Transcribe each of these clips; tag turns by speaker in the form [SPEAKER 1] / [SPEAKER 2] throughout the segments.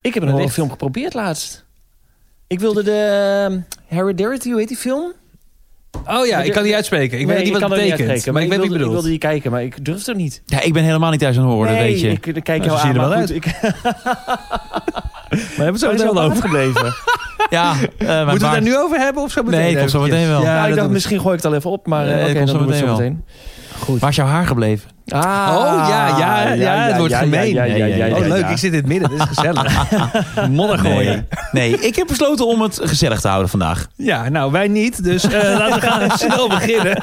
[SPEAKER 1] Ik heb een
[SPEAKER 2] Wellicht.
[SPEAKER 1] horrorfilm geprobeerd laatst. Ik wilde de eh, Heredity, hoe heet die film?
[SPEAKER 2] Oh ja, ik kan niet uitspreken. Ik
[SPEAKER 1] Nee,
[SPEAKER 2] weet niet wat
[SPEAKER 1] kan
[SPEAKER 2] het
[SPEAKER 1] er niet
[SPEAKER 2] betekent.
[SPEAKER 1] uitkijken,
[SPEAKER 2] Maar ik weet
[SPEAKER 1] wilde,
[SPEAKER 2] wat je
[SPEAKER 1] Ik wilde
[SPEAKER 2] bedoelt.
[SPEAKER 1] die kijken, maar ik durfde er niet.
[SPEAKER 3] Ja, ik ben helemaal niet thuis aan horen, dat
[SPEAKER 1] nee,
[SPEAKER 3] weet je.
[SPEAKER 1] ik, ik kijk
[SPEAKER 2] zo
[SPEAKER 1] jou
[SPEAKER 2] zie je
[SPEAKER 1] aan,
[SPEAKER 2] Nou,
[SPEAKER 1] maar
[SPEAKER 2] er wel
[SPEAKER 1] goed, ik
[SPEAKER 2] Maar hebben we
[SPEAKER 1] zo
[SPEAKER 2] het
[SPEAKER 1] is
[SPEAKER 2] zo
[SPEAKER 1] wel
[SPEAKER 2] meteen over?
[SPEAKER 1] afgebleven.
[SPEAKER 3] Ja, eh, maar
[SPEAKER 2] Moeten we het
[SPEAKER 3] waar-
[SPEAKER 2] daar nu over hebben of zo meteen?
[SPEAKER 3] Nee, komt zo
[SPEAKER 2] eventjes?
[SPEAKER 3] meteen wel.
[SPEAKER 2] Ja,
[SPEAKER 1] Ja, ik
[SPEAKER 2] dat
[SPEAKER 1] dacht,
[SPEAKER 2] doen we.
[SPEAKER 1] misschien gooi ik het al even op, maar
[SPEAKER 3] Nee,
[SPEAKER 1] eh,
[SPEAKER 3] dat
[SPEAKER 1] oké,
[SPEAKER 3] komt
[SPEAKER 1] dan
[SPEAKER 3] zo
[SPEAKER 1] doen we het zo
[SPEAKER 3] meteen
[SPEAKER 1] meteen. Goed.
[SPEAKER 3] Waar is jouw haar gebleven?
[SPEAKER 1] Ah,
[SPEAKER 2] Oh, ja, ja, ja, het wordt gemeen.
[SPEAKER 1] Ja, ja, ja, ja,
[SPEAKER 2] Oh, leuk.
[SPEAKER 1] ja.
[SPEAKER 2] Ik zit in het midden. Dit is gezellig. Modder gooien.
[SPEAKER 3] Nee. nee, ik heb besloten om het gezellig te houden vandaag.
[SPEAKER 2] Ja, nou, wij niet. Dus eh, laten we gaan snel beginnen.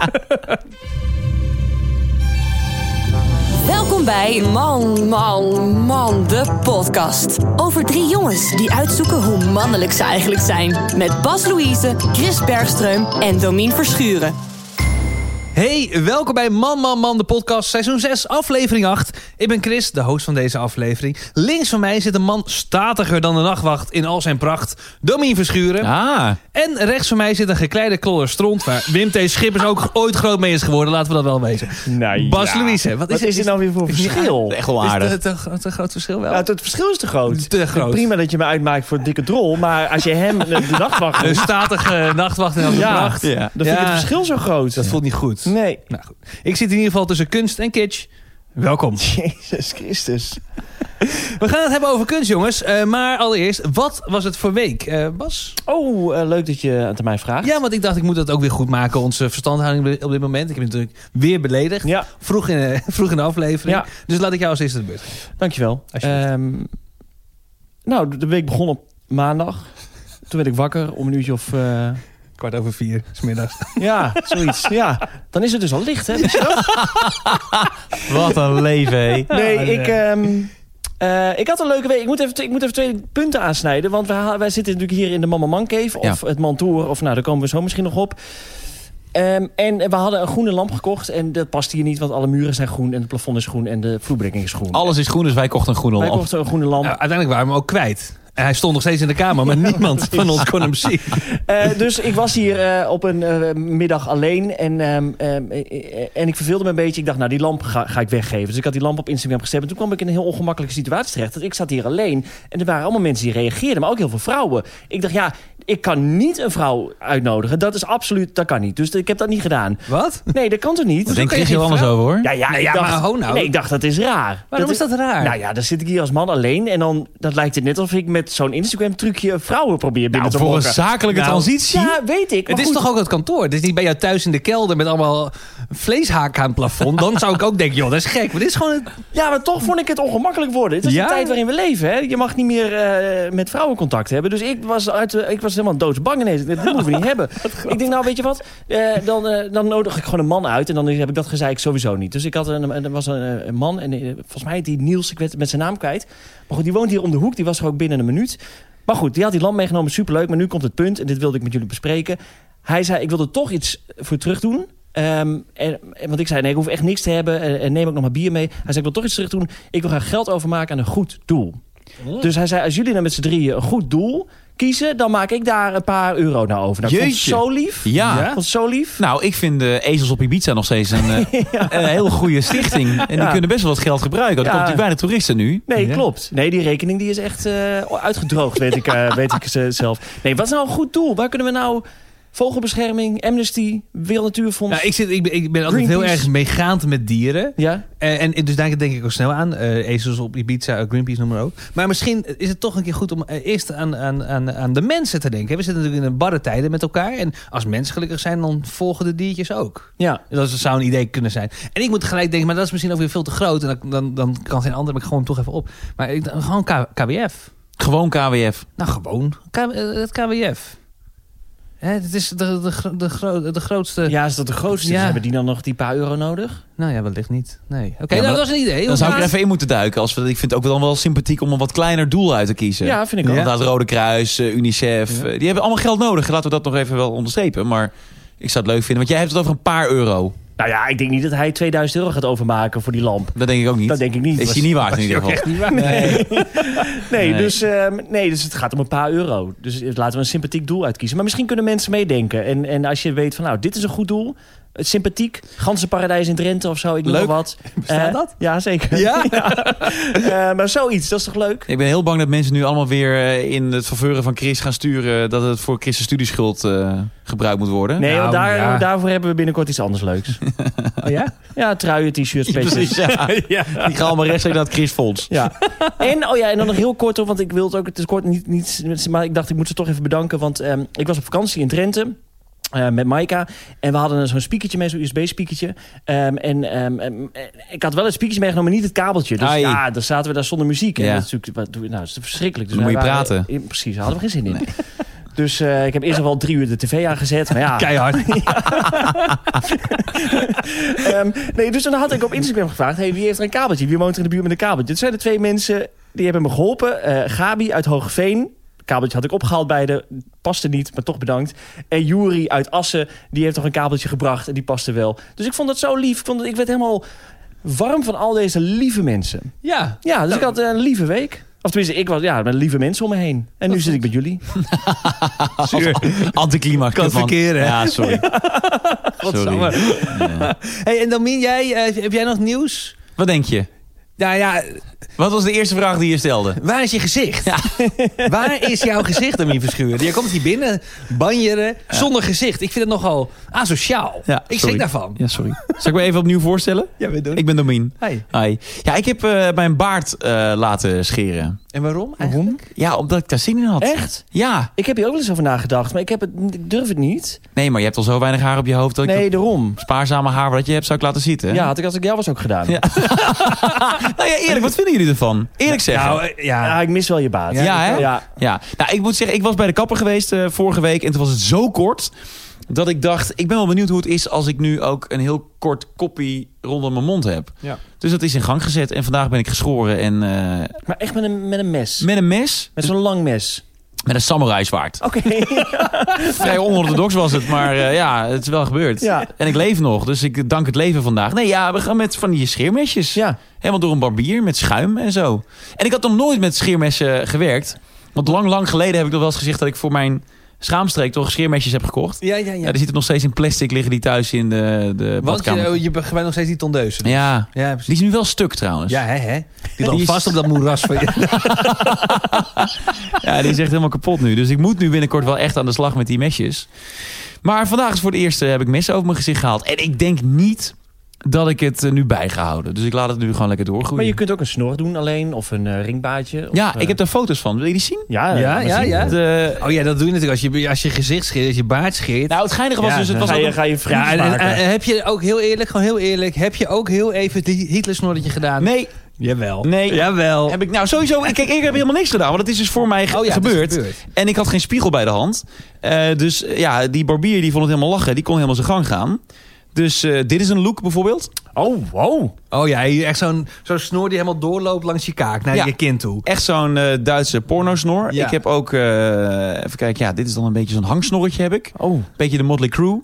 [SPEAKER 4] Welkom bij Man, Man, Man, de podcast. Over drie jongens die uitzoeken hoe mannelijk ze eigenlijk zijn. Met Bas Louise, Chris Bergström en Domien Verschuren.
[SPEAKER 2] Hey, welkom bij Man Man Man, de podcast, seizoen 6, aflevering 8. Ik ben Chris, de host van deze aflevering. Links van mij zit een man statiger dan de nachtwacht in al zijn pracht, Domien Verschuren.
[SPEAKER 3] Ah,
[SPEAKER 2] En rechts van mij zit een gekleide klodder stront, waar Wim T. Schippers ook ooit groot mee is geworden. Laten we dat wel wezen.
[SPEAKER 1] Nou,
[SPEAKER 2] Bas
[SPEAKER 1] ja.
[SPEAKER 2] Louise, wat
[SPEAKER 1] Wat is dit nou weer voor verschil?
[SPEAKER 3] echt wel
[SPEAKER 2] Is
[SPEAKER 3] aardig.
[SPEAKER 2] het te, te, te groot verschil wel?
[SPEAKER 1] Ja, het, het verschil is te groot.
[SPEAKER 2] Te groot.
[SPEAKER 1] Prima dat je me uitmaakt voor een dikke drol, maar als je hem de de nachtwacht
[SPEAKER 2] Een
[SPEAKER 1] doet,
[SPEAKER 2] statige nachtwacht in al zijn
[SPEAKER 1] Ja.
[SPEAKER 2] pracht.
[SPEAKER 3] Ja.
[SPEAKER 1] dan vind ik
[SPEAKER 2] Ja.
[SPEAKER 1] het verschil zo groot.
[SPEAKER 2] Dat voelt niet goed.
[SPEAKER 1] Nee.
[SPEAKER 2] Nou, goed. Ik zit in ieder geval tussen kunst en kitsch. Welkom.
[SPEAKER 1] Jezus Christus.
[SPEAKER 2] We gaan het hebben over kunst, jongens. Eh, maar allereerst, wat was het voor week, eh, Bas?
[SPEAKER 1] Oh, eh, leuk dat je het aan mij vraagt.
[SPEAKER 2] Ja, want ik dacht, ik moet dat ook weer goed maken. Onze verstandhouding op dit moment. Ik heb je natuurlijk weer beledigd.
[SPEAKER 1] Ja,
[SPEAKER 2] Vroeg in, eh, vroeg in de aflevering.
[SPEAKER 1] Ja.
[SPEAKER 2] Dus laat ik jou als eerste de beurt. geven.
[SPEAKER 1] dankjewel.
[SPEAKER 2] Alsjeblieft.
[SPEAKER 1] Ehm, nou, de- de week begon op maandag. Toen werd ik wakker om een uurtje of... eh,
[SPEAKER 2] Kwart over vier, smiddags.
[SPEAKER 1] ja, zoiets. Ja, dan is het dus al licht, hè? wist je dat?
[SPEAKER 3] Wat een leven, hé.
[SPEAKER 1] Nee,
[SPEAKER 2] Ah,
[SPEAKER 1] ik,
[SPEAKER 2] nee.
[SPEAKER 1] ehm, eh, ik had een leuke week. Ik moet even, ik moet even twee punten aansnijden. Want wij, ha- wij zitten natuurlijk hier in de Mama Man Cave. Of het Mantour. Of nou, daar komen we zo misschien nog op. Ehm, en we hadden een groene lamp gekocht. En dat past hier niet, want alle muren zijn groen. En het plafond is groen. En de vloerbedekking is groen.
[SPEAKER 3] Alles is groen, dus wij kochten een groene
[SPEAKER 1] wij
[SPEAKER 3] lamp.
[SPEAKER 1] kochten een groene lamp.
[SPEAKER 2] Nou, uiteindelijk waren we hem ook kwijt. En hij stond nog steeds in de kamer, maar niemand van ons kon hem zien.
[SPEAKER 1] Eh, dus ik was hier eh, op een eh, middag alleen en, ehm, ehm, eh, eh, en ik verveelde me een beetje. Ik dacht, nou, die lamp ga, ga ik weggeven. Dus ik had die lamp op Instagram gezet. En toen kwam ik in een heel ongemakkelijke situatie terecht. Want ik zat hier alleen en er waren allemaal mensen die reageerden, maar ook heel veel vrouwen. Ik dacht, ja, ik kan niet een vrouw uitnodigen. Dat is absoluut, dat kan niet. Dus ik heb dat niet gedaan.
[SPEAKER 2] Wat?
[SPEAKER 1] Nee, dat kan toch
[SPEAKER 3] Daar
[SPEAKER 1] niet?
[SPEAKER 3] denk
[SPEAKER 2] kan je
[SPEAKER 3] ik heel
[SPEAKER 2] geen
[SPEAKER 3] anders
[SPEAKER 2] vrouw-
[SPEAKER 3] over, hoor.
[SPEAKER 1] Ja, ja,
[SPEAKER 2] Nee,
[SPEAKER 1] ik
[SPEAKER 2] ja,
[SPEAKER 1] dacht,
[SPEAKER 2] maar ho nou.
[SPEAKER 1] nee, ik dacht, dat is raar.
[SPEAKER 2] Waarom is dat raar?
[SPEAKER 1] Nou ja, dan zit ik hier als man alleen en dan dat lijkt het net alsof ik met zo'n Instagram-trucje vrouwen probeer binnen
[SPEAKER 3] Nou,
[SPEAKER 1] te
[SPEAKER 3] voor een
[SPEAKER 1] lokken.
[SPEAKER 3] zakelijke
[SPEAKER 2] Nou,
[SPEAKER 3] transitie.
[SPEAKER 1] Ja, weet ik. maar
[SPEAKER 2] Het is
[SPEAKER 1] goed.
[SPEAKER 2] toch ook het kantoor? Het is niet bij jou thuis in de kelder met allemaal vleeshaak aan het plafond. Dan zou ik ook denken, joh, dat is gek. Maar dit is gewoon... het-
[SPEAKER 1] Ja, maar toch vond ik het ongemakkelijk worden. Het is
[SPEAKER 2] Ja?
[SPEAKER 1] de tijd waarin we leven. Hè? Je mag niet meer eh, met vrouwen contact hebben. Dus ik was, uit, de- ik was helemaal doodsbang ineens. Ik dacht, Dit moeten we niet hebben. Ik denk, nou weet je wat? Eh, dan, eh, dan nodig ik gewoon een man uit. En dan heb ik dat gezeik sowieso niet. Dus ik had een, er was een, eh, een man. En eh, volgens mij heet die Niels. Ik weet het met zijn naam kwijt. Maar goed, die woont hier om de hoek. Die was er ook binnen een minuut. Maar goed, die had die lamp meegenomen. Superleuk. Maar nu komt het punt. En dit wilde ik met jullie bespreken. Hij zei, ik wilde toch iets voor terug doen. Ehm, en, en- want ik zei, nee, ik hoef echt niks te hebben. En, en neem ook nog maar bier mee. Hij zei, ik wil toch iets terug doen. Ik wil graag geld overmaken aan een goed doel. Dus hij zei, als jullie nou met z'n drieën een goed doel kiezen... dan maak ik daar een paar euro naar over. Nou, ik vond het
[SPEAKER 3] Jeetje.
[SPEAKER 1] zo lief.
[SPEAKER 3] Ja.
[SPEAKER 1] Ik vond het zo lief.
[SPEAKER 3] Nou, ik vind eh Ezels op Ibiza nog steeds een, eh, een heel goede stichting. En die
[SPEAKER 1] Ja.
[SPEAKER 3] kunnen best wel wat geld gebruiken. Want er
[SPEAKER 1] Ja.
[SPEAKER 3] komt natuurlijk bijna toeristen nu.
[SPEAKER 1] Nee,
[SPEAKER 2] Ja.
[SPEAKER 1] klopt. Nee, die rekening die is echt eh, uitgedroogd, weet ik, eh, weet ik ze- zelf. Nee, wat is nou een goed doel? Waar kunnen we nou... Vogelbescherming, Amnesty, Wereld Natuurfonds...
[SPEAKER 2] Nou, ik, zit, ik, ben- ik ben altijd heel
[SPEAKER 1] Greenpeace.
[SPEAKER 2] erg meegaand met dieren.
[SPEAKER 1] Ja?
[SPEAKER 2] Eh, en, en dus daar denk ik ook snel aan. Eh ezels op Ibiza, eh, Greenpeace, noem maar ook. Maar misschien is het toch een keer goed om eh, eerst aan, aan, aan, aan de mensen te denken. We zitten natuurlijk in een barre tijden met elkaar. En als mensen gelukkig zijn, dan volgen de diertjes ook.
[SPEAKER 1] Ja.
[SPEAKER 2] Dat is- zou een idee kunnen zijn. En ik moet gelijk denken, maar dat is misschien ook weer veel te groot. En dan, dan, dan kan geen ander, maar ik gooi hem toch even op. Maar ik, gewoon K- KWF.
[SPEAKER 3] Gewoon KWF.
[SPEAKER 2] Nou, gewoon. K- eh, het KWF. Hè, het is de, de, gro- de, gro- de grootste...
[SPEAKER 1] Ja, is dat de grootste?
[SPEAKER 2] Ja.
[SPEAKER 1] Hebben die dan nog die paar euro nodig?
[SPEAKER 2] Nou ja, wellicht niet. Nee. Oké,
[SPEAKER 3] Ja, maar
[SPEAKER 2] nou, dat was een idee.
[SPEAKER 3] Dan zou ik er
[SPEAKER 2] Maar-
[SPEAKER 3] even in moeten duiken. Als we, ik vind het ook dan wel sympathiek om een wat kleiner doel uit te kiezen.
[SPEAKER 1] Ja, vind ik ook.
[SPEAKER 3] Want dat Rode Kruis, eh, UNICEF. eh, die hebben allemaal geld nodig. Laten we dat nog even wel onderstrepen. Maar ik zou het leuk vinden. Want jij hebt het over een paar euro.
[SPEAKER 1] Nou ja, ik denk niet dat hij 2000 euro gaat overmaken voor die lamp.
[SPEAKER 3] Dat denk ik ook niet.
[SPEAKER 1] Dat denk ik niet.
[SPEAKER 3] Is je niet waard in ieder geval.
[SPEAKER 1] Nee,
[SPEAKER 3] Nee.
[SPEAKER 1] Dus, ehm, nee, dus het gaat om een paar euro. eh, Dus laten we een sympathiek doel uitkiezen. Maar misschien kunnen mensen meedenken. En, en als je weet van nou, dit is een goed doel. Sympathiek. Ganzenparadijs in Drenthe of zo. Ik noem
[SPEAKER 3] Leuk.
[SPEAKER 1] maar wat.
[SPEAKER 2] Bestaat
[SPEAKER 1] Eh,
[SPEAKER 2] dat?
[SPEAKER 1] Ja, zeker.
[SPEAKER 2] Ja?
[SPEAKER 1] Eh, maar zoiets, dat is toch leuk?
[SPEAKER 3] Ik ben heel bang dat mensen nu allemaal weer eh, in het verveuren van Chris gaan sturen... dat het voor Chris' studieschuld eh, gebruikt moet worden.
[SPEAKER 1] Nee,
[SPEAKER 2] Nou,
[SPEAKER 1] want daar,
[SPEAKER 2] ja.
[SPEAKER 1] daarvoor hebben we binnenkort iets anders leuks.
[SPEAKER 2] Oh ja?
[SPEAKER 1] Ja, truien, t-shirts,
[SPEAKER 3] Ja,
[SPEAKER 1] petjes.
[SPEAKER 3] precies, ja. Die gaan allemaal rechtstreeks naar het Chris Fonds.
[SPEAKER 1] Ja. En, oh ja, en dan nog heel kort, hoor, want ik wil het ook, het is kort niet, niet, maar ik dacht ik moet ze toch even bedanken, want ehm, ik was op vakantie in Drenthe. eh, met Maika. En we hadden zo'n speakertje mee, zo'n USB-speakertje. en ehm, ehm, eh, ik had wel het speakertje meegenomen, maar niet het kabeltje. Dus
[SPEAKER 3] Ai.
[SPEAKER 1] ja, dan zaten we daar zonder muziek. En
[SPEAKER 3] Ja.
[SPEAKER 1] dat is natuurlijk, wat doe je- nou, dat is verschrikkelijk. Dus
[SPEAKER 3] Dan
[SPEAKER 1] wij
[SPEAKER 3] moet je
[SPEAKER 1] waren-
[SPEAKER 3] praten.
[SPEAKER 1] eh, precies, daar hadden we geen zin in. Dus eh, ik heb eerst nog wel drie uur de tv aangezet. Maar ja,
[SPEAKER 2] Keihard.
[SPEAKER 1] Ehm, nee, dus dan had ik op Instagram gevraagd: hey, wie heeft er een kabeltje? Wie woont er in de buurt met een kabeltje? Dit zijn de twee mensen die hebben me geholpen. Eh, Gabi uit Hoogveen. Kabeltje had ik opgehaald bij de. Paste niet, maar toch bedankt. En Juri uit Assen. Die heeft toch een kabeltje gebracht en die paste wel. Dus ik vond dat zo lief. Ik, vond dat, ik werd helemaal warm van al deze lieve mensen.
[SPEAKER 2] Ja.
[SPEAKER 1] Ja, dus ik had een lieve week. Of tenminste, ik was ja, met lieve mensen om me heen. En nu zit ik met jullie.
[SPEAKER 3] Anticlimax.
[SPEAKER 2] Kan het
[SPEAKER 3] man.
[SPEAKER 2] verkeer, hè?
[SPEAKER 3] Ja, sorry.
[SPEAKER 2] Godsamme.
[SPEAKER 3] sorry. Ja.
[SPEAKER 2] Hey, en Damien, jij, eh, heb jij nog nieuws?
[SPEAKER 3] Wat denk je?
[SPEAKER 2] Nou ja,
[SPEAKER 3] Wat was de eerste vraag die je stelde?
[SPEAKER 2] waar is je gezicht? waar is jouw gezicht, Damien Verschuren? Jij komt hier binnen, banjeren, zonder gezicht. Ik vind het nogal asociaal.
[SPEAKER 3] Ja,
[SPEAKER 2] ik
[SPEAKER 3] sorry.
[SPEAKER 2] schrik daarvan.
[SPEAKER 3] Ja, sorry. Zal ik me even opnieuw voorstellen?
[SPEAKER 2] Ja, we doen.
[SPEAKER 3] Ik ben Domien.
[SPEAKER 2] Hey.
[SPEAKER 3] Hi. Ja, ik heb eh, mijn baard eh, laten scheren.
[SPEAKER 2] En waarom eigenlijk?
[SPEAKER 3] Ja, omdat ik daar zin in had.
[SPEAKER 1] Echt?
[SPEAKER 3] Ja.
[SPEAKER 1] Ik heb hier ook wel eens over nagedacht, maar ik, heb het, ik durf het niet.
[SPEAKER 3] Nee, maar je hebt al zo weinig haar op je hoofd dat ik
[SPEAKER 1] Nee, daarom.
[SPEAKER 3] dat spaarzame haar wat je hebt zou ik laten zitten.
[SPEAKER 1] Ja, had ik als ik jou was ook gedaan.
[SPEAKER 3] Ja. Nou ja, eerlijk, wat vinden jullie ervan? Eerlijk zeggen.
[SPEAKER 2] Nou, eh, ja.
[SPEAKER 1] Ja, ik mis wel je baat.
[SPEAKER 3] Ja, hè?
[SPEAKER 1] Ja.
[SPEAKER 3] Ja, nou, ik moet zeggen, ik was bij de kapper geweest eh, vorige week en toen was het zo kort dat ik dacht, ik ben wel benieuwd hoe het is als ik nu ook een heel kort koppie rondom mijn mond heb.
[SPEAKER 2] Ja.
[SPEAKER 3] Dus dat is in gang gezet en vandaag ben ik geschoren en eh,
[SPEAKER 1] Maar echt met een, met een mes.
[SPEAKER 3] met een mes,
[SPEAKER 1] Met zo'n lang mes.
[SPEAKER 3] met een samurai zwaard.
[SPEAKER 1] Oké.
[SPEAKER 3] Vrij onorthodox was het, maar eh, ja, het is wel gebeurd.
[SPEAKER 1] Ja.
[SPEAKER 3] En ik leef nog, dus ik dank het leven vandaag. Nee, ja, we gaan met van die scheermesjes.
[SPEAKER 1] ja.
[SPEAKER 3] Helemaal door een barbier met schuim en zo. En ik had nog nooit met scheermessen gewerkt. Want lang, lang geleden heb ik nog wel eens gezegd dat ik voor mijn schaamstreek toch scheermesjes heb gekocht.
[SPEAKER 2] Ja, ja,
[SPEAKER 3] Ja,
[SPEAKER 2] ja.
[SPEAKER 3] die zitten nog steeds in plastic, liggen die thuis in de, de
[SPEAKER 2] Want je,
[SPEAKER 3] badkamer.
[SPEAKER 2] je gebruikt nog steeds die tondeuzen.
[SPEAKER 3] ja,
[SPEAKER 2] ja
[SPEAKER 3] die
[SPEAKER 2] precies.
[SPEAKER 3] is nu wel stuk trouwens.
[SPEAKER 2] Ja,
[SPEAKER 3] Ja,
[SPEAKER 2] hè, hè. Die
[SPEAKER 3] Die
[SPEAKER 2] loopt
[SPEAKER 3] is-
[SPEAKER 2] vast op dat moeras van je.
[SPEAKER 3] die is echt helemaal kapot nu. Dus ik moet nu binnenkort wel echt aan de slag met die mesjes. Maar vandaag is voor het eerst eh, heb ik messen over mijn gezicht gehaald. En ik denk niet dat ik het eh, nu bijgehouden. Dus ik laat het nu gewoon lekker
[SPEAKER 1] Maar
[SPEAKER 3] doorgroeien.
[SPEAKER 1] je kunt ook een snor doen alleen. Of een eh, ringbaadje. Of,
[SPEAKER 3] Ja,
[SPEAKER 1] eh,
[SPEAKER 3] ik heb daar foto's van. Wil je die zien?
[SPEAKER 1] Ja,
[SPEAKER 2] Ja,
[SPEAKER 1] laat maar
[SPEAKER 2] ja,
[SPEAKER 1] zien.
[SPEAKER 2] ja.
[SPEAKER 3] Het, eh,
[SPEAKER 2] Oh ja, dat doe je natuurlijk. Als je, als je gezicht scheert, als je baard scheert.
[SPEAKER 3] nou, het geinige was
[SPEAKER 2] Ja,
[SPEAKER 3] dus... Het
[SPEAKER 2] dan
[SPEAKER 3] was
[SPEAKER 1] Ga
[SPEAKER 3] ook
[SPEAKER 1] je,
[SPEAKER 3] een-
[SPEAKER 1] ga je
[SPEAKER 2] Ja,
[SPEAKER 1] vragen
[SPEAKER 2] en, en-
[SPEAKER 1] maken.
[SPEAKER 2] en heb je ook heel eerlijk, gewoon heel eerlijk, heb je ook heel even het Hitler-snorretje gedaan?
[SPEAKER 3] Nee,
[SPEAKER 2] Jawel.
[SPEAKER 3] Nee.
[SPEAKER 1] Oh.
[SPEAKER 2] Jawel.
[SPEAKER 3] heb ik nou sowieso. Kijk, ik heb helemaal niks gedaan, want dat is dus voor mij ge-
[SPEAKER 2] Oh ja, dat is
[SPEAKER 3] gebeurd.
[SPEAKER 2] gebeurd.
[SPEAKER 3] En ik had geen spiegel bij de hand. Eh, dus eh, ja, die barbier die vond het helemaal lachen. Die kon helemaal zijn gang gaan. Dus eh, dit is een look bijvoorbeeld.
[SPEAKER 1] Oh, wow.
[SPEAKER 2] Oh ja, hier echt zo'n zo'n snor die helemaal doorloopt langs je kaak naar
[SPEAKER 3] Ja.
[SPEAKER 2] je kin toe.
[SPEAKER 3] Echt zo'n eh, Duitse pornosnor.
[SPEAKER 2] Ja.
[SPEAKER 3] Ik heb ook, eh, even kijken, ja, dit is dan een beetje zo'n hangsnorretje heb ik.
[SPEAKER 1] Oh.
[SPEAKER 3] Beetje de Motley Crew.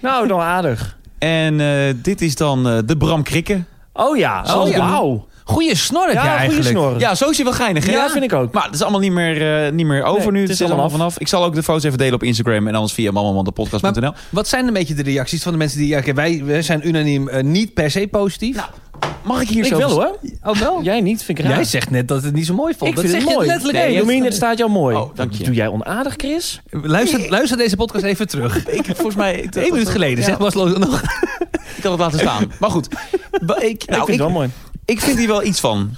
[SPEAKER 1] Nou, nog aardig.
[SPEAKER 3] En eh, dit is dan eh, de Bram Krikke.
[SPEAKER 1] Oh ja.
[SPEAKER 2] Zoals
[SPEAKER 1] Oh,
[SPEAKER 2] ik hem-
[SPEAKER 1] wauw.
[SPEAKER 2] Goeie snor heb
[SPEAKER 1] Ja,
[SPEAKER 2] je
[SPEAKER 1] goede
[SPEAKER 2] eigenlijk.
[SPEAKER 1] snor.
[SPEAKER 3] Ja, zo is hij wel geinig. hè?
[SPEAKER 1] Ja, vind ik ook.
[SPEAKER 3] Maar het is allemaal niet meer, eh, niet meer over
[SPEAKER 1] Nee,
[SPEAKER 3] nu.
[SPEAKER 1] het
[SPEAKER 3] Het
[SPEAKER 1] is
[SPEAKER 3] is allemaal
[SPEAKER 1] allemaal
[SPEAKER 3] vanaf. Ik zal ook de foto's even delen op Instagram en anders via mamamandepodcast.nl.
[SPEAKER 2] Maar wat zijn een beetje de reacties van de mensen die... Ja, oké, wij, wij zijn unaniem eh, niet per se positief.
[SPEAKER 3] Nou. Mag ik hier
[SPEAKER 1] Ik
[SPEAKER 3] zo
[SPEAKER 1] wel hoor.
[SPEAKER 2] oh wel?
[SPEAKER 1] Jij niet, vind ik raar.
[SPEAKER 2] Jij zegt net dat het niet zo mooi vond.
[SPEAKER 1] ik
[SPEAKER 2] dat
[SPEAKER 1] vind
[SPEAKER 2] zeg
[SPEAKER 1] het
[SPEAKER 2] je
[SPEAKER 1] mooi.
[SPEAKER 2] letterlijk.
[SPEAKER 1] Nee,
[SPEAKER 2] Nee,
[SPEAKER 1] Domien, het
[SPEAKER 2] dat-
[SPEAKER 1] staat jou mooi.
[SPEAKER 3] Oh, dank je.
[SPEAKER 1] Doe jij onaardig, Chris?
[SPEAKER 2] Nou, luister, luister deze podcast even terug.
[SPEAKER 3] Ik, volgens mij... Ik,
[SPEAKER 2] Eén minuut geleden,
[SPEAKER 3] Ja,
[SPEAKER 2] zegt Bas Lo- nog.
[SPEAKER 3] Ik had het laten staan. Maar goed. Ba- Ik, nou,
[SPEAKER 1] ik vind het wel mooi.
[SPEAKER 3] ik vind hier wel iets van.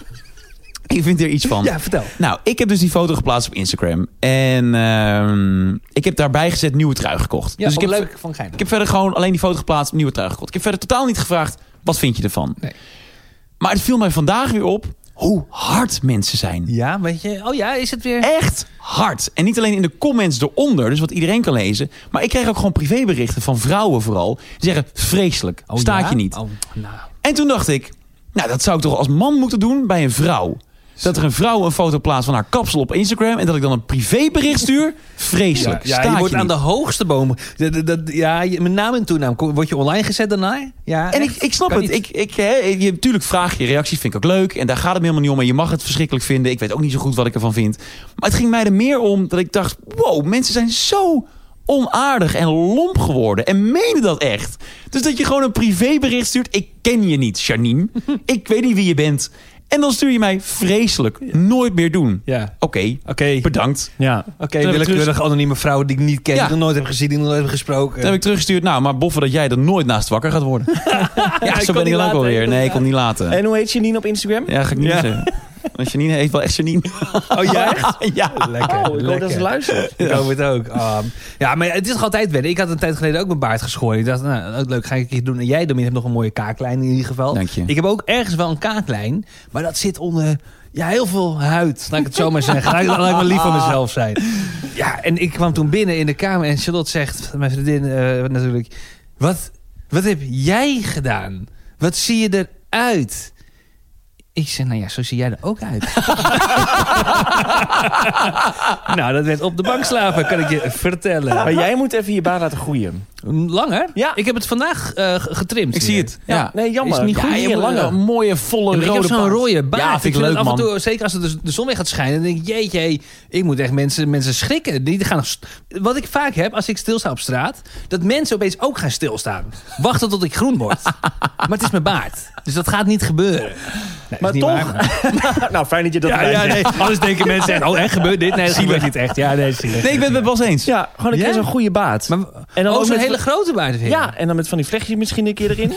[SPEAKER 3] Ik vind hier iets van.
[SPEAKER 2] Ja, vertel.
[SPEAKER 3] Nou, ik heb dus die foto geplaatst op Instagram. En ehm, ik heb daarbij gezet nieuwe trui gekocht.
[SPEAKER 2] Ja,
[SPEAKER 3] dus ik
[SPEAKER 2] ook
[SPEAKER 3] heb,
[SPEAKER 2] leuk van Gein.
[SPEAKER 3] ik heb verder gewoon alleen die foto geplaatst, nieuwe trui gekocht. Ik heb verder totaal niet gevraagd, wat vind je ervan?
[SPEAKER 2] Nee.
[SPEAKER 3] Maar het viel mij vandaag weer op hoe hard mensen zijn.
[SPEAKER 2] Ja, weet je. Oh ja, is het weer...
[SPEAKER 3] Echt hard. En niet alleen in de comments eronder, dus wat iedereen kan lezen. Maar ik krijg ook gewoon privéberichten van vrouwen vooral. Die zeggen, vreselijk,
[SPEAKER 2] Oh,
[SPEAKER 3] staat
[SPEAKER 2] ja?
[SPEAKER 3] je niet.
[SPEAKER 2] Oh, nou.
[SPEAKER 3] En toen dacht ik, nou dat zou ik toch als man moeten doen bij een vrouw. Dat er een vrouw een foto plaatst van haar kapsel op Instagram... en dat ik dan een privébericht stuur? Vreselijk.
[SPEAKER 2] Ja,
[SPEAKER 3] Staat
[SPEAKER 2] je wordt aan
[SPEAKER 3] niet.
[SPEAKER 2] de hoogste boom. Dat, dat- dat- ja, je- mijn naam en toenaam. Ko- Word je online gezet daarna? Ja,
[SPEAKER 3] En ik,
[SPEAKER 2] echt.
[SPEAKER 3] ik snap
[SPEAKER 2] Kan
[SPEAKER 3] het.
[SPEAKER 2] niet.
[SPEAKER 3] Ik, ik, hè, je, natuurlijk vraag je reacties, vind ik ook leuk. En daar gaat het me helemaal niet om. En je mag het verschrikkelijk vinden. Ik weet ook niet zo goed wat ik ervan vind. Maar het ging mij er meer om dat ik dacht... wow, mensen zijn zo onaardig en lomp geworden. En meende dat echt. Dus dat je gewoon een privébericht stuurt. Ik ken je niet, Janine. Ik weet niet wie je bent. En dan stuur je mij vreselijk. Nooit meer doen.
[SPEAKER 2] Ja.
[SPEAKER 3] Oké,
[SPEAKER 2] Oké, oké,
[SPEAKER 3] bedankt.
[SPEAKER 1] Ja.
[SPEAKER 2] willekeurig anonieme vrouw die ik niet ken,
[SPEAKER 3] Ja.
[SPEAKER 2] die ik nog nooit heb gezien, die ik nog nooit heb gesproken.
[SPEAKER 3] Toen heb ik teruggestuurd. Nou, maar boffen dat jij er nooit naast wakker gaat worden. ja,
[SPEAKER 1] kon
[SPEAKER 3] zo ben ik
[SPEAKER 1] niet
[SPEAKER 3] dan ook
[SPEAKER 1] laten, ik
[SPEAKER 3] alweer.
[SPEAKER 1] kon
[SPEAKER 3] Nee,
[SPEAKER 1] niet
[SPEAKER 3] ik kon niet laten.
[SPEAKER 1] En hoe heet je Nien op Instagram?
[SPEAKER 3] Ja, ga ik niet zeggen. Want Janine heet wel echt Janine.
[SPEAKER 2] Oh, jij? echt?
[SPEAKER 3] ja.
[SPEAKER 2] Ah, Lekker.
[SPEAKER 1] Oh, ik hoop dat
[SPEAKER 2] lekker.
[SPEAKER 1] ze luistert.
[SPEAKER 2] Ik hoop het ook. Ah, ja, maar het is nog altijd wennen. Ik had een tijd geleden ook mijn baard geschoren. Ik dacht, nou, ook leuk, ga ik een keer doen. En jij, Domien, hebt nog een mooie kaaklijn in ieder geval.
[SPEAKER 3] Dank je.
[SPEAKER 2] Ik heb ook ergens wel een kaaklijn, maar dat zit onder... Ja, heel veel huid, laat ik het zo maar zeggen. Laat ik, laat ik maar lief van mezelf zijn. Ja, en ik kwam toen binnen in de kamer en Charlotte zegt, mijn vriendin eh, natuurlijk... Wat, wat heb jij gedaan? Wat zie je eruit? Ik zeg, nou ja, zo zie jij er ook uit. nou, dat werd op de bank slapen, kan ik je vertellen.
[SPEAKER 1] Maar jij moet even je baard laten groeien.
[SPEAKER 2] Langer?
[SPEAKER 1] Ja.
[SPEAKER 2] Ik heb het vandaag eh, g- getrimd.
[SPEAKER 3] Ik zie
[SPEAKER 2] weer.
[SPEAKER 3] het. Ja.
[SPEAKER 1] Nee, jammer.
[SPEAKER 2] Is niet goed.
[SPEAKER 1] Ja,
[SPEAKER 3] je
[SPEAKER 1] hier
[SPEAKER 3] moet
[SPEAKER 1] langer.
[SPEAKER 3] Een mooie, volle,
[SPEAKER 2] Ja, maar ik heb
[SPEAKER 3] rode
[SPEAKER 2] zo'n
[SPEAKER 3] baard.
[SPEAKER 2] rode baard.
[SPEAKER 3] Ja, vind ik
[SPEAKER 2] het
[SPEAKER 3] leuk,
[SPEAKER 2] af en
[SPEAKER 3] man.
[SPEAKER 2] toe, zeker als de, de zon weg gaat schijnen, dan denk ik, jeetje, hé, ik moet echt mensen, mensen schrikken. Die gaan, st- wat ik vaak heb als ik stilsta op straat, dat mensen opeens ook gaan stilstaan. Wachten tot ik groen word. maar het is mijn baard. Dus dat gaat niet gebeuren.
[SPEAKER 1] Maar
[SPEAKER 2] is niet
[SPEAKER 1] toch. nou, fijn dat je dat
[SPEAKER 2] Ja,
[SPEAKER 1] erbij
[SPEAKER 2] ja,
[SPEAKER 1] zegt.
[SPEAKER 2] nee. Anders denken mensen echt, oh, echt gebeurt dit? Nee, dat gebeurt niet echt. Ja, nee, zie
[SPEAKER 3] Nee, ik ben het met Bas eens.
[SPEAKER 1] Ja, gewoon een
[SPEAKER 2] Ja?
[SPEAKER 1] keer zo'n goede baard.
[SPEAKER 2] Maar,
[SPEAKER 1] En dan
[SPEAKER 2] oh,
[SPEAKER 1] ook
[SPEAKER 2] zo'n
[SPEAKER 1] met-
[SPEAKER 2] hele grote baard weer.
[SPEAKER 1] ja, en dan met van die vlechtjes misschien een keer erin.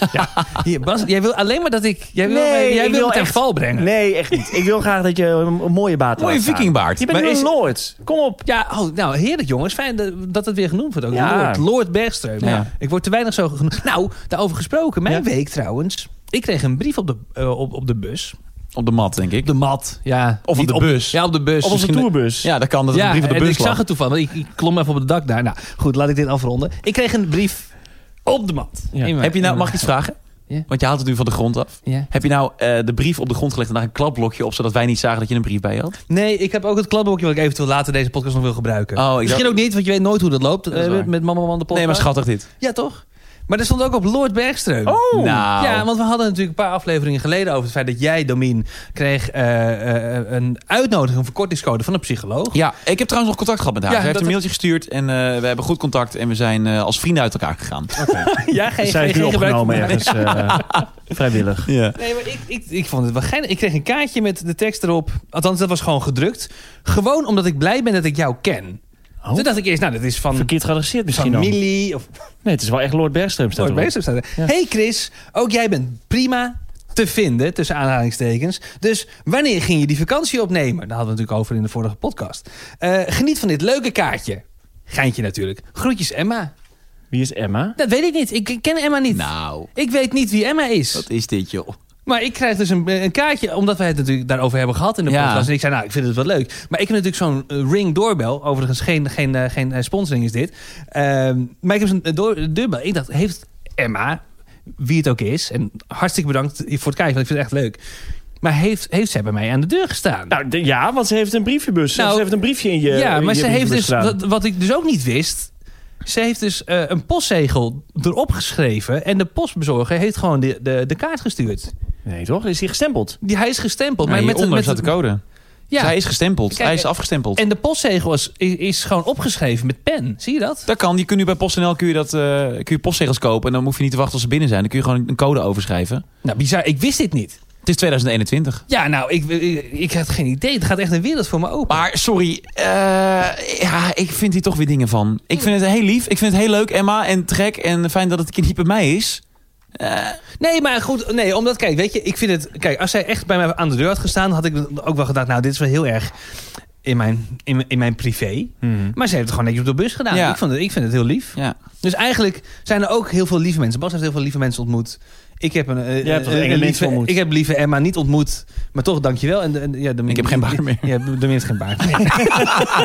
[SPEAKER 2] Hier, Bas, jij wil alleen maar dat ik... Jij wil,
[SPEAKER 1] Nee,
[SPEAKER 2] jij
[SPEAKER 1] ik
[SPEAKER 2] wil
[SPEAKER 1] wil
[SPEAKER 2] het ten
[SPEAKER 1] echt-
[SPEAKER 2] val brengen.
[SPEAKER 1] Nee, echt niet. Ik wil graag dat je een, een mooie baard
[SPEAKER 3] Mooie
[SPEAKER 1] laat staan.
[SPEAKER 3] vikingbaard.
[SPEAKER 1] Je bent
[SPEAKER 2] Maar
[SPEAKER 1] nu
[SPEAKER 2] is-
[SPEAKER 1] een lord. Kom op.
[SPEAKER 2] Ja, oh, nou heerlijk jongens. Fijn dat, dat het weer genoemd wordt ook.
[SPEAKER 1] Ja.
[SPEAKER 2] Lord, Lord Bergström.
[SPEAKER 3] Ja.
[SPEAKER 2] Ik word te weinig zo genoemd. Nou, daarover gesproken. Mijn week trouwens. Ik kreeg een brief op de, eh, op, op de bus.
[SPEAKER 3] Op de mat, denk ik.
[SPEAKER 2] Op de mat, ja.
[SPEAKER 3] Of op
[SPEAKER 2] Niet
[SPEAKER 3] de bus.
[SPEAKER 2] Ja, op de bus.
[SPEAKER 1] Op onze
[SPEAKER 2] Misschien-
[SPEAKER 1] tourbus.
[SPEAKER 3] Ja, dat kan. Dat het
[SPEAKER 2] Ja,
[SPEAKER 3] een brief op
[SPEAKER 2] en
[SPEAKER 3] de bus
[SPEAKER 2] ik zag
[SPEAKER 3] lag.
[SPEAKER 2] het toevallig. Ik, ik klom even op het dak daar. Nou, goed, laat ik dit afronden. Ik kreeg een brief op de mat.
[SPEAKER 1] Ja.
[SPEAKER 2] In mijn-
[SPEAKER 3] Heb je nou,
[SPEAKER 2] in
[SPEAKER 3] mag ik
[SPEAKER 2] mijn-
[SPEAKER 3] iets vragen?
[SPEAKER 2] Ja.
[SPEAKER 3] Want je haalt het nu van de grond af.
[SPEAKER 2] Ja.
[SPEAKER 3] Heb je nou eh, de brief op de grond gelegd en daar een klapblokje op, zodat wij niet zagen dat je een brief bij je had?
[SPEAKER 2] Nee, ik heb ook het kladblokje wat ik eventueel later deze podcast nog wil gebruiken.
[SPEAKER 3] Oh, ik
[SPEAKER 2] Misschien
[SPEAKER 3] dacht-
[SPEAKER 2] ook niet, want je weet nooit hoe dat loopt
[SPEAKER 3] is
[SPEAKER 2] eh,
[SPEAKER 3] waar.
[SPEAKER 2] met Mama Man de podcast.
[SPEAKER 3] Nee, maar schattig dit.
[SPEAKER 2] Ja, toch? Maar er stond ook op Lord Bergström.
[SPEAKER 3] Oh. Nou.
[SPEAKER 2] Ja, want we hadden natuurlijk een paar afleveringen geleden over het feit dat jij, Domien, kreeg eh, eh, een uitnodiging voor kortingscode van een psycholoog.
[SPEAKER 3] Ja, ik heb trouwens nog contact gehad met haar.
[SPEAKER 2] Ja,
[SPEAKER 3] Ze heeft
[SPEAKER 2] dat-
[SPEAKER 3] een mailtje gestuurd en eh, we hebben goed contact en we zijn eh, als vrienden uit elkaar gegaan.
[SPEAKER 2] ja geen,
[SPEAKER 1] Zij is nu opgenomen ergens. eh, vrijwillig.
[SPEAKER 3] Ja.
[SPEAKER 2] Nee, maar ik, ik, ik vond het wel geinig. Ik kreeg een kaartje met de tekst erop. Althans, dat was gewoon gedrukt. Gewoon omdat ik blij ben dat ik jou ken.
[SPEAKER 1] Oh.
[SPEAKER 2] Toen dacht ik eerst, nou, dat is van
[SPEAKER 1] Verkeerd geadresseerd misschien dan. Nee,
[SPEAKER 2] familie of
[SPEAKER 1] het is wel echt Lord Bergström staat
[SPEAKER 2] Lord
[SPEAKER 1] erop.
[SPEAKER 2] Bergström staat er. Hey Chris, ook jij bent prima te vinden, tussen aanhalingstekens. Dus wanneer ging je die vakantie opnemen? Daar hadden we het natuurlijk over in de vorige podcast. Eh, geniet van dit leuke kaartje. Geintje natuurlijk. Groetjes Emma.
[SPEAKER 1] Wie is Emma?
[SPEAKER 2] Dat weet ik niet. Ik ken Emma niet.
[SPEAKER 3] Nou,
[SPEAKER 2] Ik weet niet wie Emma is.
[SPEAKER 3] wat is dit joh?
[SPEAKER 2] Maar ik krijg dus een, een kaartje, omdat wij het natuurlijk daarover hebben gehad in de
[SPEAKER 3] Ja.
[SPEAKER 2] podcast. En ik zei, nou, ik vind het wel leuk. Maar ik heb natuurlijk zo'n eh, ring doorbel. Overigens, geen, geen, eh, geen eh, sponsoring is dit. Ehm, maar ik heb zo'n eh, door- deurbel. Ik dacht, heeft Emma, wie het ook is... en hartstikke bedankt voor het kijken, want ik vind het echt leuk. Maar heeft, heeft zij bij mij aan de deur gestaan?
[SPEAKER 1] Nou, de- ja, want ze heeft een briefjebus.
[SPEAKER 2] Nou,
[SPEAKER 1] ze heeft een briefje in je
[SPEAKER 2] ja,
[SPEAKER 1] in
[SPEAKER 2] maar
[SPEAKER 1] je
[SPEAKER 2] ze heeft dus,
[SPEAKER 1] brievenbus gedaan.
[SPEAKER 2] wat, wat ik dus ook niet wist... Ze heeft dus eh, een postzegel erop geschreven... en de postbezorger heeft gewoon de, de, de kaart gestuurd.
[SPEAKER 1] Nee, toch? Is hij gestempeld?
[SPEAKER 2] Die, hij is gestempeld.
[SPEAKER 1] Nou,
[SPEAKER 3] Maar
[SPEAKER 2] maar met,
[SPEAKER 3] hieronder
[SPEAKER 2] een- met
[SPEAKER 3] staat de
[SPEAKER 2] een-
[SPEAKER 3] code.
[SPEAKER 2] Ja.
[SPEAKER 3] Zij is gestempeld.
[SPEAKER 2] Kijk,
[SPEAKER 3] Hij is afgestempeld.
[SPEAKER 2] En de postzegel is, i- is gewoon opgeschreven met pen. Zie je dat?
[SPEAKER 3] Dat kan. Je kunt nu bij PostNL kun je dat, eh, kun je postzegels kopen. En dan hoef je niet te wachten tot ze binnen zijn. Dan kun je gewoon een code overschrijven.
[SPEAKER 2] Nou, bizar. Ik wist dit niet.
[SPEAKER 3] Het is 2021.
[SPEAKER 2] Ja, nou, ik, ik, ik had geen idee. Het gaat echt een wereld voor me open.
[SPEAKER 3] Maar sorry, eh, ja, ik vind hier toch weer dingen van. Ik vind het heel lief. Ik vind het heel leuk, Emma. En trek. En fijn dat het een keer niet bij mij is.
[SPEAKER 2] Nee, maar goed. Nee, omdat, kijk, weet je, ik vind het... Kijk, als zij echt bij mij aan de deur had gestaan, had ik ook wel gedacht... Nou, dit is wel heel erg in mijn, in, mijn- in mijn privé. Maar ze heeft het gewoon netjes op de bus gedaan.
[SPEAKER 3] Ja.
[SPEAKER 2] Ik, vond het, ik vind het heel lief.
[SPEAKER 3] Ja.
[SPEAKER 2] Dus eigenlijk zijn er ook heel veel lieve mensen. Bas heeft heel veel lieve mensen ontmoet. Ik heb een, eh,
[SPEAKER 1] Jij hebt toch enge
[SPEAKER 2] lieve,
[SPEAKER 1] mensen ontmoet?
[SPEAKER 2] Ik heb lieve Emma niet ontmoet. Maar toch, dankjewel. En, de- en, ja, de,
[SPEAKER 3] Ik heb geen baard meer.
[SPEAKER 2] Ja, de, de heeft geen baard meer.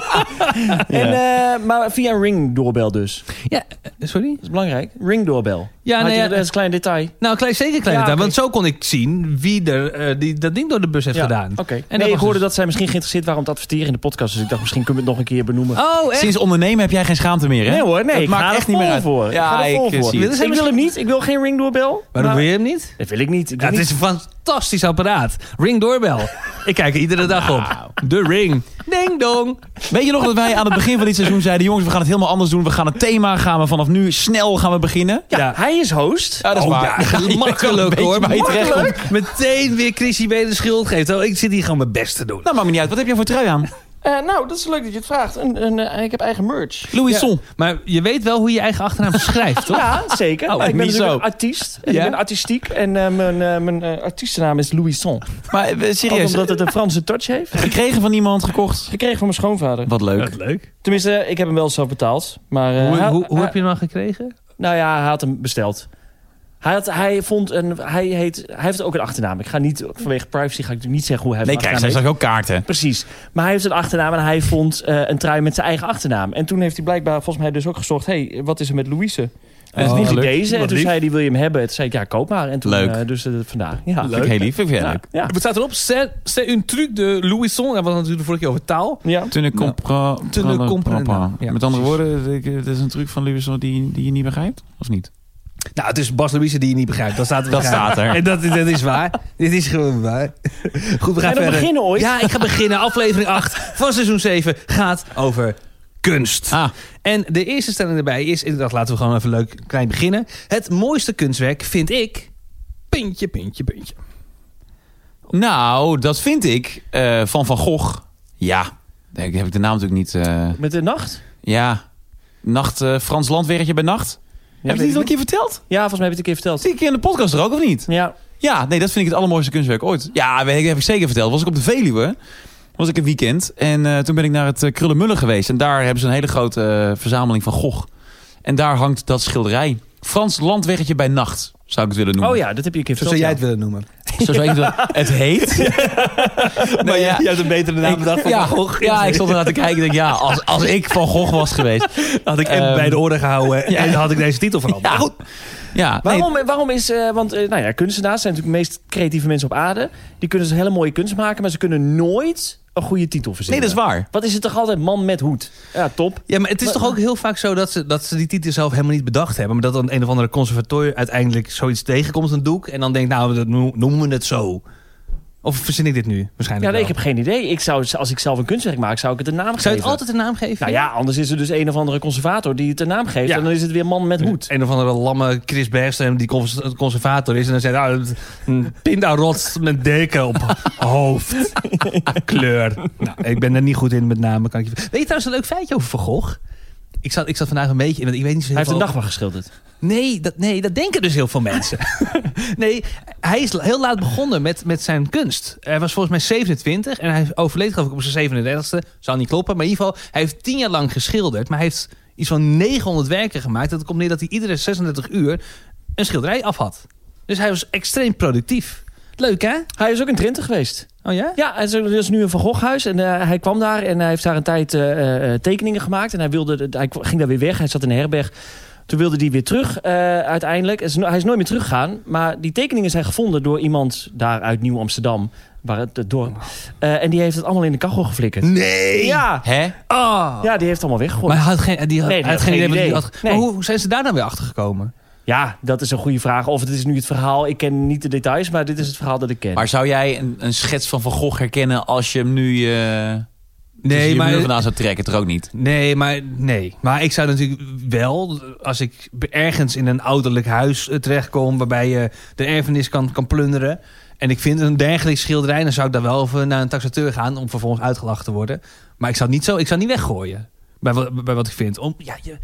[SPEAKER 1] En, eh, maar via een ringdoorbel dus. Dat
[SPEAKER 2] Ja, sorry?
[SPEAKER 1] is belangrijk. Ringdoorbel.
[SPEAKER 2] Ja,
[SPEAKER 1] Had
[SPEAKER 2] nee,
[SPEAKER 1] je-
[SPEAKER 2] ja.
[SPEAKER 1] dat is een klein detail.
[SPEAKER 2] Nou, klein, zeker klein
[SPEAKER 1] Ja,
[SPEAKER 2] detail,
[SPEAKER 1] oké.
[SPEAKER 2] Want zo kon ik zien wie er eh, die, dat ding door de bus heeft
[SPEAKER 1] Ja,
[SPEAKER 2] gedaan.
[SPEAKER 1] Oké. Nee,
[SPEAKER 2] dat was
[SPEAKER 1] ik hoorde
[SPEAKER 2] dus-
[SPEAKER 1] dat zij misschien geïnteresseerd waren om te adverteren in de podcast. Dus ik dacht, misschien kunnen we het nog een keer benoemen.
[SPEAKER 2] Oh, echt?
[SPEAKER 3] Sinds ondernemen heb jij geen schaamte meer, hè?
[SPEAKER 1] Nee hoor, nee.
[SPEAKER 3] Dat
[SPEAKER 1] ik
[SPEAKER 3] maakt
[SPEAKER 1] ga
[SPEAKER 3] echt niet meer uit.
[SPEAKER 1] voor.
[SPEAKER 3] Ja,
[SPEAKER 1] Ja, ik, ga er vol
[SPEAKER 3] ik, eh,
[SPEAKER 1] voor.
[SPEAKER 3] zie het.
[SPEAKER 1] ik wil hem niet. Ik wil geen ringdoorbel.
[SPEAKER 2] Waarom wil je hem niet?
[SPEAKER 1] Dat wil ik niet. Ik
[SPEAKER 2] Nou, Ja,
[SPEAKER 1] wil
[SPEAKER 2] het
[SPEAKER 1] niet-
[SPEAKER 2] is een fantastisch apparaat. Ring doorbel. Ik kijk er iedere dag op. De ring. Ding dong.
[SPEAKER 3] Weet je nog dat wij aan het begin van dit seizoen zeiden... jongens, we gaan het helemaal anders doen. We gaan het thema gaan we vanaf nu snel gaan we beginnen.
[SPEAKER 1] ja,
[SPEAKER 2] ja.
[SPEAKER 1] hij is host.
[SPEAKER 3] Ja, dat is
[SPEAKER 2] Oh,
[SPEAKER 3] waar.
[SPEAKER 2] ja,
[SPEAKER 3] Je weet wel een
[SPEAKER 2] makkelijk
[SPEAKER 3] beetje
[SPEAKER 2] hoor.
[SPEAKER 3] waar je terecht komt.
[SPEAKER 2] Makkelijk. Meteen weer Chrissy B. de schuld geeft. Oh, ik zit hier gewoon mijn best te doen.
[SPEAKER 3] Nou, maakt me niet uit. Wat heb jij voor trui aan?
[SPEAKER 1] Eh, nou, dat is leuk dat je het vraagt. Een, een, eh, ik heb eigen merch.
[SPEAKER 3] Louis Son.
[SPEAKER 2] Maar je weet wel hoe je je eigen achternaam schrijft, toch?
[SPEAKER 1] Ja, zeker.
[SPEAKER 3] Oh,
[SPEAKER 1] ik ben
[SPEAKER 3] niet
[SPEAKER 1] natuurlijk
[SPEAKER 3] zo.
[SPEAKER 1] een artiest. En
[SPEAKER 2] Ja?
[SPEAKER 1] Ik ben artistiek. En eh, mijn, eh, mijn eh, artiestennaam is Louison.
[SPEAKER 3] Maar eh,
[SPEAKER 1] Ook
[SPEAKER 3] serieus,
[SPEAKER 1] omdat het een Franse touch heeft.
[SPEAKER 3] gekregen van iemand, gekocht.
[SPEAKER 1] Gekregen van mijn schoonvader.
[SPEAKER 3] Wat leuk.
[SPEAKER 2] leuk.
[SPEAKER 1] Tenminste, eh, ik heb hem wel zelf betaald. Maar, eh,
[SPEAKER 2] Hoe,
[SPEAKER 1] hij-
[SPEAKER 2] hoe, hoe
[SPEAKER 1] hij-
[SPEAKER 2] heb je hem dan gekregen?
[SPEAKER 1] Nou ja, hij had hem besteld. Hij, had, hij, vond een, hij, heet, hij heeft ook een achternaam. Ik ga niet, vanwege privacy ga ik natuurlijk niet zeggen hoe hij
[SPEAKER 3] Nee,
[SPEAKER 1] een
[SPEAKER 3] krijg zij
[SPEAKER 1] achternaam
[SPEAKER 3] straks ook kaarten.
[SPEAKER 1] heet. Precies. Maar hij heeft een achternaam en hij vond eh, een trui met zijn eigen achternaam. En toen heeft hij blijkbaar volgens mij dus ook gezocht... hé, hey, wat is er met Louise? En
[SPEAKER 3] is
[SPEAKER 1] toen vond
[SPEAKER 3] niet
[SPEAKER 1] hij
[SPEAKER 3] gelukt.
[SPEAKER 1] deze. En
[SPEAKER 2] Oh, Wat
[SPEAKER 1] toen
[SPEAKER 2] lief.
[SPEAKER 1] zei hij, wil je hem hebben? En toen zei ik, ja, koop maar. En toen,
[SPEAKER 3] Leuk.
[SPEAKER 1] eh, dus eh, vandaar. Ja.
[SPEAKER 3] Vind ik heel lief. Vind ik heel
[SPEAKER 1] Ja,
[SPEAKER 3] leuk.
[SPEAKER 1] ja.
[SPEAKER 2] Wat staat erop? C'est c'est un truc de Louison. Dat was natuurlijk de vorige keer over taal.
[SPEAKER 1] ja.
[SPEAKER 3] Toen ik compra-
[SPEAKER 2] Toen ik compra-
[SPEAKER 3] compra-
[SPEAKER 2] Ja,
[SPEAKER 3] Met andere
[SPEAKER 2] precies.
[SPEAKER 3] woorden, ik, eh, het is een truc van Louis Son die, die je niet begrijpt? Of niet?
[SPEAKER 2] Nou, het is Bas Louise die je niet begrijpt. Dat staat er.
[SPEAKER 3] Dat staat er.
[SPEAKER 2] En dat, dat is waar. Dit is gewoon waar. Goed, we gaan
[SPEAKER 1] Ga je dan
[SPEAKER 2] verder.
[SPEAKER 1] beginnen ooit?
[SPEAKER 2] Ja, ik ga beginnen. Aflevering 8 van seizoen 7 gaat over kunst.
[SPEAKER 3] Ah,
[SPEAKER 2] En de eerste stelling erbij is, inderdaad, laten we gewoon even leuk klein beginnen. Het mooiste kunstwerk vind ik... Puntje, puntje, puntje.
[SPEAKER 3] nou, dat vind ik eh, van Van Gogh. Ja, Nee, ik heb ik de naam natuurlijk niet. eh,
[SPEAKER 1] Met de nacht?
[SPEAKER 3] ja, Nacht, eh, Frans Landweggetje bij Nacht. heb
[SPEAKER 1] weet
[SPEAKER 3] je
[SPEAKER 1] ik
[SPEAKER 3] het niet al een
[SPEAKER 1] niet.
[SPEAKER 3] keer verteld?
[SPEAKER 1] Ja, volgens mij heb je het een keer verteld.
[SPEAKER 3] Zie ik in de podcast er ook, of niet?
[SPEAKER 1] Ja,
[SPEAKER 3] Ja, nee, dat vind ik het allermooiste kunstwerk ooit. Ja, weet ik, heb ik zeker verteld. Was ik op de Veluwe, was ik een weekend. En eh, toen ben ik naar het eh, Krullenmullen geweest. En daar hebben ze een hele grote eh, verzameling van Gogh. En daar hangt dat schilderij. Frans Landweggetje bij Nacht, zou ik het willen noemen.
[SPEAKER 1] oh ja, dat heb je een keer
[SPEAKER 2] Zo
[SPEAKER 1] verteld.
[SPEAKER 2] zou jij
[SPEAKER 1] ja.
[SPEAKER 2] het willen noemen.
[SPEAKER 3] Zo zou je het, willen- het heet. Nee, ja.
[SPEAKER 2] hebt een betere
[SPEAKER 3] Ik- ja, ja, ik stond ernaar te kijken. Ik denk, ja, als, als ik van Gogh was geweest.
[SPEAKER 2] Had ik
[SPEAKER 3] Ehm,
[SPEAKER 2] en bij de oren gehouden
[SPEAKER 3] ja.
[SPEAKER 2] en had ik deze titel veranderd.
[SPEAKER 3] Ja, goed. Ja, nee,
[SPEAKER 1] Waarom, waarom is, eh, want eh, nou ja, kunstenaars zijn natuurlijk de meest creatieve mensen op aarde. Die kunnen dus hele mooie kunst maken, maar ze kunnen nooit een goede titel
[SPEAKER 3] nee,
[SPEAKER 1] verzinnen.
[SPEAKER 3] dat is waar.
[SPEAKER 1] Wat is het toch altijd man met hoed? Ja, top.
[SPEAKER 2] Ja, maar het is toch ook heel vaak zo dat ze, dat ze die titel zelf helemaal niet bedacht hebben. Maar dat dan een of andere conservatorium uiteindelijk zoiets tegenkomt, een doek. En dan denkt, nou, dat no- noemen we het zo. Of verzin ik dit nu?
[SPEAKER 1] Ja,
[SPEAKER 2] Waarschijnlijk
[SPEAKER 1] nee, ik
[SPEAKER 2] wel.
[SPEAKER 1] heb geen idee. Ik zou, als ik zelf een kunstwerk maak, zou ik het een naam
[SPEAKER 2] Zou je
[SPEAKER 1] geven.
[SPEAKER 2] het altijd een naam geven?
[SPEAKER 1] Nou ja, anders is er dus een of andere conservator die het een naam geeft.
[SPEAKER 2] Ja.
[SPEAKER 1] En dan is het weer man met hoed.
[SPEAKER 2] Een of andere lamme Chris Bergström die cons- conservator is. En dan zegt hij, nou, een pindarot met deken op hoofd. Kleur. Nou, ik ben er niet goed in met namen. Kan ik je... Weet je trouwens een leuk feitje over Van Gogh? Ik zat, ik zat vandaag een beetje in, want ik weet niet zo heel
[SPEAKER 1] Hij heeft een
[SPEAKER 2] veel-
[SPEAKER 1] nachtwacht geschilderd.
[SPEAKER 2] Nee dat, nee, dat denken dus heel veel mensen. nee, hij is heel laat begonnen met, met zijn kunst. Hij was volgens mij 27 en hij overleed geloof ik op zijn 37ste. Zal niet kloppen, maar in ieder geval, hij heeft 10 jaar lang geschilderd. Maar hij heeft iets van 900 werken gemaakt. Dat komt neer dat hij iedere 36 uur een schilderij af had. Dus hij was extreem productief. Leuk hè?
[SPEAKER 1] Hij is ook in Twente geweest.
[SPEAKER 2] Oh ja?
[SPEAKER 1] Ja, hij is- er is nu een Van Gogh huis en eh, hij kwam daar en hij heeft daar een tijd eh, eh, tekeningen gemaakt. En hij, wilde, hij ging daar weer weg, hij zat in een herberg. Toen wilde hij weer terug eh, uiteindelijk. Hij is, no- hij is nooit meer teruggegaan, maar die tekeningen zijn gevonden door iemand daar uit Nieuw-Amsterdam. Waar het, het dorp. Eh, en die heeft het allemaal in de kachel geflikkerd.
[SPEAKER 2] Nee! Ja!
[SPEAKER 1] Ja,
[SPEAKER 3] Hè?
[SPEAKER 2] Ah.
[SPEAKER 1] ja, die heeft het allemaal weggegooid.
[SPEAKER 2] Maar hij had geen, die had,
[SPEAKER 1] Nee, die
[SPEAKER 2] hij had
[SPEAKER 1] had
[SPEAKER 2] geen
[SPEAKER 1] geen
[SPEAKER 2] idee. wat hij
[SPEAKER 1] idee.
[SPEAKER 2] had- Maar
[SPEAKER 1] Nee.
[SPEAKER 2] hoe hoe zijn ze daar nou weer achter gekomen?
[SPEAKER 1] Ja, dat is een goede vraag. Of het is nu het verhaal. Ik ken niet de details, maar dit is het verhaal dat ik ken.
[SPEAKER 3] Maar zou jij een, een schets van Van Gogh herkennen als je hem nu eh nee, je muur vandaan zou trekken? Toch ook niet?
[SPEAKER 2] Nee, maar nee. Maar ik zou natuurlijk wel, als ik ergens in een ouderlijk huis eh, terechtkom, waarbij je de erfenis kan, kan plunderen. En ik vind een dergelijk schilderij, dan zou ik daar wel even naar een taxateur gaan om vervolgens uitgelachen te worden. Maar ik zou het niet zo, ik zou het niet weggooien. Bij, wat- bij wat ik vind. Om, ja, je,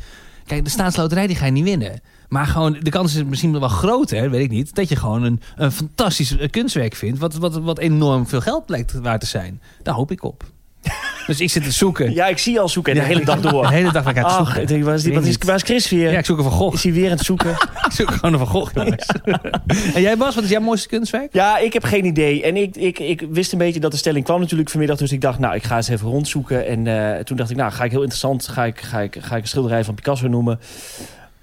[SPEAKER 2] kijk, de staatsloterij die ga je niet winnen. Maar gewoon, de kans is misschien wel groter, weet ik niet, dat je gewoon een, een fantastisch eh, kunstwerk vindt. Wat, wat, wat enorm veel geld blijkt waard te zijn. Daar hoop ik op. Dus ik zit te zoeken.
[SPEAKER 1] Ja, ik zie je al zoeken de hele dag
[SPEAKER 2] De
[SPEAKER 1] door.
[SPEAKER 2] hele dag naar elkaar te
[SPEAKER 1] Ach,
[SPEAKER 2] zoeken.
[SPEAKER 1] ik denk, waar is, die,
[SPEAKER 2] Weet
[SPEAKER 1] wat is,
[SPEAKER 2] niet.
[SPEAKER 1] waar is Chris weer?
[SPEAKER 2] Ja, ik zoek er van Gogh.
[SPEAKER 1] Is hij weer aan het zoeken?
[SPEAKER 2] Ik zoek gewoon een van Gogh. jongens. en jij Bas, wat is jouw mooiste kunstwerk?
[SPEAKER 1] Ja, ik heb geen idee. En ik, ik, ik wist een beetje dat de stelling kwam natuurlijk vanmiddag. Dus ik dacht, nou, ik ga eens even rondzoeken. En eh, toen dacht ik, nou, ga ik heel interessant. Ga ik, ga, ik, ga ik een schilderij van Picasso noemen.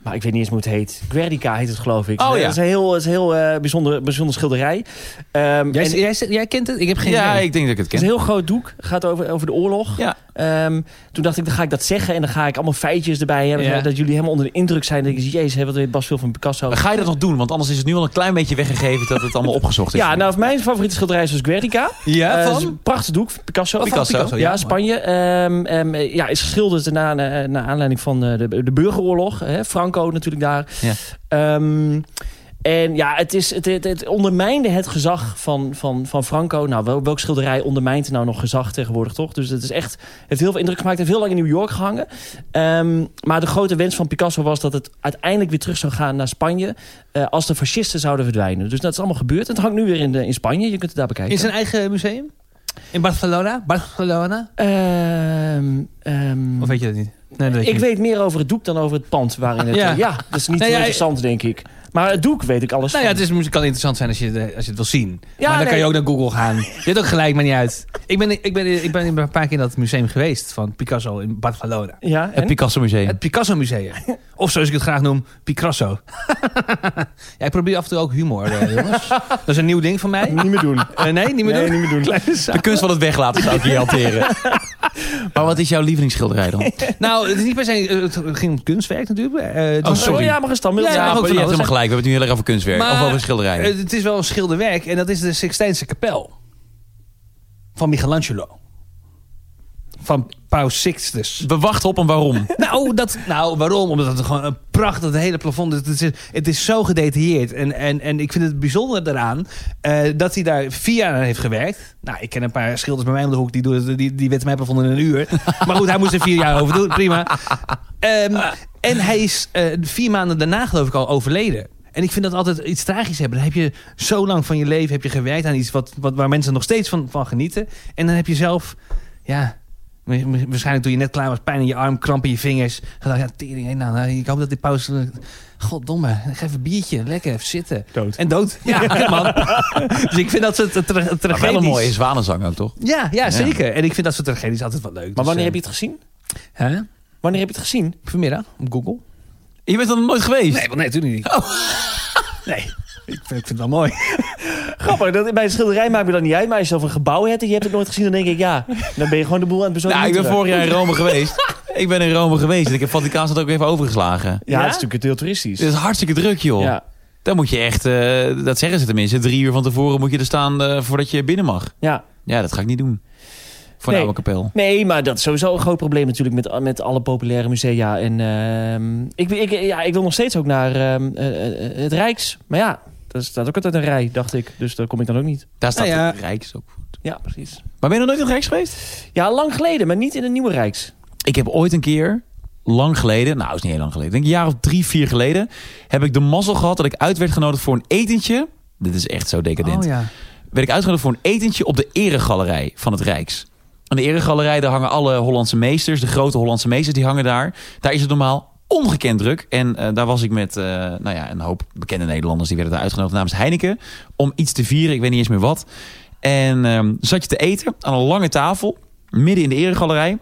[SPEAKER 1] Maar ik weet niet eens hoe het heet. Guernica heet het, geloof ik. Eh,
[SPEAKER 3] Oh, ja.
[SPEAKER 1] Dat is een heel, dat is een heel eh, bijzonder, bijzonder schilderij. Ehm,
[SPEAKER 2] Jij,
[SPEAKER 1] en-
[SPEAKER 2] jij, jij kent het? Ik heb geen
[SPEAKER 3] ja,
[SPEAKER 2] idee.
[SPEAKER 3] ik denk dat ik het
[SPEAKER 1] het is
[SPEAKER 3] ken.
[SPEAKER 1] een heel groot doek. Gaat over, over de oorlog.
[SPEAKER 3] Ja.
[SPEAKER 1] Ehm, toen dacht ik, dan ga ik dat zeggen en dan ga ik allemaal feitjes erbij hebben.
[SPEAKER 2] Ja.
[SPEAKER 1] Dat jullie helemaal onder de indruk zijn. Dat ik zeg, jezus, hè, wat weet Bas veel van Picasso.
[SPEAKER 3] Maar Ga je dat nog doen? Want anders is het nu al een klein beetje weggegeven dat het allemaal opgezocht is.
[SPEAKER 1] Ja, nou, mijn favoriete schilderij is dus Guernica.
[SPEAKER 2] Ja,
[SPEAKER 1] Eh,
[SPEAKER 2] van?
[SPEAKER 1] het is een prachtig doek, Picasso.
[SPEAKER 3] Picasso,
[SPEAKER 2] Picasso, ja,
[SPEAKER 1] ja,
[SPEAKER 2] mooi.
[SPEAKER 1] Spanje. Ehm, ehm, eh, ja, is geschilderd na, na, na aanleiding van eh, de, de burgeroorlog. Hè, Franco natuurlijk daar.
[SPEAKER 3] Ja.
[SPEAKER 1] Ehm, en ja, het, is, het, het, het ondermijnde het gezag van, van, van Franco. Nou, wel, welk schilderij ondermijnt nou nog gezag tegenwoordig, toch? Dus het is echt, heeft heel veel indruk gemaakt. Heeft heel lang in New York gehangen. Ehm, maar de grote wens van Picasso was dat het uiteindelijk weer terug zou gaan naar Spanje. eh, als de fascisten zouden verdwijnen. Dus dat is allemaal gebeurd. Het hangt nu weer in, de, in Spanje. Je kunt het daar bekijken.
[SPEAKER 2] In zijn eigen museum? In Barcelona? Barcelona?
[SPEAKER 1] Ehm, ehm,
[SPEAKER 2] Of weet je dat niet? Nee, dat weet
[SPEAKER 1] ik
[SPEAKER 2] je niet.
[SPEAKER 1] weet meer over het doek dan over het pand waarin het... eh,
[SPEAKER 2] Ja.
[SPEAKER 1] Ja, dat is niet
[SPEAKER 2] Nou
[SPEAKER 1] heel
[SPEAKER 2] ja,
[SPEAKER 1] interessant, denk ik. Maar het doek weet ik alles
[SPEAKER 2] Nou ja,
[SPEAKER 1] van.
[SPEAKER 2] het is, het kan interessant zijn als je, de- als je het wil zien.
[SPEAKER 1] Ja,
[SPEAKER 2] maar dan kan je
[SPEAKER 1] nee.
[SPEAKER 2] ook naar Google gaan. Je hebt ook gelijk, maar niet uit. Ik ben, ik ben, ik ben een paar keer in dat museum geweest van Picasso in Barcelona.
[SPEAKER 1] Ja,
[SPEAKER 3] Het
[SPEAKER 1] en?
[SPEAKER 3] Picasso Museum.
[SPEAKER 2] Het Picasso Museum. Of zoals ik het graag noem, Picasso. ja, ik probeer af en toe ook humor, eh, jongens. Dat is een nieuw ding van mij.
[SPEAKER 1] Niet meer doen.
[SPEAKER 2] Eh, nee, niet meer
[SPEAKER 1] Nee,
[SPEAKER 2] doen.
[SPEAKER 1] niet meer doen.
[SPEAKER 2] Kleine zaak.
[SPEAKER 3] De kunst van het weglaten zou ik hier hanteren. Maar wat is jouw lievelingsschilderij dan?
[SPEAKER 2] Nou, het is niet per se. Het ging om kunstwerk natuurlijk. Eh, het
[SPEAKER 3] Oh,
[SPEAKER 2] was-
[SPEAKER 3] sorry.
[SPEAKER 1] Oh ja, maar gestammeld.
[SPEAKER 2] Ja,
[SPEAKER 1] Ja,
[SPEAKER 2] mag ook
[SPEAKER 3] maar
[SPEAKER 2] van
[SPEAKER 3] je hebt
[SPEAKER 2] alles,
[SPEAKER 3] helemaal gelijk.
[SPEAKER 2] hè?
[SPEAKER 3] We hebben het nu heel erg over kunstwerk.
[SPEAKER 2] Maar-
[SPEAKER 3] Of over schilderijen.
[SPEAKER 2] Eh, het is wel een schilderwerk en dat is de Sixtijnse kapel. Van Michelangelo. Van Paus Sixtus.
[SPEAKER 3] We wachten op een waarom.
[SPEAKER 2] Nou, dat, nou, waarom? Omdat het gewoon een prachtig het hele plafond is. Het is, het is zo gedetailleerd. En, en, en ik vind het bijzonder daaraan eh, dat hij daar vier jaar aan heeft gewerkt. Nou, ik ken een paar schilders bij mij om de hoek. Die, doen, het- die, die weten mijn plafond in een uur. Maar goed, hij moest er vier jaar over doen. Prima. Ehm, en hij is eh, vier maanden daarna geloof ik al overleden. En ik vind dat altijd iets tragisch hebben. Dan heb je zo lang van je leven heb je gewerkt aan iets wat, wat, waar mensen nog steeds van, van genieten. En dan heb je zelf, ja, wa- wa- waarschijnlijk toen je net klaar was, pijn in je arm, kramp in je vingers. Gedacht, ja, tering, hé, nou, nou, ik hoop dat die pauze... Goddomme, geef even een biertje, lekker, even zitten.
[SPEAKER 1] Dood.
[SPEAKER 2] En dood. Ja, ja, man. dus ik vind dat soort tra-
[SPEAKER 3] Maar wel
[SPEAKER 2] tragedies...
[SPEAKER 3] een mooie zwanenzang ook, toch?
[SPEAKER 2] Ja, ja, zeker. En ik vind dat soort tragedies altijd wel leuk.
[SPEAKER 1] Maar wanneer heb je
[SPEAKER 2] Dus,
[SPEAKER 1] het gezien?
[SPEAKER 2] eh, Hè?
[SPEAKER 1] Wanneer heb je het gezien?
[SPEAKER 2] Vanmiddag, op Google.
[SPEAKER 3] Je bent er nog nooit geweest.
[SPEAKER 2] Nee, wel nee, natuurlijk niet. Nee, ik vind, ik vind het wel mooi.
[SPEAKER 1] Grappig, dat, bij een schilderij maakt me dat niet uit. Maar als je zelf een gebouw hebt en je hebt het nooit gezien, dan denk ik, ja, dan ben je gewoon de boel aan het bezoeken.
[SPEAKER 3] nou, ik ben vorig jaar in Rome geweest. ik ben in Rome geweest. En ik heb Vaticaanstad ook even overgeslagen.
[SPEAKER 1] Ja,
[SPEAKER 2] Ja?
[SPEAKER 1] dat is natuurlijk heel toeristisch.
[SPEAKER 3] Het is hartstikke druk, joh.
[SPEAKER 1] ja.
[SPEAKER 3] Dan moet je echt, eh, dat zeggen ze tenminste, drie uur van tevoren moet je er staan eh, voordat je binnen mag.
[SPEAKER 1] ja.
[SPEAKER 3] Ja, dat ga ik niet doen. Voor een
[SPEAKER 1] Nee.
[SPEAKER 3] oude kapel.
[SPEAKER 1] Nee, maar dat is sowieso een groot probleem natuurlijk met, met alle populaire musea. En ehm, ik, ik, ja, ik wil nog steeds ook naar ehm, eh, eh, het Rijks. Maar ja, daar staat ook altijd een rij, dacht ik. Dus daar kom ik dan ook niet.
[SPEAKER 3] Daar staat
[SPEAKER 2] Nou ja.
[SPEAKER 3] het Rijks op.
[SPEAKER 1] Ja, precies.
[SPEAKER 3] Maar ben je nog nooit in het Rijks geweest?
[SPEAKER 1] Ja, lang geleden, maar niet in het nieuwe Rijks.
[SPEAKER 3] Ik heb ooit een keer, lang geleden, nou is niet heel lang geleden, ik denk een jaar of drie, vier geleden, heb ik de mazzel gehad dat ik uit werd genodigd voor een etentje. Dit is echt zo decadent.
[SPEAKER 2] Oh, ja.
[SPEAKER 3] werd ik uitgenodigd voor een etentje op de eregalerij van het Rijks. Aan de eregalerij, daar hangen alle Hollandse meesters, de grote Hollandse meesters, die hangen daar. Daar is het normaal ongekend druk. En eh, daar was ik met eh, nou ja, een hoop bekende Nederlanders, die werden daar uitgenodigd namens Heineken, om iets te vieren, ik weet niet eens meer wat. En ehm, zat je te eten aan een lange tafel, midden in de eregalerij,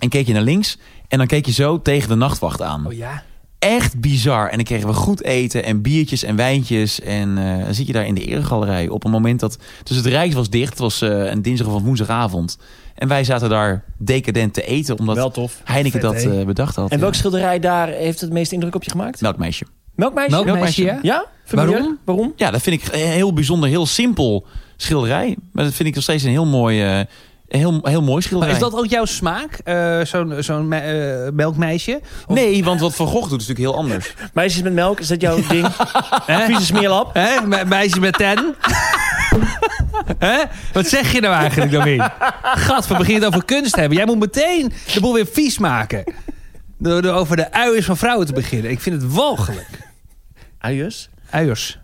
[SPEAKER 3] en keek je naar links, en dan keek je zo tegen de nachtwacht aan
[SPEAKER 2] Oh ja.
[SPEAKER 3] echt bizar. En dan kregen we goed eten en biertjes en wijntjes. En eh, dan zit je daar in de eregalerij op een moment dat... Dus het Rijks was dicht. Het was eh, een dinsdag of een woensdagavond. En wij zaten daar decadent te eten. Omdat
[SPEAKER 1] Wel tof.
[SPEAKER 3] Heineken
[SPEAKER 2] Vet,
[SPEAKER 3] dat
[SPEAKER 2] hè?
[SPEAKER 3] eh, bedacht had. Nou,
[SPEAKER 1] En welk
[SPEAKER 3] Ja.
[SPEAKER 1] schilderij daar heeft het meeste indruk op je gemaakt?
[SPEAKER 3] Melkmeisje.
[SPEAKER 1] Melkmeisje?
[SPEAKER 2] Melkmeisje, ja?
[SPEAKER 1] Ja? Familie?
[SPEAKER 2] Waarom?
[SPEAKER 1] Waarom?
[SPEAKER 3] Ja, dat vind ik een heel bijzonder, heel simpel schilderij. Maar dat vind ik nog steeds een heel mooi, eh, een heel, heel mooi
[SPEAKER 2] Maar
[SPEAKER 3] schilderij.
[SPEAKER 2] is dat ook jouw smaak, eh, zo'n zo'n me- eh, melkmeisje? Of-
[SPEAKER 3] Nee, want wat Van Gogh doet is natuurlijk heel anders.
[SPEAKER 1] Meisjes met melk, is dat jouw ding?
[SPEAKER 2] Hè?
[SPEAKER 1] Vieze smeerlap?
[SPEAKER 2] Hè? Me- meisje met ten? Hè? Wat zeg je nou eigenlijk, Domien? Gad, we beginnen het over kunst te hebben. Jij moet meteen de boel weer vies maken. Door er over de uiers van vrouwen te beginnen. Ik vind het walgelijk.
[SPEAKER 1] Uiers?
[SPEAKER 2] Uiers.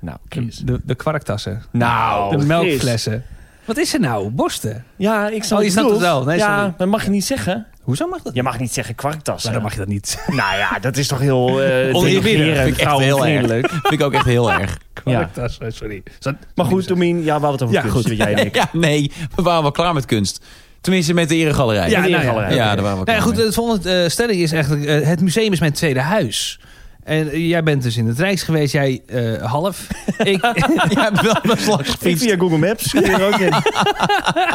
[SPEAKER 1] Nou, Chris.
[SPEAKER 2] De, de kwarktassen.
[SPEAKER 1] Nou,
[SPEAKER 2] de
[SPEAKER 1] Chris.
[SPEAKER 2] melkflessen. Oh, Wat is er nou? Borsten.
[SPEAKER 1] Ja, ik snap
[SPEAKER 2] Oh, je snapt het
[SPEAKER 1] bedoelt.
[SPEAKER 2] wel. Nee,
[SPEAKER 1] ja,
[SPEAKER 2] sorry.
[SPEAKER 1] dat mag je niet zeggen.
[SPEAKER 2] Hoezo mag dat?
[SPEAKER 1] Je mag niet zeggen kwarktas.
[SPEAKER 2] Maar dan mag je dat niet.
[SPEAKER 1] Nou ja, dat is toch heel... eh
[SPEAKER 2] Oneerbiedig.
[SPEAKER 3] Vind ik echt heel erg. Vind ik ook echt heel erg.
[SPEAKER 1] Ja.
[SPEAKER 2] Kwarktassen, sorry. Is dat-
[SPEAKER 1] Maar goed, Domien, ja, we hadden het over
[SPEAKER 2] Ja,
[SPEAKER 1] kunst.
[SPEAKER 2] goed.
[SPEAKER 1] weet jij en ik.
[SPEAKER 3] Ja, nee, we waren wel klaar met kunst. Tenminste, met de eregalerij.
[SPEAKER 1] Ja,
[SPEAKER 2] nou
[SPEAKER 1] ja,
[SPEAKER 3] Ja, daar waren we
[SPEAKER 2] Nou ja,
[SPEAKER 3] klaar
[SPEAKER 2] goed,
[SPEAKER 3] mee.
[SPEAKER 2] de volgende eh, stelling is eigenlijk... eh, het museum is mijn tweede huis. En eh, jij bent dus in het Rijks geweest, jij eh, half. ik,
[SPEAKER 3] Ja, wel een slag
[SPEAKER 1] Ik
[SPEAKER 3] gefietst.
[SPEAKER 1] via Google Maps. kun je er ook in.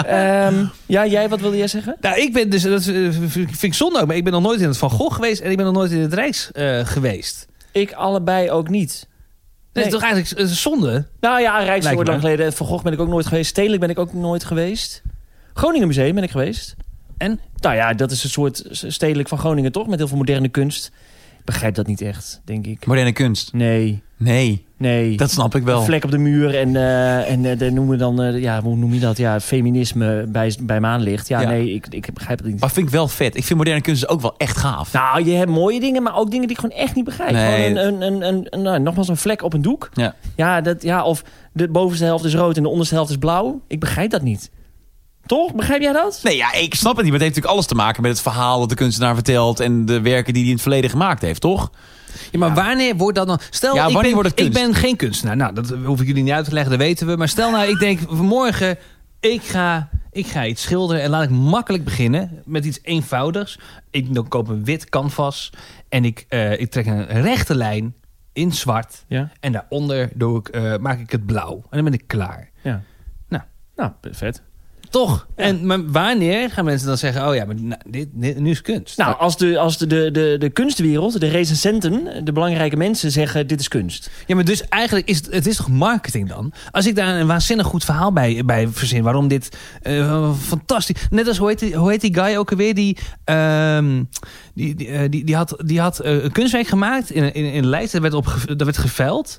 [SPEAKER 1] Ehm, ja, jij, wat wilde jij zeggen?
[SPEAKER 2] nou, ik ben dus, dat eh, vind ik zonde ook, maar ik ben nog nooit in het Van Gogh geweest en ik ben nog nooit in het Rijks eh, geweest.
[SPEAKER 1] Ik allebei ook niet.
[SPEAKER 2] Dat
[SPEAKER 1] Nee.
[SPEAKER 2] is toch eigenlijk eh, zonde?
[SPEAKER 1] Nou ja, Rijks
[SPEAKER 2] Lijkt me.
[SPEAKER 1] wordt lang geleden. Van Gogh ben ik ook nooit geweest. Stedelijk ben ik ook nooit geweest. Groningen Museum ben ik geweest.
[SPEAKER 2] En?
[SPEAKER 1] Nou ja, dat is een soort stedelijk van Groningen toch? Met heel veel moderne kunst. Ik begrijp dat niet echt, denk ik.
[SPEAKER 3] Moderne kunst.
[SPEAKER 1] Nee,
[SPEAKER 3] Nee,
[SPEAKER 1] nee.
[SPEAKER 3] dat snap ik
[SPEAKER 1] Een
[SPEAKER 3] wel.
[SPEAKER 1] vlek op de muur en, eh en eh, daar noemen we dan, eh, ja, hoe noem je dat? Ja, feminisme bij, bij maanlicht. Ja,
[SPEAKER 3] Ja.
[SPEAKER 1] nee, ik, ik begrijp het niet.
[SPEAKER 3] Maar vind ik wel vet. Ik vind moderne kunst ook wel echt gaaf.
[SPEAKER 1] Nou, je hebt mooie dingen, maar ook dingen die ik gewoon echt niet begrijp.
[SPEAKER 3] Nee.
[SPEAKER 1] Gewoon een, een, een, een, nou, nogmaals, een vlek op een doek.
[SPEAKER 3] Ja.
[SPEAKER 1] Ja, dat, ja, of de bovenste helft is rood en de onderste helft is blauw. Ik begrijp dat niet. Toch? Begrijp jij dat?
[SPEAKER 3] Nee, ja, ik snap het niet. Maar het heeft natuurlijk alles te maken met het verhaal dat de kunstenaar vertelt... en de werken die hij in het verleden gemaakt heeft, toch?
[SPEAKER 2] Ja, maar wanneer wordt dat dan... Stel,
[SPEAKER 3] Ja,
[SPEAKER 2] ik,
[SPEAKER 3] wanneer
[SPEAKER 2] ben,
[SPEAKER 3] wordt het
[SPEAKER 2] ik
[SPEAKER 3] kunst?
[SPEAKER 2] ben geen kunstenaar. Nou, dat hoef ik jullie niet uit te leggen, dat weten we. Maar stel nou, ik denk vanmorgen, ik ga, ik ga iets schilderen... en laat ik makkelijk beginnen met iets eenvoudigs. Ik dan koop een wit canvas en ik, eh, ik trek een rechte lijn in zwart...
[SPEAKER 1] Ja.
[SPEAKER 2] en daaronder doe ik, eh, maak ik het blauw. En dan ben ik klaar.
[SPEAKER 1] Ja.
[SPEAKER 2] Nou.
[SPEAKER 1] Nou, vet.
[SPEAKER 2] Toch? En maar wanneer gaan mensen dan zeggen... oh ja, maar nou, dit, dit- nu is kunst.
[SPEAKER 1] Nou, als, de, als de, de, de, de kunstwereld, de recensenten, de belangrijke mensen zeggen dit is kunst.
[SPEAKER 2] Ja, maar dus eigenlijk is het, het is toch marketing dan? Als ik daar een waanzinnig goed verhaal bij, bij verzin, waarom dit eh, fantastisch. Net als hoe heet, die, hoe heet die guy ook alweer? Die, ehm, die, die, eh, die, die had, die had eh, een kunstwerk gemaakt in, in, in Leiden, dat werd, op, ge- dat werd geveild.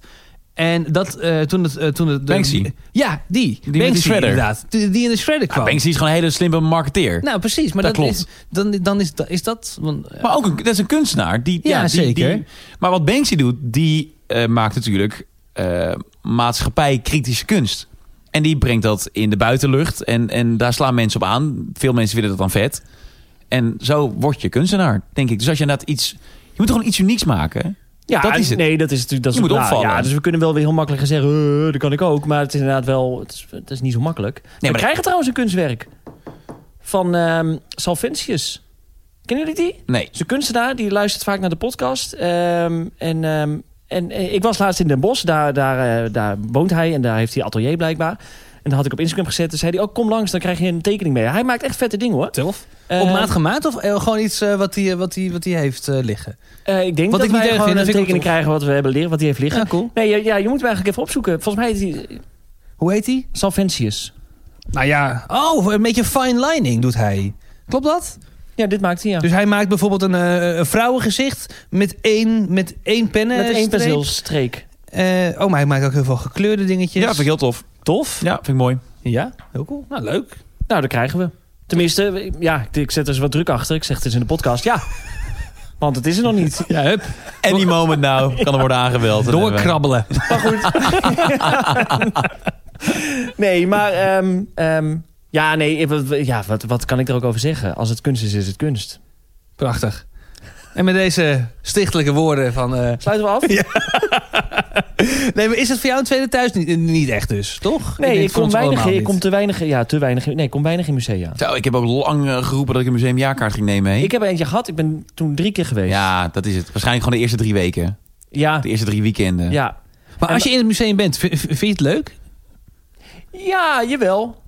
[SPEAKER 2] En dat eh, toen het. eh, toen het de-
[SPEAKER 3] Banksy.
[SPEAKER 2] Ja, die.
[SPEAKER 3] met die shredder.
[SPEAKER 2] inderdaad. Die, die in de shredder kwam.
[SPEAKER 3] Nou, Banksy is gewoon een hele slimme marketeer.
[SPEAKER 2] Nou, precies. Maar
[SPEAKER 3] Dat
[SPEAKER 2] dat
[SPEAKER 3] klopt.
[SPEAKER 2] Is, dan, dan is, dat- is dat. Want, eh,
[SPEAKER 3] Maar ook een, dat is een kunstenaar. Die,
[SPEAKER 2] Ja,
[SPEAKER 3] die-
[SPEAKER 2] zeker.
[SPEAKER 3] die- maar wat Banksy doet, die eh, maakt natuurlijk eh, maatschappij-kritische kunst. En die brengt dat in de buitenlucht. En, en daar slaan mensen op aan. Veel mensen vinden dat dan vet. En zo word je kunstenaar, denk ik. Dus als je inderdaad iets... Je moet gewoon iets unieks maken.
[SPEAKER 1] Ja,
[SPEAKER 3] Dat is het.
[SPEAKER 1] Nee, dat is natuurlijk. Dat is
[SPEAKER 3] Je moet
[SPEAKER 1] nou,
[SPEAKER 3] opvallen.
[SPEAKER 1] Ja, dus we kunnen wel weer heel makkelijk gaan zeggen, eh, dat kan ik ook. Maar het is inderdaad wel, het is, het is niet zo makkelijk. Nee, maar we
[SPEAKER 3] maar-
[SPEAKER 1] krijgen trouwens een kunstwerk van ehm Salventius. Kennen jullie die?
[SPEAKER 3] Nee.
[SPEAKER 1] Dat is een kunstenaar, die luistert vaak naar de podcast. Ehm, en, ehm, en eh, ik was laatst in Den Bosch, daar, daar, eh, daar woont hij en daar heeft hij atelier blijkbaar. En dat had ik op Instagram gezet. Toen zei hij, oh kom langs, dan krijg je een tekening mee. Hij maakt echt vette dingen hoor.
[SPEAKER 2] Tof.
[SPEAKER 1] Eh,
[SPEAKER 2] Op maat gemaakt of eh, gewoon iets eh, wat hij die, wat die, wat die heeft eh, liggen?
[SPEAKER 1] eh, ik denk
[SPEAKER 2] Wat
[SPEAKER 1] dat
[SPEAKER 2] ik niet
[SPEAKER 1] wij
[SPEAKER 2] erg
[SPEAKER 1] gewoon
[SPEAKER 2] vind, dat vind ik
[SPEAKER 1] een
[SPEAKER 2] ook
[SPEAKER 1] tekening
[SPEAKER 2] tof.
[SPEAKER 1] krijgen wat we hebben liggen, wat hij heeft liggen.
[SPEAKER 2] Ja, cool.
[SPEAKER 1] Nee, ja, ja, je moet hem eigenlijk even opzoeken. Volgens mij is hij
[SPEAKER 2] Hoe heet die?
[SPEAKER 1] Salventius.
[SPEAKER 2] Nou ja. Oh, een beetje fine lining doet hij. Klopt dat?
[SPEAKER 1] Ja, dit maakt hij, ja.
[SPEAKER 2] Dus hij maakt bijvoorbeeld een, eh, een vrouwengezicht met één, met één pennen.
[SPEAKER 1] Met één
[SPEAKER 2] streep.
[SPEAKER 1] penseelstreek.
[SPEAKER 2] Eh, oh, maar hij maakt ook heel veel gekleurde dingetjes.
[SPEAKER 3] Ja, vind ik heel tof.
[SPEAKER 2] tof.
[SPEAKER 3] Ja, vind ik mooi.
[SPEAKER 2] Ja, heel cool. Nou, leuk.
[SPEAKER 1] Nou, dat krijgen we. Tenminste, we- ja, ik- ik zet er eens wat druk achter. Ik zeg het eens in de podcast. Ja, want het is er nog niet.
[SPEAKER 2] Ja, hup.
[SPEAKER 3] Any moment nou kan er worden aangeweld. En
[SPEAKER 2] Doorkrabbelen.
[SPEAKER 1] Maar goed. nee, maar... ehm, ehm, ja, nee, ik- wat- ja, wat, wat kan ik er ook over zeggen? Als het kunst is, is het kunst.
[SPEAKER 2] Prachtig. En met deze stichtelijke woorden van... eh,
[SPEAKER 1] Sluiten we af?
[SPEAKER 2] Nee, maar is het voor jou een tweede thuis niet, niet echt dus, toch?
[SPEAKER 1] Nee, ik,
[SPEAKER 2] denk voor
[SPEAKER 1] kom
[SPEAKER 2] ons
[SPEAKER 1] weinig,
[SPEAKER 2] allemaal
[SPEAKER 1] ik kom
[SPEAKER 2] niet.
[SPEAKER 1] te weinig... Ja, te weinig... in- Nee, ik kom weinig in musea.
[SPEAKER 3] Zo, ik heb ook lang eh, geroepen dat ik een museumjaarkaart ging nemen. hè.
[SPEAKER 1] Ik heb er eentje gehad. Ik ben toen drie keer geweest.
[SPEAKER 3] Ja, dat is het. Waarschijnlijk gewoon de eerste drie weken.
[SPEAKER 1] Ja.
[SPEAKER 3] De eerste drie weekenden.
[SPEAKER 1] ja.
[SPEAKER 2] Maar als je in het museum bent, vind, vind je het leuk?
[SPEAKER 1] Ja, jawel.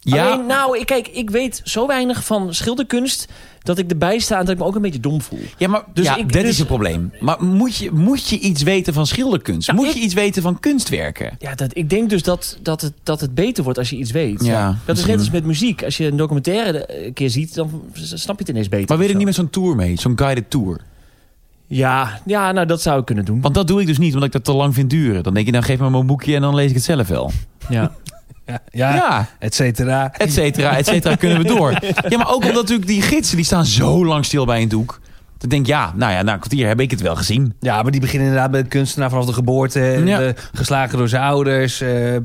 [SPEAKER 3] Ja?
[SPEAKER 1] Alleen, nou, kijk, ik weet zo weinig van schilderkunst... dat ik erbij sta en dat ik me ook een beetje dom voel.
[SPEAKER 3] Ja, maar
[SPEAKER 1] Dus
[SPEAKER 3] ja,
[SPEAKER 1] ik-
[SPEAKER 3] dat
[SPEAKER 1] dus-
[SPEAKER 3] is het probleem. Maar moet je, moet je iets weten van schilderkunst?
[SPEAKER 1] Nou,
[SPEAKER 3] moet
[SPEAKER 1] ik-
[SPEAKER 3] je iets weten van kunstwerken?
[SPEAKER 1] Ja, dat, ik denk dus dat, dat, het, dat het beter wordt als je iets weet.
[SPEAKER 3] Ja,
[SPEAKER 1] dat is
[SPEAKER 3] misschien.
[SPEAKER 1] net als met muziek. Als je een documentaire eh, een keer ziet, dan snap je het ineens beter.
[SPEAKER 3] Maar weet ik
[SPEAKER 1] of
[SPEAKER 3] niet
[SPEAKER 1] zo.
[SPEAKER 3] met zo'n tour mee, zo'n guided tour.
[SPEAKER 1] Ja, ja, nou, dat zou ik kunnen doen.
[SPEAKER 3] Want dat doe ik dus niet, omdat ik dat te lang vind duren. Dan denk je, nou geef me mijn boekje en dan lees ik het zelf wel.
[SPEAKER 1] Ja.
[SPEAKER 2] Ja,
[SPEAKER 3] Ja,
[SPEAKER 2] et cetera.
[SPEAKER 3] et cetera, et cetera, kunnen we door. Ja, maar ook omdat natuurlijk die gidsen, die staan zo lang stil bij een doek. Dan denk ik, ja, nou ja, na een kwartier heb ik het wel gezien.
[SPEAKER 2] Ja, maar die beginnen inderdaad bij de kunstenaar vanaf de geboorte.
[SPEAKER 3] Ja.
[SPEAKER 2] eh, geslagen door zijn ouders. eh, eh,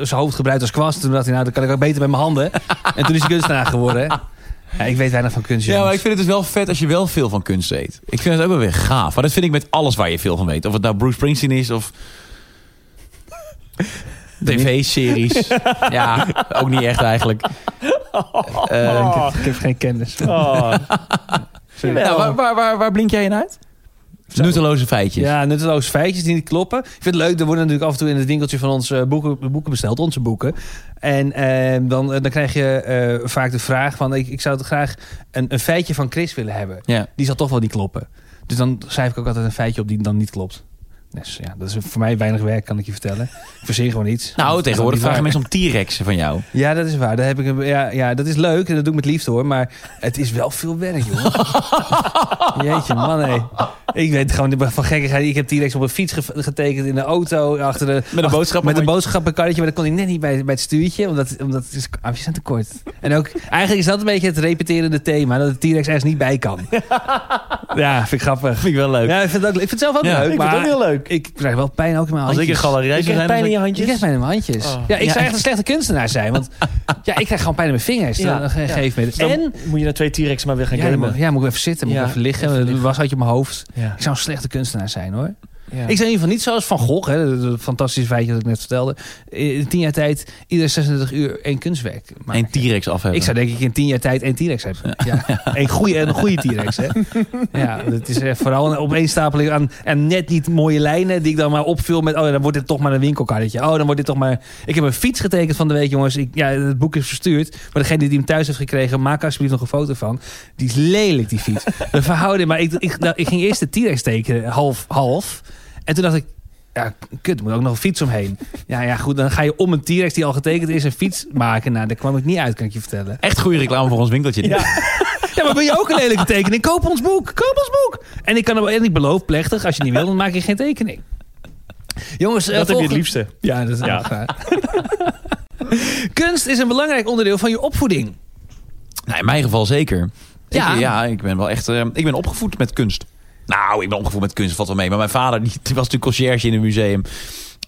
[SPEAKER 2] zijn hoofd gebruikt als kwast. Toen dacht hij, nou, dan kan ik ook beter met mijn handen. en toen is hij kunstenaar geworden. Ja, ik weet weinig van
[SPEAKER 3] Ja,
[SPEAKER 2] kunst. jongens.
[SPEAKER 3] maar ik vind het dus wel vet als je wel veel van kunst weet. Ik vind het ook wel weer gaaf. Maar dat vind ik met alles waar je veel van weet. Of het nou Bruce Springsteen is of... TV-series. ja, ook niet echt eigenlijk. Eh,
[SPEAKER 2] ik, heb, ik heb geen kennis.
[SPEAKER 1] Oh. Jawel.
[SPEAKER 3] nou, waar, waar, waar, waar blink jij in uit? Nutteloze feitjes.
[SPEAKER 2] Ja, nutteloze feitjes die niet kloppen. Ik vind het leuk, er worden natuurlijk af en toe in het winkeltje van ons eh, boeken, boeken besteld, onze boeken. En eh, dan, eh, dan krijg je eh, vaak de vraag van, ik, ik zou het graag een, een feitje van Chris willen hebben.
[SPEAKER 3] Ja.
[SPEAKER 2] Die zal toch wel niet kloppen. Dus dan schrijf ik ook altijd een feitje op die dan niet klopt. Dus ja, dat is voor mij weinig werk, kan ik je vertellen. Ik verzin gewoon iets. Dat
[SPEAKER 3] Nou,
[SPEAKER 2] is
[SPEAKER 3] tegenwoordig
[SPEAKER 2] niet
[SPEAKER 3] vragen
[SPEAKER 2] waar.
[SPEAKER 3] mensen om T-rexen van jou.
[SPEAKER 2] Ja, dat is waar. Daar heb ik een, ja, ja, dat is leuk en dat doe ik met liefde hoor. Maar het is wel veel werk, joh. Jeetje, man, hé. Ik weet gewoon van gekkigheid. Ik heb T-Rex op een fiets ge- getekend in de auto. Achter de,
[SPEAKER 3] Met een boodschap.
[SPEAKER 2] met een boodschappenkarretje, maar dat kon ik net niet bij, bij het stuurtje. Omdat, omdat het is afjes zijn te kort. En ook, eigenlijk is dat een beetje het repeterende thema. Dat de T-Rex ergens niet bij kan. Ja, vind ik grappig.
[SPEAKER 3] vind ik wel leuk.
[SPEAKER 2] Ja, ik vind het, ook, ik vind het zelf ook
[SPEAKER 3] Ja,
[SPEAKER 2] leuk.
[SPEAKER 1] ik vind
[SPEAKER 2] maar
[SPEAKER 1] het ook heel leuk.
[SPEAKER 2] Ik krijg wel pijn ook in mijn
[SPEAKER 3] Als ik een
[SPEAKER 2] handjes.
[SPEAKER 3] galerij
[SPEAKER 1] Je
[SPEAKER 3] zou
[SPEAKER 1] krijgt
[SPEAKER 3] zijn...
[SPEAKER 1] pijn in je
[SPEAKER 2] Ik krijg
[SPEAKER 1] handjes.
[SPEAKER 2] pijn in mijn handjes.
[SPEAKER 1] Oh.
[SPEAKER 2] Ja, ik
[SPEAKER 3] Ja,
[SPEAKER 2] zou echt een slechte kunstenaar zijn. Want ja, ik krijg gewoon pijn in mijn vingers.
[SPEAKER 1] Ja.
[SPEAKER 2] Dan, eh, ge- Geef me. het.
[SPEAKER 1] Dan
[SPEAKER 2] En
[SPEAKER 1] moet je naar twee T-Rex maar weer gaan
[SPEAKER 2] ja, dan
[SPEAKER 1] gamen.
[SPEAKER 2] moet, ja, moet ik even zitten, moet
[SPEAKER 1] Ja,
[SPEAKER 2] ik even liggen.
[SPEAKER 1] even
[SPEAKER 2] Het
[SPEAKER 1] liggen.
[SPEAKER 2] was uit je mijn hoofd.
[SPEAKER 1] Ja.
[SPEAKER 2] Ik zou een slechte kunstenaar zijn hoor.
[SPEAKER 1] Ja.
[SPEAKER 2] Ik eh, zou in ieder geval niet zoals Van Gogh, hè, dat- dat fantastische feitje dat ik net vertelde. In tien jaar tijd iedere 36 uur één kunstwerk. maken.
[SPEAKER 3] Een T-rex af hebben.
[SPEAKER 2] ik zou denk ik in tien jaar tijd één T-Rex hebben. Ja. Een goede en een goede T-Rex. Hè? Ja, dat is echt vooral een opeenstapeling aan en net niet mooie lijnen die ik dan maar opvul met. Oh, dan wordt dit toch maar een winkelkarretje. Oh, dan wordt dit toch maar. Ik heb een fiets getekend van de week, jongens. Ik, ja, het boek is verstuurd. Maar degene die hem thuis heeft gekregen, maak alsjeblieft nog een foto van. Die is lelijk, die fiets. De verhouding. Maar ik, ik, nou, ik ging eerst de T-Rex tekenen, half, half. En toen dacht ik. Ja, kut, er moet ook nog een fiets omheen. Ja, ja, goed, dan ga je om een T-Rex die al getekend is een fiets maken. Nou, daar kwam ik niet uit, kan ik je vertellen.
[SPEAKER 3] Echt goede reclame voor ons winkeltje.
[SPEAKER 2] Ja, maar ben je ook een lelijke tekening? Koop ons boek. Koop ons boek. En ik, kan, hem- en ik beloof plechtig, als je niet wil, dan maak je geen tekening. Jongens, eh,
[SPEAKER 1] Dat heb je het
[SPEAKER 2] volgende-
[SPEAKER 1] liefste.
[SPEAKER 2] Ja, dat is
[SPEAKER 1] Ja.
[SPEAKER 2] echt waar. Kunst is een belangrijk onderdeel van je opvoeding.
[SPEAKER 3] Nou, in mijn geval zeker.
[SPEAKER 2] Ja.
[SPEAKER 3] Ik, ja, ik ben wel echt. eh, ik ben opgevoed met kunst. Nou, ik ben opgevoed met kunst, valt wel mee. Maar mijn vader die, die was natuurlijk conciërge in een museum.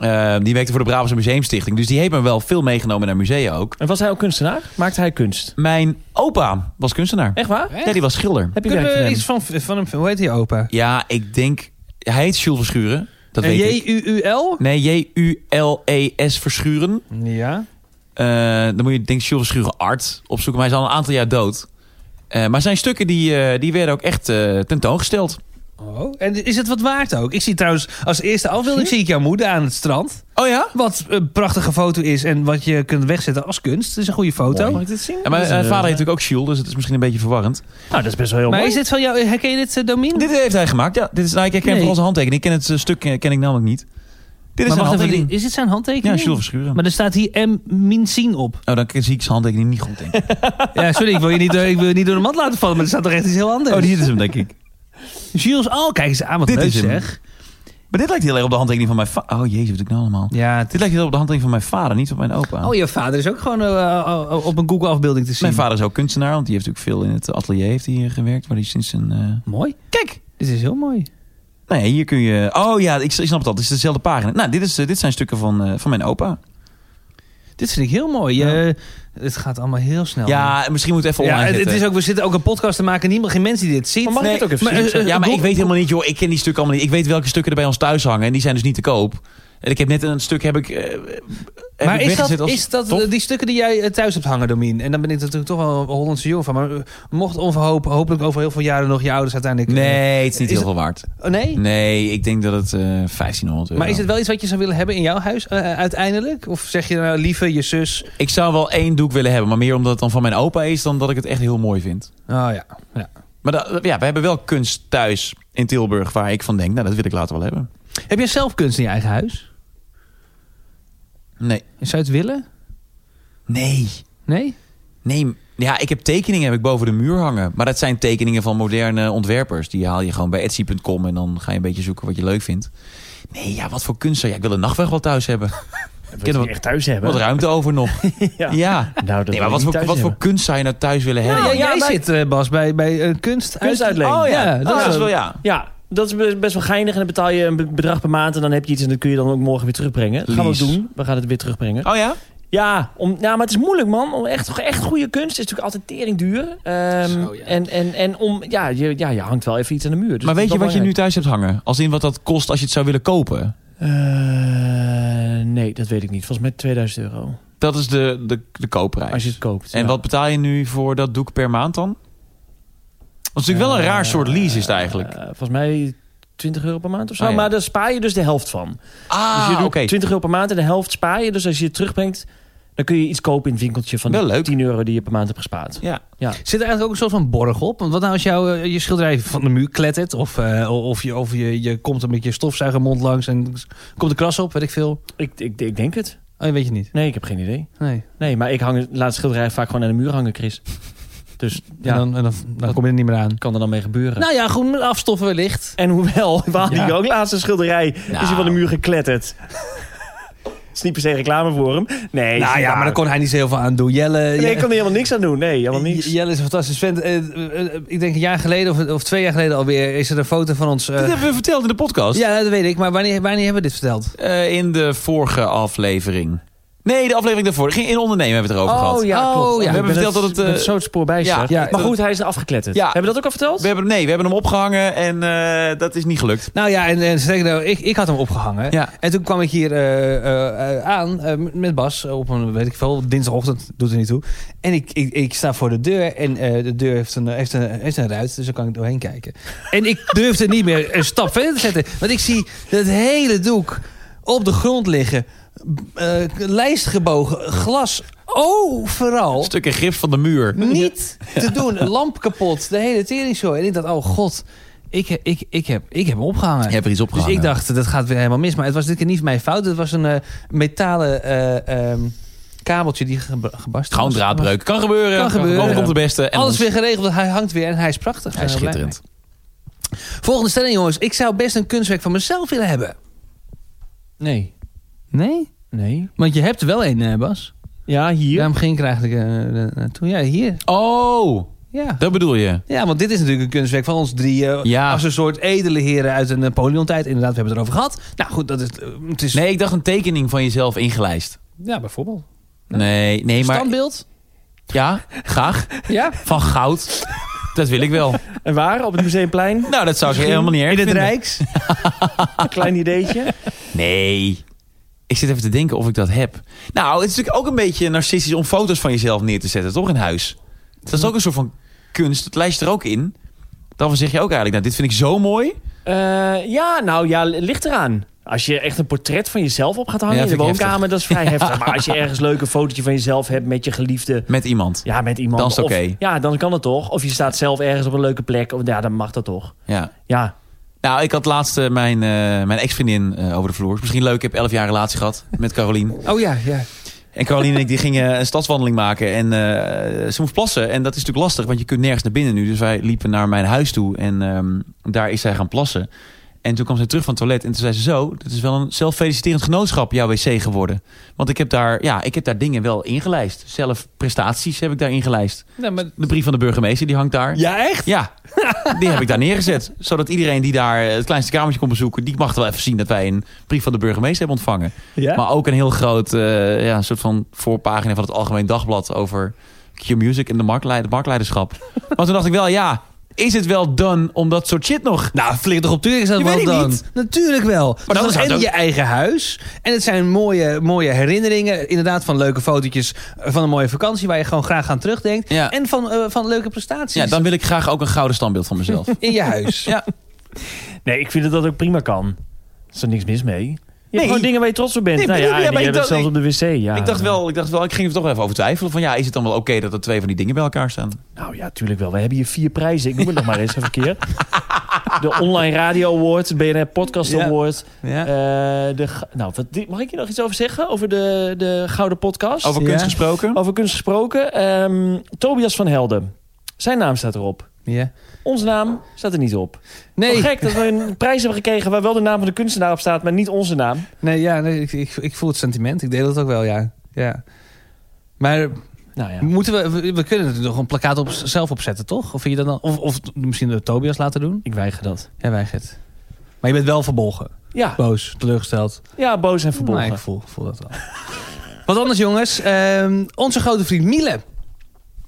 [SPEAKER 3] Eh, die werkte voor de Brabantse Museumstichting. Dus die heeft me wel veel meegenomen naar musea ook.
[SPEAKER 1] En was hij ook kunstenaar? Maakte hij kunst?
[SPEAKER 3] Mijn opa was kunstenaar.
[SPEAKER 1] Echt waar?
[SPEAKER 2] Echt?
[SPEAKER 3] Ja, die was schilder.
[SPEAKER 1] Heb je werk
[SPEAKER 2] Kunnen
[SPEAKER 1] van
[SPEAKER 2] we
[SPEAKER 1] hem?
[SPEAKER 2] iets van, van hem... Hoe heet die opa?
[SPEAKER 3] Ja, ik denk. Hij heet Jules Verschuren. Dat
[SPEAKER 2] Eh,
[SPEAKER 3] weet ik.
[SPEAKER 2] J-U-U-L?
[SPEAKER 3] Nee, J-U-L-E-S E Verschuren.
[SPEAKER 2] Ja.
[SPEAKER 3] Eh, dan moet je denk ik Jules Verschuren Art opzoeken. Maar hij is al een aantal jaar dood. Eh, maar zijn stukken die, eh, die werden ook echt eh, tentoongesteld.
[SPEAKER 2] Oh, en is het wat waard ook? Ik zie trouwens als eerste afbeelding zie ik jouw moeder aan het strand.
[SPEAKER 3] Oh ja?
[SPEAKER 2] Wat een prachtige foto is en wat je kunt wegzetten als kunst. Het is een goede foto.
[SPEAKER 1] Mag ik dit zien?
[SPEAKER 3] Ja, maar
[SPEAKER 1] Dat is,
[SPEAKER 3] eh,
[SPEAKER 1] eh,
[SPEAKER 3] vader heet natuurlijk ook Jules, dus het is misschien een beetje verwarrend.
[SPEAKER 1] Nou, dat is best wel heel
[SPEAKER 2] Maar
[SPEAKER 1] mooi.
[SPEAKER 2] is dit van jou? Herken je dit, eh, Domien?
[SPEAKER 3] Dit heeft hij gemaakt, ja. Dit is, nou, ik ken
[SPEAKER 2] Nee.
[SPEAKER 3] vooral zijn handtekening. Ik ken het eh, stuk eh, ken ik namelijk niet. Dit is zijn
[SPEAKER 2] maar wacht even,
[SPEAKER 3] handtekening.
[SPEAKER 2] is dit zijn handtekening?
[SPEAKER 3] Ja, Jules Verschuren.
[SPEAKER 2] Maar er staat hier M. Minzien op.
[SPEAKER 3] Oh, dan zie ik zijn handtekening niet goed, denk ik.
[SPEAKER 2] Ja, sorry, ik wil, je niet, door- ik wil je niet door de mand laten vallen, maar er staat toch echt iets heel anders.
[SPEAKER 3] Oh, dit is hem, denk ik.
[SPEAKER 2] Jules, oh, kijk eens aan, wat
[SPEAKER 3] Dit
[SPEAKER 2] leuk
[SPEAKER 3] is hem.
[SPEAKER 2] zeg.
[SPEAKER 3] Maar dit lijkt heel erg op de handtekening van mijn vader. Oh, jezus, wat doe ik nou allemaal?
[SPEAKER 2] Ja,
[SPEAKER 3] Dit lijkt heel erg op de handtekening van mijn vader, niet op mijn opa.
[SPEAKER 2] oh, je vader is ook gewoon eh, eh, op een Google-afbeelding te zien.
[SPEAKER 3] mijn vader is ook kunstenaar, want die heeft natuurlijk veel in het atelier heeft hij eh, gewerkt. Waar hij sinds een... eh,
[SPEAKER 2] Mooi. Kijk, dit is heel mooi.
[SPEAKER 3] Nee, hier kun je... Oh ja, ik, ik snap het al. Het is dezelfde pagina. Nou, dit, is, eh, dit zijn stukken van, eh, van mijn opa.
[SPEAKER 2] Oh. Dit vind ik heel mooi.
[SPEAKER 3] Ja.
[SPEAKER 2] Eh, het gaat allemaal heel snel.
[SPEAKER 3] Ja, misschien moet het even
[SPEAKER 2] Ja,
[SPEAKER 3] online
[SPEAKER 2] het, het
[SPEAKER 3] zetten.
[SPEAKER 2] is ook, we zitten ook een podcast te maken. Niemand, geen mensen die dit zien.
[SPEAKER 1] Maar mag ik het ook even zien?
[SPEAKER 2] eh, eh,
[SPEAKER 3] Ja, maar ik
[SPEAKER 2] Google-
[SPEAKER 3] weet helemaal niet, joh. Ik ken die stukken allemaal niet. Ik weet welke stukken er bij ons thuis hangen. En die zijn dus niet te koop. En ik heb net een stuk heb ik. eh, heb
[SPEAKER 2] Maar
[SPEAKER 3] ik
[SPEAKER 2] is dat,
[SPEAKER 3] weggezet als-
[SPEAKER 2] is dat
[SPEAKER 3] Top.
[SPEAKER 2] eh, die stukken die jij eh, thuis hebt hangen, Domien? En dan ben ik natuurlijk toch wel een Hollandse jongen van. Maar eh, mocht onverhoop, hopelijk over heel veel jaren nog je ouders uiteindelijk... eh,
[SPEAKER 3] Nee, het is niet
[SPEAKER 2] Is
[SPEAKER 3] heel veel waard.
[SPEAKER 2] oh, nee?
[SPEAKER 3] Nee, ik denk dat het eh 1500 euro.
[SPEAKER 2] Maar is het wel iets wat je zou willen hebben in jouw huis eh, uiteindelijk? Of zeg je nou lieve, je zus?
[SPEAKER 3] Ik zou wel één doek willen hebben, maar meer omdat het dan van mijn opa is dan dat ik het echt heel mooi vind.
[SPEAKER 2] Oh ja. ja.
[SPEAKER 3] Maar dat- ja, we hebben wel kunst thuis in Tilburg waar ik van denk, nou dat wil ik later wel hebben.
[SPEAKER 2] Heb jij zelf kunst in je eigen huis?
[SPEAKER 3] Nee,
[SPEAKER 2] Zou je het willen?
[SPEAKER 3] nee,
[SPEAKER 2] Nee?
[SPEAKER 3] nee. Ja, ik heb tekeningen heb ik boven de muur hangen. Maar dat zijn tekeningen van moderne ontwerpers. Die haal je gewoon bij Etsy.com en dan ga je een beetje zoeken wat je leuk vindt. Nee, ja, wat voor kunst zou jij? Ik wil een nachtweg wel thuis hebben.
[SPEAKER 1] Dat wil
[SPEAKER 3] Ken je
[SPEAKER 1] je
[SPEAKER 3] wat-
[SPEAKER 1] echt thuis hebben.
[SPEAKER 3] Wat ruimte over nog.
[SPEAKER 1] Ja.
[SPEAKER 3] Ja.
[SPEAKER 1] Nou, dat
[SPEAKER 3] Nee, maar wat voor, wat voor kunst zou je nou thuis willen hebben?
[SPEAKER 2] ja,
[SPEAKER 1] ja,
[SPEAKER 2] jij
[SPEAKER 1] maar-
[SPEAKER 2] zit, eh, Bas, bij, bij een kunst
[SPEAKER 1] Kunstuitleen.
[SPEAKER 2] Oh ja, dat is wel...
[SPEAKER 3] ja. Ah,
[SPEAKER 1] Ja, dat is be- best wel geinig. En dan betaal je een be- bedrag per maand. En dan heb je iets en dat kun je dan ook morgen weer terugbrengen. Dat gaan we ook
[SPEAKER 3] Lease.
[SPEAKER 1] doen. We gaan het weer terugbrengen.
[SPEAKER 3] Oh
[SPEAKER 2] Dus
[SPEAKER 3] ja?
[SPEAKER 1] Ja, om, ja, maar het is moeilijk, man. Om echt, echt goede kunst is natuurlijk altijd tering duur. Ehm,
[SPEAKER 2] Zo, ja.
[SPEAKER 1] en, en, en om, ja, je, ja, je hangt wel even iets aan de muur. Dus
[SPEAKER 3] maar
[SPEAKER 1] dat
[SPEAKER 3] weet
[SPEAKER 1] is
[SPEAKER 3] je
[SPEAKER 1] wel
[SPEAKER 3] wat je nu thuis hebt hangen? Als in wat dat kost als je het zou willen kopen?
[SPEAKER 1] belangrijk. Eh, nee, dat weet ik niet. Volgens mij 2000 euro.
[SPEAKER 3] Dat is de, de, de koopprijs.
[SPEAKER 1] Als je het koopt.
[SPEAKER 3] En
[SPEAKER 1] ja.
[SPEAKER 3] wat betaal je nu voor dat
[SPEAKER 2] Eh,
[SPEAKER 3] doek per maand dan? Dat is natuurlijk wel een raar soort lease is het eigenlijk.
[SPEAKER 1] Eh, volgens mij 20 euro per maand of zo.
[SPEAKER 3] Ah, ja.
[SPEAKER 1] Maar daar spaar je dus de helft van.
[SPEAKER 3] Ah,
[SPEAKER 2] eh,
[SPEAKER 1] dus je
[SPEAKER 3] oké.
[SPEAKER 1] doet 20 euro per maand en de helft spaar je. Dus als je het terugbrengt, dan kun je iets kopen in het winkeltje van
[SPEAKER 3] Wel
[SPEAKER 1] die
[SPEAKER 3] leuk.
[SPEAKER 1] 10 euro die je per maand hebt gespaard.
[SPEAKER 3] Ja.
[SPEAKER 1] Ja.
[SPEAKER 2] Zit er eigenlijk ook een soort van borg op? Want wat nou als jou, eh, je schilderij van de muur klettert? Of, eh, of, je, of je, je komt er met je stofzuigermond langs en s- komt de kras op, weet ik veel.
[SPEAKER 1] Ik, ik, ik denk het.
[SPEAKER 2] Oh, je weet je niet.
[SPEAKER 1] Nee, ik heb geen idee.
[SPEAKER 2] Nee.
[SPEAKER 1] Nee, maar ik hang, laat schilderij vaak gewoon aan de muur hangen, Chris. Dus ja,
[SPEAKER 2] En dan, en dan, dan kom je er niet meer aan.
[SPEAKER 1] kan er dan mee gebeuren.
[SPEAKER 2] Nou ja, goed, met afstoffen wellicht.
[SPEAKER 1] En hoewel, we hadden
[SPEAKER 2] Ja.
[SPEAKER 1] hier ook laatste schilderij. Is hij van de muur gekletterd. is niet per se reclame voor hem. Nee, is
[SPEAKER 2] nou
[SPEAKER 1] niet
[SPEAKER 2] ja, maar
[SPEAKER 1] waar.
[SPEAKER 2] daar kon hij niet zo heel veel aan doen. Jelle,
[SPEAKER 1] Nee, ik kan er helemaal niks aan doen. Nee, helemaal
[SPEAKER 2] J-
[SPEAKER 1] niks.
[SPEAKER 2] Jelle is een fantastisch vent. Eh, eh, eh, ik denk een jaar geleden of, of twee jaar geleden alweer is er een foto van ons. eh,
[SPEAKER 3] Dit hebben we verteld in de podcast.
[SPEAKER 2] ja, dat weet ik. Maar wanneer, wanneer hebben we dit verteld?
[SPEAKER 3] Eh, in de vorige aflevering. Nee, de aflevering daarvoor. Ging in ondernemen hebben Oh, we het erover gehad.
[SPEAKER 2] ja, klopt.
[SPEAKER 1] Oh, We
[SPEAKER 2] We
[SPEAKER 1] hebben
[SPEAKER 3] hebben verteld dat het, eh,
[SPEAKER 1] zo het spoor bij
[SPEAKER 3] ja,
[SPEAKER 1] zat.
[SPEAKER 2] ja.
[SPEAKER 1] maar goed, hij is afgekletterd.
[SPEAKER 3] Ja.
[SPEAKER 1] Hebben we dat ook al verteld?
[SPEAKER 3] We hebben, nee, we hebben hem opgehangen en eh, dat is niet gelukt.
[SPEAKER 2] Nou ja, en, en sterker nog, ik, ik had hem opgehangen.
[SPEAKER 3] Ja.
[SPEAKER 2] En toen kwam ik hier eh, eh, eh, aan eh, met Bas op een, weet ik veel, dinsdagochtend, doet er niet toe. En ik, ik, ik sta voor de deur en eh, de deur heeft een, heeft, een, heeft een ruit, dus dan kan ik doorheen kijken. En ik durfde niet meer een stap verder te zetten, want ik zie dat hele doek op de grond liggen. eh, lijstgebogen, glas overal.
[SPEAKER 3] Stukken gips van de muur.
[SPEAKER 2] Niet te doen, lamp kapot, de hele tering zo. En ik dacht, oh god, ik, ik, ik, heb, ik heb hem opgehangen.
[SPEAKER 3] Je hebt er iets
[SPEAKER 2] Dus
[SPEAKER 3] opgehangen.
[SPEAKER 2] ik dacht, dat gaat weer helemaal mis. Maar het was dit keer niet mijn fout. Het was een eh, metalen eh, ehm, kabeltje die geba- gebarsten
[SPEAKER 3] Gewoon
[SPEAKER 2] was.
[SPEAKER 3] draadbreuk. Kan gebeuren.
[SPEAKER 2] Kan gebeuren.
[SPEAKER 3] Overkomt de beste. En
[SPEAKER 2] Alles
[SPEAKER 3] ons-
[SPEAKER 2] weer geregeld. Hij hangt weer en hij is prachtig.
[SPEAKER 3] Hij is
[SPEAKER 2] Ik ben er blij
[SPEAKER 3] schitterend.
[SPEAKER 2] mee. Volgende stelling, jongens. Ik zou best een kunstwerk van mezelf willen hebben.
[SPEAKER 1] Nee.
[SPEAKER 2] Nee?
[SPEAKER 1] Nee.
[SPEAKER 2] Want je hebt er wel één, eh, Bas.
[SPEAKER 1] Ja, hier.
[SPEAKER 2] Daarom ging ik er eigenlijk eh, eh, naartoe. Ja, hier.
[SPEAKER 3] Oh,
[SPEAKER 2] Ja.
[SPEAKER 3] dat bedoel je.
[SPEAKER 2] Ja, want dit is natuurlijk een kunstwerk van ons drie. eh,
[SPEAKER 3] Ja.
[SPEAKER 2] Als een soort edele heren uit een eh, Napoleon-tijd. Inderdaad, we hebben het erover gehad. Nou goed, dat is, eh, het is...
[SPEAKER 3] Nee, ik dacht een tekening van jezelf ingelijst.
[SPEAKER 2] Ja, bijvoorbeeld.
[SPEAKER 3] Nee, nee, maar...
[SPEAKER 2] Standbeeld.
[SPEAKER 3] Ja, graag.
[SPEAKER 2] Ja.
[SPEAKER 3] Van goud. Dat wil ik wel.
[SPEAKER 1] En waar? Op het Museumplein.
[SPEAKER 3] Nou, dat zou ik
[SPEAKER 1] Misschien
[SPEAKER 3] helemaal niet erg
[SPEAKER 2] In het
[SPEAKER 3] vinden.
[SPEAKER 2] Rijks.
[SPEAKER 1] Een klein ideetje.
[SPEAKER 3] Nee. Ik zit even te denken of ik dat heb. Nou, het is natuurlijk ook een beetje narcistisch om foto's van jezelf neer te zetten, toch? In huis. Dat is ook een soort van kunst. Dat lijst er ook in. Dan zeg je ook eigenlijk, nou, dit vind ik zo mooi.
[SPEAKER 1] Eh, ja, nou ja, ligt eraan. Als je echt een portret van jezelf op gaat hangen
[SPEAKER 3] Ja,
[SPEAKER 1] in de
[SPEAKER 3] vind ik
[SPEAKER 1] woonkamer, dat is vrij heftig. Maar als je ergens leuk een fotootje van jezelf hebt met je geliefde,
[SPEAKER 3] Met iemand.
[SPEAKER 1] ja, met iemand.
[SPEAKER 3] Dan is het
[SPEAKER 1] of-
[SPEAKER 3] oké.
[SPEAKER 1] Ja, dan kan het toch. Of je staat zelf ergens op een leuke plek. Of, ja, dan mag dat toch.
[SPEAKER 3] Ja.
[SPEAKER 1] Ja,
[SPEAKER 3] Nou, ik had laatst eh, mijn, eh, mijn ex-vriendin eh, over de vloer. Is Misschien leuk, ik heb 11 jaar relatie gehad met Carolien.
[SPEAKER 2] Oh ja, ja.
[SPEAKER 3] En Caroline en ik die gingen een stadswandeling maken. En eh, ze moest plassen. En dat is natuurlijk lastig, want je kunt nergens naar binnen nu. Dus wij liepen naar mijn huis toe. En ehm, daar is zij gaan plassen. En toen kwam zij terug van het toilet. En toen zei ze zo, dit is wel een zelffeliciterend genootschap, jouw wc geworden. Want ik heb daar, ja, ik heb daar dingen wel ingelijst. Zelf prestaties heb ik daar ingelijst.
[SPEAKER 2] Nou, maar...
[SPEAKER 3] De brief van de burgemeester, die hangt daar.
[SPEAKER 2] Ja, echt?
[SPEAKER 3] Ja, die heb ik daar neergezet. Zodat iedereen die daar het kleinste kamertje komt bezoeken... die mag wel even zien dat wij een brief van de burgemeester hebben ontvangen.
[SPEAKER 2] Ja.
[SPEAKER 3] Maar ook een heel groot eh, ja, een soort van voorpagina van het Algemeen Dagblad... over Q-Music en de marktleid- marktleiderschap. maar toen dacht ik wel, ja, is het wel done om dat soort shit nog?
[SPEAKER 2] Nou, flikker toch op, tuurlijk is dat
[SPEAKER 3] Je
[SPEAKER 2] wel
[SPEAKER 3] weet het
[SPEAKER 2] dan.
[SPEAKER 3] niet.
[SPEAKER 2] Natuurlijk wel.
[SPEAKER 3] dan
[SPEAKER 2] dat is
[SPEAKER 3] zou het
[SPEAKER 2] en
[SPEAKER 3] ook-
[SPEAKER 2] je eigen huis. En het zijn mooie, mooie herinneringen. Inderdaad, van leuke fotootjes eh, van een mooie vakantie... waar je gewoon graag aan terugdenkt.
[SPEAKER 3] Ja.
[SPEAKER 2] En van, eh, van leuke prestaties
[SPEAKER 3] Ja, dan wil ik graag ook een gouden standbeeld van mezelf.
[SPEAKER 2] in je huis.
[SPEAKER 3] Ja.
[SPEAKER 1] nee, ik vind dat dat ook prima kan. Er is er niks mis mee. Je hebt
[SPEAKER 3] Nee.
[SPEAKER 1] gewoon dingen waar je trots op bent.
[SPEAKER 3] Nee,
[SPEAKER 1] nou
[SPEAKER 3] bedoel-
[SPEAKER 1] ja,
[SPEAKER 3] ja,
[SPEAKER 1] en
[SPEAKER 3] maar
[SPEAKER 1] je
[SPEAKER 3] ik
[SPEAKER 1] hebt het
[SPEAKER 3] dacht-
[SPEAKER 1] zelfs op de wc. Ja.
[SPEAKER 3] Ik, dacht wel, ik dacht wel, ik ging er toch wel even over twijfelen. Van ja, is het dan wel oké dat er twee van die dingen bij elkaar staan?
[SPEAKER 1] Nou ja, tuurlijk wel. We hebben hier vier prijzen. Ik noem het nog maar eens even een keer. De Online Radio Award, de BNR Podcast
[SPEAKER 2] Ja.
[SPEAKER 1] Award.
[SPEAKER 2] Ja.
[SPEAKER 1] eh, de, g- nou, wat, die- mag ik hier nog iets over zeggen? Over de, de Gouden Podcast?
[SPEAKER 3] Over
[SPEAKER 2] Ja.
[SPEAKER 3] kunst gesproken?
[SPEAKER 1] Over kunst gesproken. ehm, Tobias van Helden. Zijn naam staat erop.
[SPEAKER 2] Ja.
[SPEAKER 1] Onze naam staat er niet op.
[SPEAKER 2] Nee,
[SPEAKER 1] Wat Oh, gek dat we een prijs hebben gekregen waar wel de naam van de kunstenaar op staat, maar niet onze naam.
[SPEAKER 2] nee, ja, nee ik, ik, ik voel het sentiment. Ik deel het ook wel, ja. ja. Maar
[SPEAKER 1] Nou ja.
[SPEAKER 2] moeten we, we, we kunnen natuurlijk nog een plakkaat op, zelf opzetten, toch? Of, vind je dat dan, of, of misschien door Tobias laten doen?
[SPEAKER 1] Ik weiger dat.
[SPEAKER 2] Ja, weigert. Maar je bent wel verbolgen.
[SPEAKER 1] Ja,
[SPEAKER 2] Boos, teleurgesteld.
[SPEAKER 1] ja boos en verborgen.
[SPEAKER 2] Nee, ik voel, voel dat wel. Wat anders, jongens. Ehm, onze grote vriend Miele.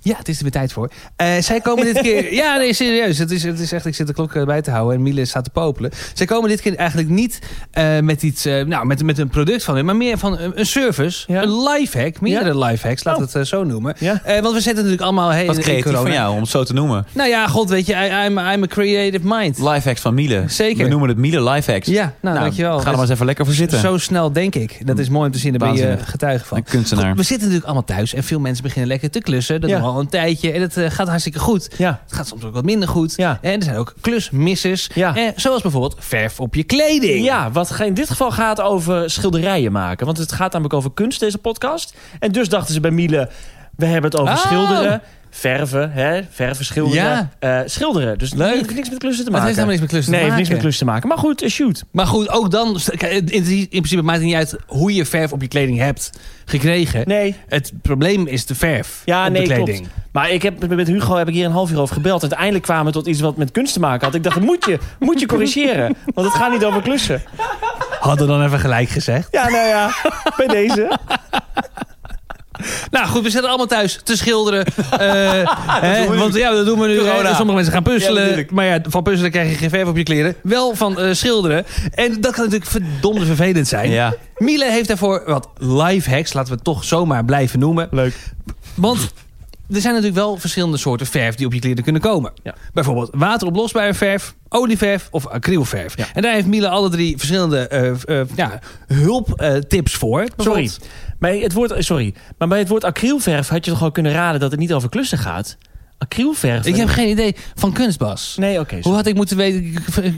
[SPEAKER 2] Ja, het is er weer tijd voor. Eh, zij komen dit keer... Ja, nee, serieus. Het is, het is echt, ik zit de klok eh, bij te houden en Miele staat te popelen. Zij komen dit keer eigenlijk niet eh, met iets... eh, nou, met, met een product van hun, maar meer van eh, een, een service.
[SPEAKER 1] Ja.
[SPEAKER 2] Een lifehack. Meerdere lifehacks, laat
[SPEAKER 1] Oh.
[SPEAKER 2] het eh, zo noemen.
[SPEAKER 1] Ja.
[SPEAKER 2] Eh, want we zitten natuurlijk allemaal... Hey,
[SPEAKER 3] Wat
[SPEAKER 2] in- in
[SPEAKER 3] creatief
[SPEAKER 2] corona.
[SPEAKER 3] van jou, om het zo te noemen.
[SPEAKER 2] Nou ja, god, weet je, I, I'm, I'm a creative mind.
[SPEAKER 3] Lifehacks van Miele.
[SPEAKER 2] Zeker.
[SPEAKER 3] We noemen het Miele Lifehacks.
[SPEAKER 2] Ja, nou, dankjewel.
[SPEAKER 3] Ga er maar eens even lekker voor zitten.
[SPEAKER 2] Zo snel denk ik. Dat is mooi om te zien. Daar ben je
[SPEAKER 3] Waanzinnig.
[SPEAKER 2] getuige van.
[SPEAKER 3] Een kunstenaar.
[SPEAKER 2] Goed, we zitten natuurlijk allemaal thuis. En veel mensen beginnen lekker te klussen.
[SPEAKER 1] Ja.
[SPEAKER 2] Dat doen we al een tijdje. En het eh, gaat hartstikke goed.
[SPEAKER 1] Ja.
[SPEAKER 2] Het gaat soms ook wat minder goed.
[SPEAKER 1] Ja.
[SPEAKER 2] En er zijn ook klusmissers.
[SPEAKER 1] Ja.
[SPEAKER 2] Eh, zoals bijvoorbeeld verf op je kleding.
[SPEAKER 1] Ja, wat ge- in dit geval gaat over schilderijen maken. Want het gaat namelijk over kunst, deze podcast. En dus dachten ze bij Miele, we hebben het over
[SPEAKER 2] Oh.
[SPEAKER 1] schilderen. Verven, hè? verven, schilderen.
[SPEAKER 2] Ja.
[SPEAKER 1] eh, schilderen, dus
[SPEAKER 2] Leuk.
[SPEAKER 1] Leuk. heeft niks met klussen te
[SPEAKER 2] Maar
[SPEAKER 1] maken.
[SPEAKER 2] het heeft helemaal niks met klussen
[SPEAKER 1] nee,
[SPEAKER 2] te
[SPEAKER 1] heeft niks
[SPEAKER 2] maken.
[SPEAKER 1] met klussen te maken. Maar goed, eh, shoot.
[SPEAKER 2] Maar goed, ook dan... kijk, In in principe maakt het niet uit hoe je verf op je kleding hebt gekregen.
[SPEAKER 1] Nee.
[SPEAKER 2] Het probleem is de verf
[SPEAKER 1] Ja,
[SPEAKER 2] op
[SPEAKER 1] nee,
[SPEAKER 2] de kleding.
[SPEAKER 1] klopt. Maar ik heb, met Hugo heb ik hier een half uur over gebeld. Uiteindelijk kwamen we tot iets wat met kunst te maken had. Ik dacht, dat moet je, moet je corrigeren. Want het gaat niet over klussen.
[SPEAKER 2] Hadden dan even gelijk gezegd.
[SPEAKER 1] Ja, nou ja, bij deze.
[SPEAKER 2] Nou goed, we zitten allemaal thuis te schilderen. Eh, hè,
[SPEAKER 3] doen we
[SPEAKER 2] want
[SPEAKER 3] nu.
[SPEAKER 2] ja, dat doen we nu.
[SPEAKER 3] Corona.
[SPEAKER 2] Eh, Sommige mensen gaan
[SPEAKER 3] Ja,
[SPEAKER 2] puzzelen.
[SPEAKER 3] natuurlijk.
[SPEAKER 2] maar ja, van puzzelen krijg je geen verf op je kleren. Wel van eh, schilderen. En dat kan natuurlijk verdomde vervelend zijn.
[SPEAKER 3] Ja.
[SPEAKER 2] Miele heeft daarvoor wat live hacks. Laten we het toch zomaar blijven noemen.
[SPEAKER 1] Leuk.
[SPEAKER 2] Want er zijn natuurlijk wel verschillende soorten verf die op je kleren kunnen komen.
[SPEAKER 1] Ja.
[SPEAKER 2] Bijvoorbeeld wateroplosbare verf, olieverf of acrylverf.
[SPEAKER 1] Ja.
[SPEAKER 2] En daar heeft Miele alle drie verschillende eh, eh, ja, hulptips voor.
[SPEAKER 1] Sorry.
[SPEAKER 2] Bijvoorbeeld-
[SPEAKER 1] Bij het woord, sorry. Maar bij het woord acrylverf had je toch al kunnen raden dat het niet over klussen gaat? Acrylverf?
[SPEAKER 2] Ik heb geen idee van kunstbas.
[SPEAKER 1] Nee, oké.
[SPEAKER 2] Hoe
[SPEAKER 1] sorry.
[SPEAKER 2] had ik moeten weten,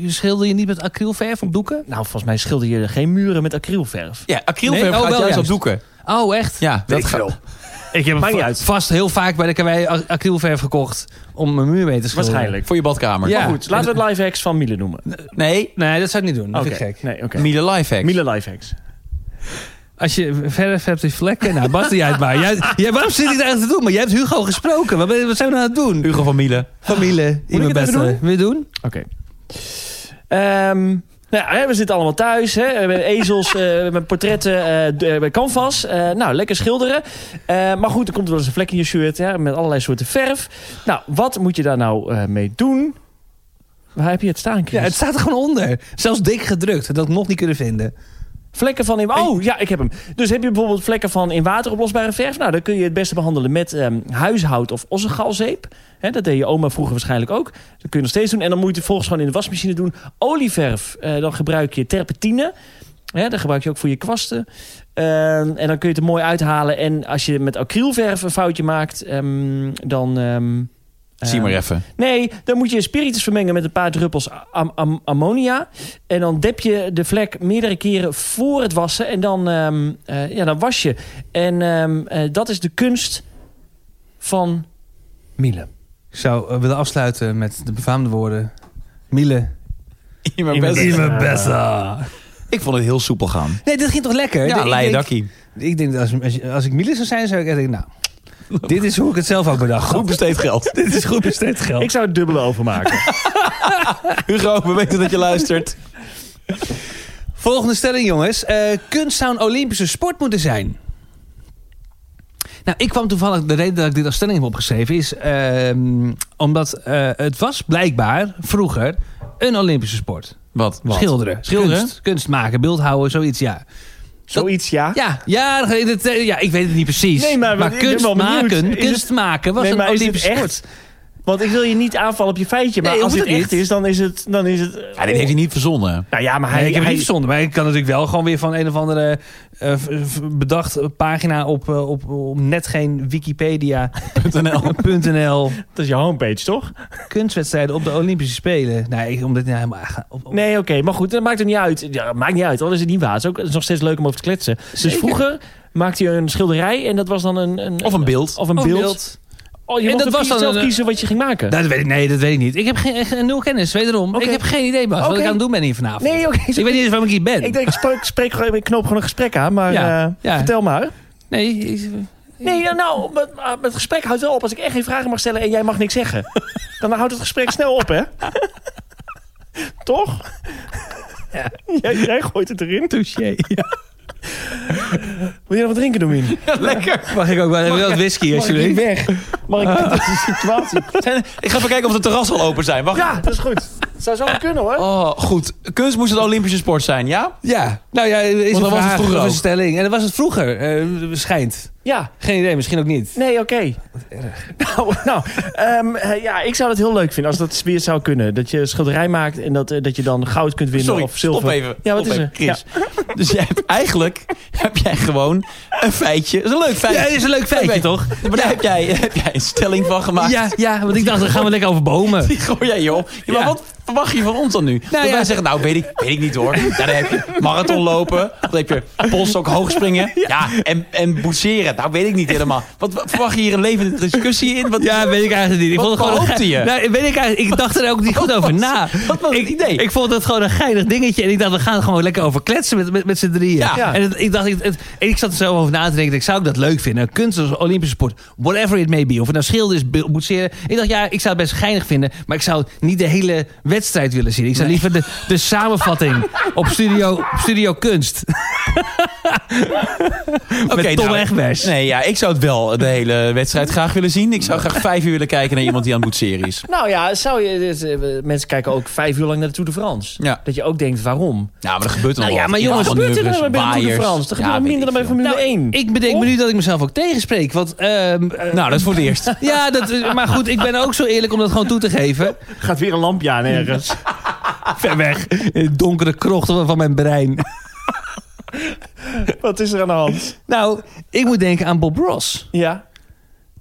[SPEAKER 2] schilder je niet met acrylverf op doeken?
[SPEAKER 1] nou, volgens mij schilder je geen muren met acrylverf.
[SPEAKER 3] Ja, acrylverf
[SPEAKER 2] Nee, oh,
[SPEAKER 3] gaat
[SPEAKER 2] wel
[SPEAKER 3] juist op
[SPEAKER 2] juist.
[SPEAKER 3] doeken.
[SPEAKER 2] Oh, echt?
[SPEAKER 3] Ja, dat gaat.
[SPEAKER 1] Ik heb
[SPEAKER 2] Va-
[SPEAKER 1] niet uit.
[SPEAKER 2] Vast heel vaak bij de karwei ac- acrylverf gekocht om mijn muur mee te schilderen.
[SPEAKER 1] Waarschijnlijk.
[SPEAKER 3] Voor je badkamer. Oh,
[SPEAKER 2] Ja.
[SPEAKER 1] Maar goed, laten we het lifehacks van Miele noemen.
[SPEAKER 3] Nee,
[SPEAKER 2] Nee, dat zou ik niet doen. Dat
[SPEAKER 1] Oké.
[SPEAKER 2] vind ik gek.
[SPEAKER 1] Nee, oké.
[SPEAKER 3] Miele Lifehacks.
[SPEAKER 1] Miele lifehacks.
[SPEAKER 2] Als je verf hebt in vlekken, nou, Bas, jij het maar. Jij, jij- waarom zit ik daar eigenlijk te doen? Maar jij hebt Hugo gesproken. Wat, ben- wat zijn we nou aan het doen?
[SPEAKER 3] Hugo van Miele.
[SPEAKER 2] Familie.
[SPEAKER 1] ik het even doen?
[SPEAKER 2] Wil je doen?
[SPEAKER 1] Oké. Ehm, nou, ja, hè, we zitten allemaal thuis. Hè? We hebben ezels, eh, met portretten eh, d- eh, bij canvas. Eh, nou, lekker schilderen. Eh, maar goed, er komt wel eens een vlek in je shirt. Hè? Met allerlei soorten verf. Nou, wat moet je daar nou eh, mee doen? Waar heb je het staan, Chris?
[SPEAKER 2] Ja, het staat er gewoon onder. Zelfs dik gedrukt. Dat had ik nog niet kunnen vinden.
[SPEAKER 1] Vlekken van in... Oh, ja, ik heb hem. Dus heb je bijvoorbeeld vlekken van in wateroplosbare verf? Nou, dan kun je het beste behandelen met ehm, huishoud of ossengalzeep. Hè, dat deed je oma vroeger waarschijnlijk ook. Dat kun je nog steeds doen. En dan moet je het volgens gewoon in de wasmachine doen. Olieverf, eh, dan gebruik je terpentine. Hè, dat gebruik je ook voor je kwasten. Ehm, en dan kun je het er mooi uithalen. En als je met acrylverf een foutje maakt, ehm, dan... ehm,
[SPEAKER 3] Zie maar
[SPEAKER 1] ehm,
[SPEAKER 3] even.
[SPEAKER 1] Nee, dan moet je spiritus vermengen met een paar druppels am- am- ammonia. En dan dep je de vlek meerdere keren voor het wassen. En dan, ehm, eh, ja, dan was je. En ehm, eh, dat is de kunst van Miele.
[SPEAKER 2] Ik zou eh, willen afsluiten met de befaamde woorden. Miele.
[SPEAKER 3] Zie maar
[SPEAKER 1] best.
[SPEAKER 3] best.
[SPEAKER 1] mijn
[SPEAKER 2] besta.
[SPEAKER 3] Ik vond het heel soepel gaan.
[SPEAKER 2] Nee, dit ging toch lekker? Ik
[SPEAKER 3] Ja,
[SPEAKER 2] denk-
[SPEAKER 3] leien
[SPEAKER 2] ik denk-
[SPEAKER 3] dakkie.
[SPEAKER 2] Ik denk dat als, als, als ik Miele zou zijn, zou ik echt denken, nou, dit is hoe ik het zelf ook bedacht had.
[SPEAKER 3] Goed besteed geld.
[SPEAKER 2] Dit is goed besteed geld.
[SPEAKER 1] Ik zou het dubbele overmaken.
[SPEAKER 3] Hugo, we weten dat je luistert.
[SPEAKER 2] Volgende stelling, jongens. Eh, kunst zou een Olympische sport moeten zijn. Nou, ik kwam toevallig... De reden dat ik dit als stelling heb opgeschreven is... ehm, omdat eh, het was blijkbaar vroeger een Olympische sport.
[SPEAKER 3] Wat?
[SPEAKER 2] Schilderen.
[SPEAKER 3] Schilderen?
[SPEAKER 2] Kunst, kunst maken, beeldhouden, zoiets, ja.
[SPEAKER 1] Zoiets, ja.
[SPEAKER 2] Ja, ja, dat- ja, ik weet het niet precies.
[SPEAKER 1] Nee, maar- ik ben
[SPEAKER 2] kunst,
[SPEAKER 1] wel benieuwd.
[SPEAKER 2] maken,
[SPEAKER 1] Is
[SPEAKER 2] kunst
[SPEAKER 1] het-
[SPEAKER 2] maken was
[SPEAKER 1] Nee, maar
[SPEAKER 2] een
[SPEAKER 1] is dit
[SPEAKER 2] Olympische
[SPEAKER 1] echt?
[SPEAKER 2] sport.
[SPEAKER 1] Want ik wil je niet aanvallen op je feitje. Maar
[SPEAKER 2] Nee,
[SPEAKER 1] als
[SPEAKER 2] hoeft
[SPEAKER 1] het
[SPEAKER 2] het
[SPEAKER 1] echt
[SPEAKER 2] niet.
[SPEAKER 1] is, dan is het... Dan is het
[SPEAKER 3] Ja, dit heeft hij niet verzonnen.
[SPEAKER 1] Nou ja, maar hij...
[SPEAKER 2] Nee, ik heb het
[SPEAKER 1] hij-
[SPEAKER 2] niet verzonden, maar ik kan natuurlijk wel gewoon weer van een of andere eh, v- v- bedacht pagina op, eh, op, op net geen Wikipedia.nl
[SPEAKER 1] dat is je homepage, toch?
[SPEAKER 2] kunstwedstrijden op de Olympische Spelen. Nee, ik- om dit nou helemaal aan gaan- op, op-
[SPEAKER 1] Oh. Nee, oké. maar goed, dat maakt het niet uit. Ja, maakt niet uit, al is het niet waar. Het is, ook, het is nog steeds leuk om over te kletsen. Dus
[SPEAKER 2] Zeker.
[SPEAKER 1] vroeger maakte je een schilderij en dat was dan een... een
[SPEAKER 3] Of een beeld.
[SPEAKER 1] Of een
[SPEAKER 2] op
[SPEAKER 1] beeld.
[SPEAKER 2] beeld.
[SPEAKER 1] Oh, je
[SPEAKER 2] En
[SPEAKER 1] mocht
[SPEAKER 2] dat
[SPEAKER 1] ook
[SPEAKER 2] was
[SPEAKER 1] kiezen-
[SPEAKER 2] dan
[SPEAKER 1] zelf
[SPEAKER 2] een-
[SPEAKER 1] kiezen wat je ging maken.
[SPEAKER 2] Dat weet ik, nee, dat weet ik niet. Ik heb geen, geen- nul kennis, wederom.
[SPEAKER 1] Oké.
[SPEAKER 2] Ik heb geen idee, Bas, wat
[SPEAKER 1] Oké.
[SPEAKER 2] ik aan het doen ben hier vanavond.
[SPEAKER 1] nee, oké.
[SPEAKER 2] ik weet niet eens waarom ik hier ben.
[SPEAKER 1] Ik denk, ik spreek, spreek gewoon, ik knoop gewoon een gesprek aan, maar
[SPEAKER 2] Ja,
[SPEAKER 1] eh,
[SPEAKER 2] ja.
[SPEAKER 1] vertel maar.
[SPEAKER 2] nee, ik-
[SPEAKER 1] Nee, ja, nou, maar- maar het gesprek houdt wel op als ik echt geen vragen mag stellen en jij mag niks zeggen. dan houdt het gesprek snel op, hè? Toch? Jij, jij gooit het erin.
[SPEAKER 2] touché. Ja.
[SPEAKER 1] Wil je nog wat drinken, Domien?
[SPEAKER 3] Lekker.
[SPEAKER 2] Mag ik ook wel even wat whisky,
[SPEAKER 1] Mag ik niet
[SPEAKER 2] alsjeblieft?
[SPEAKER 1] weg? Mag ik uit deze situatie?
[SPEAKER 3] Ik ga even kijken of de terrassen al open zijn. Wacht.
[SPEAKER 1] Ja, dat is goed. Dat zou zo wel kunnen, hoor.
[SPEAKER 3] Oh, goed. Kunst moest het Olympische sport zijn, ja?
[SPEAKER 2] Ja, nou ja, is een
[SPEAKER 3] dat was het
[SPEAKER 2] vraag,
[SPEAKER 3] vroeger
[SPEAKER 2] of een
[SPEAKER 3] ook.
[SPEAKER 2] stelling. En dat was het vroeger, eh, schijnt.
[SPEAKER 1] Ja.
[SPEAKER 2] Geen idee, misschien ook niet.
[SPEAKER 1] Nee, oké. Nou, nou ehm, eh, ja, ik zou dat heel leuk vinden als dat weer zou kunnen. Dat je een schilderij maakt en dat, eh, dat je dan goud kunt winnen
[SPEAKER 3] Sorry,
[SPEAKER 1] of zilver.
[SPEAKER 3] stop even.
[SPEAKER 1] Ja, wat
[SPEAKER 3] Stop
[SPEAKER 1] is
[SPEAKER 3] even,
[SPEAKER 1] er?
[SPEAKER 3] Chris. Dus jij hebt, eigenlijk heb jij gewoon een feitje. Dat is een leuk feitje.
[SPEAKER 2] Ja, dat is een leuk feitje, toch?
[SPEAKER 3] Maar daar heb jij, heb jij een stelling van gemaakt.
[SPEAKER 2] Ja, ja, want ik dacht, dan gaan we lekker over bomen.
[SPEAKER 3] Die gooi jij je op. Ja, maar
[SPEAKER 2] Ja.
[SPEAKER 3] wat verwacht je van ons dan nu? dat
[SPEAKER 2] ja.
[SPEAKER 3] wij zeggen, nou weet ik, weet ik niet hoor. Ja, dan heb je marathon lopen, dan heb je polsstok hoog springen. Ja, en, en boetseren. Nou weet ik niet helemaal. Wat, wat verwacht je hier een levende discussie in? Wat,
[SPEAKER 2] Ja, weet ik eigenlijk niet. Ik
[SPEAKER 3] Wat
[SPEAKER 2] vond het gewoon een
[SPEAKER 3] behoopte
[SPEAKER 2] ge-
[SPEAKER 3] je?
[SPEAKER 2] Nou, weet ik, eigenlijk, ik dacht er ook niet goed over na.
[SPEAKER 3] wat was het
[SPEAKER 2] ik,
[SPEAKER 3] idee?
[SPEAKER 2] Ik vond het gewoon een geinig dingetje. En ik dacht, we gaan er gewoon lekker over kletsen met, met, met z'n drieën.
[SPEAKER 3] Ja.
[SPEAKER 1] Ja.
[SPEAKER 2] En het- ik, dacht, het, het- en ik zat er zo over na te denken. Ik zou ik dat leuk vinden. Kunst als Olympische sport. Whatever it may be. Of het nou schilderen is, be- boetseren. Ik dacht, ja, ik zou het best geinig vinden. Maar ik zou niet de hele wedstrijd willen zien. Ik zou liever de, de samenvatting op studio, op studio Kunst.
[SPEAKER 3] Oké, nou,
[SPEAKER 2] met Tom Egbers.
[SPEAKER 3] Nee, ja, ik zou het wel de hele wedstrijd graag willen zien. Ik zou graag vijf uur willen kijken naar iemand die aan het boetseren is.
[SPEAKER 1] Nou ja, zou je, dit, eh, mensen kijken ook vijf uur lang naar de Tour de France.
[SPEAKER 3] Ja.
[SPEAKER 1] Dat je ook denkt, waarom?
[SPEAKER 3] Nou, maar dat gebeurt nog
[SPEAKER 2] Nou ja,
[SPEAKER 3] wat.
[SPEAKER 2] maar
[SPEAKER 3] Ja,
[SPEAKER 2] jongens,
[SPEAKER 1] Wat gebeurt er nou bij
[SPEAKER 3] manoeuvres,
[SPEAKER 1] de Tour de
[SPEAKER 3] waaiers.
[SPEAKER 1] France? Dat
[SPEAKER 3] Ja,
[SPEAKER 1] gebeurt
[SPEAKER 3] weet
[SPEAKER 1] minder dan bij
[SPEAKER 3] ik veel.
[SPEAKER 1] Formule 1.
[SPEAKER 2] Ik bedenk me nu dat ik mezelf ook tegenspreek. Want ehm, eh,
[SPEAKER 3] Nou, dat is voor het eerst.
[SPEAKER 2] Ja, dat, maar goed, ik ben ook zo eerlijk om dat gewoon toe te geven.
[SPEAKER 1] Gaat weer een lampje aan ergens.
[SPEAKER 2] Ver weg. In de donkere krochten van mijn brein.
[SPEAKER 1] wat is er aan de hand?
[SPEAKER 2] Nou, ik moet denken aan Bob Ross.
[SPEAKER 1] Ja.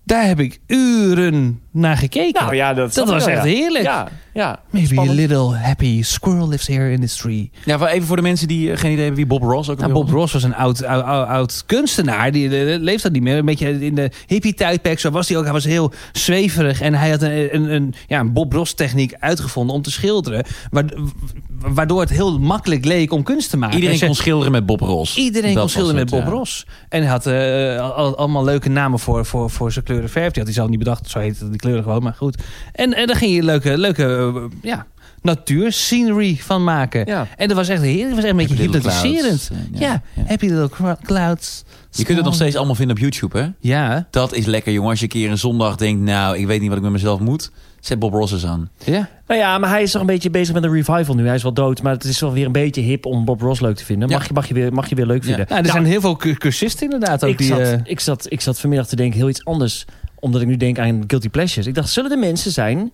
[SPEAKER 2] Daar heb ik uren naar gekeken.
[SPEAKER 1] Nou ja, dat,
[SPEAKER 2] dat was echt heerlijk.
[SPEAKER 1] Ja, ja.
[SPEAKER 2] Maybe
[SPEAKER 1] Spannend.
[SPEAKER 2] a little happy squirrel lives here in this tree.
[SPEAKER 3] Ja, maar even voor de mensen die eh, geen idee hebben wie Bob Ross ook
[SPEAKER 2] Nou,
[SPEAKER 3] alweer
[SPEAKER 2] Bob Ross was een oud, oud, oud- oud kunstenaar. Die eh, leeft dat niet meer. Een beetje in de hippie-tijdperk. Zo was hij ook. Hij was heel zweverig. En hij had een, een, een, ja, een Bob Ross-techniek uitgevonden om te schilderen. waard- Waardoor het heel makkelijk leek om kunst te maken.
[SPEAKER 3] Iedereen
[SPEAKER 2] En ze-
[SPEAKER 3] kon schilderen met Bob Ross.
[SPEAKER 2] Iedereen
[SPEAKER 3] Dat
[SPEAKER 2] kon
[SPEAKER 3] was
[SPEAKER 2] schilderen met
[SPEAKER 3] het,
[SPEAKER 2] Bob
[SPEAKER 3] ja.
[SPEAKER 2] Ross. En hij had eh, al- al- allemaal leuke namen voor, voor, voor zijn kleuren verf. Die had hij zelf niet bedacht. Zo heette die kleuren gewoon, maar goed. En, en daar ging je leuke, leuke eh, ja, natuurscenery van maken.
[SPEAKER 1] Ja.
[SPEAKER 2] En dat was echt heerlijk. Dat was echt een beetje
[SPEAKER 3] Happy little
[SPEAKER 2] hypnotiserend.
[SPEAKER 3] clouds.
[SPEAKER 2] Ja,
[SPEAKER 3] Ja, ja.
[SPEAKER 2] happy little cro- clouds.
[SPEAKER 3] Je kunt het nog steeds allemaal vinden op YouTube, hè?
[SPEAKER 2] Ja,
[SPEAKER 3] Dat is lekker, jongen. Als je een keer een zondag denkt, nou, ik weet niet wat ik met mezelf moet. Zet Bob Ross eens aan.
[SPEAKER 2] ja.
[SPEAKER 1] Nou ja, maar hij is toch een beetje bezig met een revival nu. Hij is wel dood, maar het is wel weer een beetje hip om Bob Ross leuk te vinden. Mag,
[SPEAKER 3] Ja.
[SPEAKER 1] je, mag, je, weer, mag je weer leuk vinden.
[SPEAKER 2] Nou, er zijn heel veel cu- cursisten inderdaad ook
[SPEAKER 1] ik,
[SPEAKER 2] die...
[SPEAKER 1] zat,
[SPEAKER 2] eh,
[SPEAKER 1] ik, zat, ik zat vanmiddag te denken heel iets anders. Omdat ik nu denk aan Guilty Pleasures. Ik dacht, zullen er mensen zijn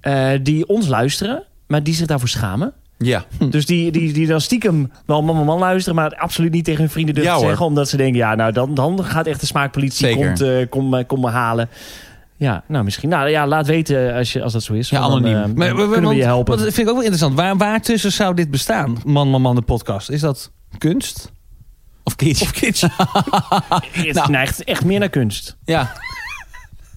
[SPEAKER 1] eh, die ons luisteren, maar die zich daarvoor schamen?
[SPEAKER 3] Ja.
[SPEAKER 1] Dus die, die, die dan stiekem wel man, man, man luisteren, maar het absoluut niet tegen hun vrienden durven
[SPEAKER 3] Ja,
[SPEAKER 1] te
[SPEAKER 3] hoor.
[SPEAKER 1] zeggen. Omdat ze denken, ja, nou dan, dan gaat echt de smaakpolitie
[SPEAKER 3] Zeker.
[SPEAKER 1] komt, eh, kom, eh, kom me halen. Ja, nou misschien. Nou ja, laat weten als, je, als dat zo is.
[SPEAKER 3] Ja,
[SPEAKER 1] Want dan,
[SPEAKER 3] anoniem.
[SPEAKER 1] eh,
[SPEAKER 2] maar- maar-
[SPEAKER 1] kunnen we
[SPEAKER 2] want-
[SPEAKER 1] je helpen.
[SPEAKER 2] want dat vind ik ook wel interessant. Waar, waar tussen zou dit bestaan? Man, man, man, de podcast. Is dat kunst?
[SPEAKER 3] Of kids.
[SPEAKER 2] Of kitsch?
[SPEAKER 1] Het neigt echt meer naar kunst.
[SPEAKER 3] Ja.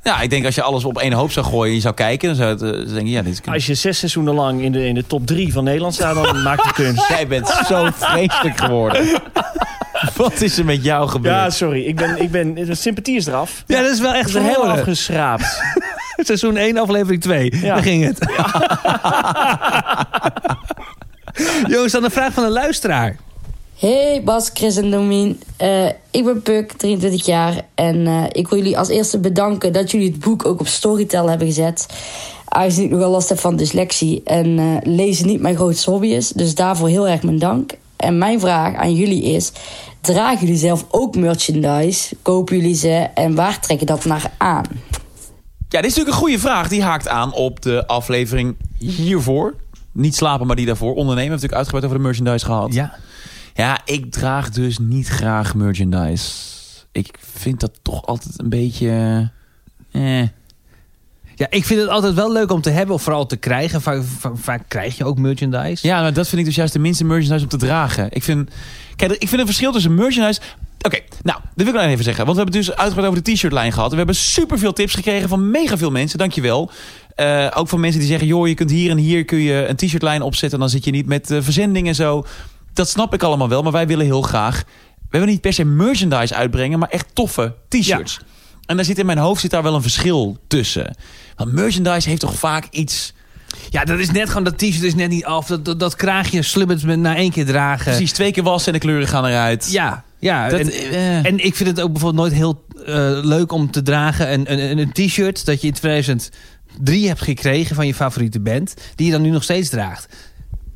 [SPEAKER 3] ja, ik denk als je alles op één hoop zou gooien en je zou kijken, dan zou het eh, denk je, ja, dit is kunst.
[SPEAKER 1] Als je zes seizoenen lang in de, in de top drie van Nederland staat, dan maakt het kunst.
[SPEAKER 3] Jij bent zo vreselijk geworden. Wat is er met jou
[SPEAKER 1] Ja,
[SPEAKER 3] gebeurd?
[SPEAKER 1] sorry. Ik ben, ik ben, de sympathie is eraf.
[SPEAKER 2] Ja, dat is wel echt
[SPEAKER 1] Ze heel
[SPEAKER 2] verhoren.
[SPEAKER 1] afgeschraapt.
[SPEAKER 2] Seizoen 1, aflevering 2.
[SPEAKER 1] Ja.
[SPEAKER 2] Daar ging het. Jongens, dan een vraag van een luisteraar.
[SPEAKER 5] Hey Bas, Chris en Domien. Eh, ik ben Puk, 23 jaar. En eh, ik wil jullie als eerste bedanken dat jullie het boek ook op Storytel hebben gezet. Aangezien ik nogal last heb van dyslexie en eh, lezen niet mijn grootste hobby is. Dus daarvoor heel erg mijn dank. En mijn vraag aan jullie is: dragen jullie zelf ook merchandise? Kopen jullie ze en waar trek je dat naar aan?
[SPEAKER 3] Ja, dit is natuurlijk een goede vraag. Die haakt aan op de aflevering hiervoor. Niet slapen, maar die daarvoor. Ondernemen hebben we natuurlijk uitgebreid over de merchandise gehad.
[SPEAKER 2] Ja.
[SPEAKER 3] Ja, ik draag dus niet graag merchandise. Ik vind dat toch altijd een beetje... eh, eh.
[SPEAKER 2] ja, ik vind het altijd wel leuk om te hebben of vooral te krijgen. Vaak, va- vaak krijg je ook merchandise.
[SPEAKER 3] Ja, maar dat vind ik dus juist de minste merchandise om te dragen. Ik vind, kijk, ik vind een verschil tussen merchandise... Oké, nou, dat wil ik alleen even zeggen. Want we hebben het dus uitgebreid over de t-shirtlijn gehad. En we hebben superveel tips gekregen van mega veel mensen. Dankjewel. Eh ook van mensen die zeggen... joh, je kunt hier en hier kun je een t-shirtlijn opzetten... en dan zit je niet met eh, verzending en zo. Dat snap ik allemaal wel, maar wij willen heel graag... we willen niet per se merchandise uitbrengen... maar echt toffe t-shirts. En daar zit in mijn hoofd zit daar wel een verschil tussen. Want merchandise heeft toch vaak iets...
[SPEAKER 2] Ja, dat is net gewoon, dat t-shirt is net niet af. Dat, dat, dat kraagje slubbert met na één keer dragen.
[SPEAKER 3] precies twee keer wassen en de kleuren gaan eruit.
[SPEAKER 2] Ja. Ja,
[SPEAKER 3] Dat,
[SPEAKER 2] en,
[SPEAKER 3] eh,
[SPEAKER 2] en ik vind het ook bijvoorbeeld nooit heel eh, leuk om te dragen. Een, een, een- een t-shirt dat je in 2003 hebt gekregen van je favoriete band. Die je dan nu nog steeds draagt.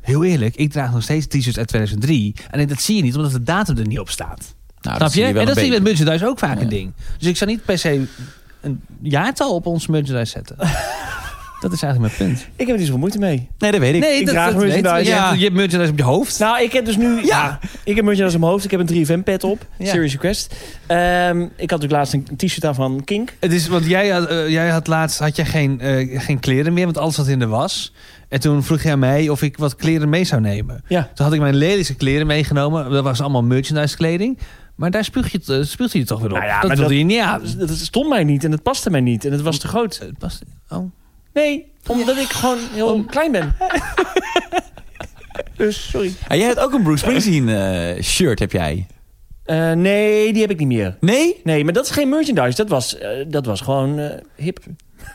[SPEAKER 2] Heel eerlijk, ik draag nog steeds t-shirts uit 2003. En dat zie je niet, omdat de datum er niet op staat.
[SPEAKER 3] nou,
[SPEAKER 2] Snap je?
[SPEAKER 3] wel
[SPEAKER 2] en
[SPEAKER 3] een
[SPEAKER 2] dat is
[SPEAKER 3] beetje.
[SPEAKER 2] met merchandise ook vaak
[SPEAKER 3] Ja.
[SPEAKER 2] een ding. Dus ik zou niet per se een jaartal op ons merchandise zetten. dat is eigenlijk mijn punt.
[SPEAKER 1] Ik heb er niet zoveel moeite mee.
[SPEAKER 3] Nee, dat weet ik.
[SPEAKER 1] ik draag merchandise.
[SPEAKER 2] weet ik. Je,
[SPEAKER 3] Ja.
[SPEAKER 2] hebt, je hebt merchandise op je hoofd.
[SPEAKER 1] Nou, ik heb dus nu... Ja. ik heb merchandise op mijn hoofd. Ik heb een 3FM pet op.
[SPEAKER 2] Ja.
[SPEAKER 1] Serious Request. Ehm, ik had natuurlijk laatst een t-shirt aan van Kink.
[SPEAKER 2] Het is, want jij had, eh, jij had laatst had jij geen, eh, geen kleren meer, want alles zat in de was. En toen vroeg jij mij of ik wat kleren mee zou nemen.
[SPEAKER 1] Ja.
[SPEAKER 2] Toen had ik mijn lelijke kleren meegenomen. Dat was allemaal merchandise kleding. Maar daar spuug je, het, eh, spuugt hij het toch weer op.
[SPEAKER 1] Nou ja,
[SPEAKER 2] dat
[SPEAKER 1] maar
[SPEAKER 2] wilde
[SPEAKER 1] dat-
[SPEAKER 2] je niet aan.
[SPEAKER 1] Dus Dat stond mij niet en het paste mij niet. En het was te groot.
[SPEAKER 2] Het past- oh.
[SPEAKER 1] Nee, omdat ik gewoon heel klein ben. dus, sorry.
[SPEAKER 3] En jij hebt ook een Bruce Springsteen eh, shirt, heb jij?
[SPEAKER 1] Eh, nee, die heb ik niet meer.
[SPEAKER 3] Nee?
[SPEAKER 1] Nee, maar dat is geen merchandise. Dat was, eh, dat was gewoon eh, hip.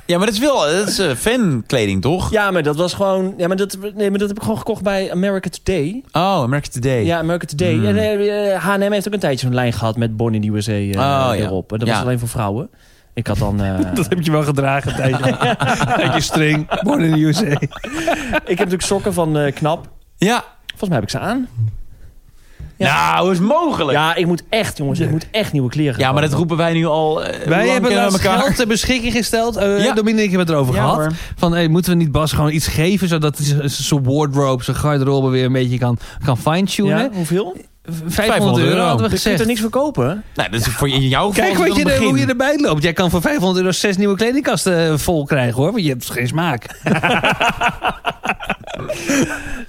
[SPEAKER 3] Ja, maar dat is wel dat is, eh, fankleding, toch?
[SPEAKER 1] Ja, maar dat was gewoon... Ja, maar dat, nee, maar dat heb ik gewoon gekocht bij America Today.
[SPEAKER 3] Oh, America Today.
[SPEAKER 1] Ja, America Today. En eh, eh, H&M heeft ook een tijdje zo'n lijn gehad met Born in the USA eh,
[SPEAKER 3] ja.
[SPEAKER 1] erop. En dat was
[SPEAKER 3] Ja.
[SPEAKER 1] alleen voor vrouwen. Ik had dan... eh,
[SPEAKER 2] Dat heb je wel gedragen tijdje. Met je string. Born in the USA.
[SPEAKER 1] ik heb natuurlijk sokken van eh, Knap.
[SPEAKER 3] Ja.
[SPEAKER 1] Volgens mij heb ik ze aan.
[SPEAKER 3] Nou, hoe is het mogelijk? Ja,
[SPEAKER 1] Ja, ik moet echt, jongens. Ik moet echt nieuwe kleren gaan
[SPEAKER 3] maar dat
[SPEAKER 1] kopen.
[SPEAKER 3] roepen wij nu al eh, lang
[SPEAKER 2] Wij hebben
[SPEAKER 3] kennen we
[SPEAKER 2] laatst
[SPEAKER 3] elkaar.
[SPEAKER 2] geld ter beschikking gesteld. Eh
[SPEAKER 3] Ja.
[SPEAKER 2] Dominique, ik heb het erover
[SPEAKER 1] Ja,
[SPEAKER 2] gehad.
[SPEAKER 1] hoor.
[SPEAKER 2] Van, hey, moeten we niet Bas gewoon iets geven... zodat hij z- z- zijn wardrobe, zijn garderobe weer een beetje kan, kan fine-tunen.
[SPEAKER 1] Ja, hoeveel?
[SPEAKER 2] 500 euro hadden
[SPEAKER 1] Dus
[SPEAKER 2] we
[SPEAKER 1] kun je
[SPEAKER 2] gezegd.
[SPEAKER 1] er niks voor kopen?
[SPEAKER 3] Nou, dat is voor in jouw geval
[SPEAKER 2] Kijk
[SPEAKER 3] is het
[SPEAKER 2] wat je
[SPEAKER 3] een
[SPEAKER 2] er,
[SPEAKER 3] begin.
[SPEAKER 2] hoe je erbij loopt. Jij kan voor 500 euro zes nieuwe kledingkasten eh, vol krijgen hoor. Want je hebt geen smaak.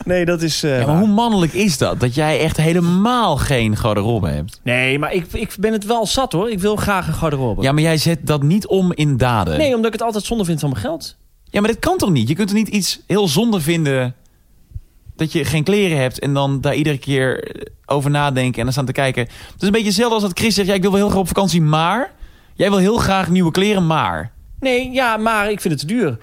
[SPEAKER 1] Nee, dat is... eh,
[SPEAKER 3] Ja, maar hoe mannelijk is dat? Dat jij echt helemaal geen garderobe hebt.
[SPEAKER 1] Nee, maar ik, ik ben het wel zat hoor. Ik wil graag een garderobe.
[SPEAKER 3] Ja, maar jij zet dat niet om in daden.
[SPEAKER 1] Nee, omdat ik het altijd zonde vind van mijn geld.
[SPEAKER 3] Ja, maar dat kan toch niet? Je kunt er niet iets heel zonde vinden dat je geen kleren hebt en dan daar iedere keer eh, over nadenken en dan staan te kijken. Het is een beetje hetzelfde als dat Chris zegt, ja, ik wil wel heel graag op vakantie, maar jij wil heel graag nieuwe kleren, maar.
[SPEAKER 1] Nee, ja, maar ik vind het te duur.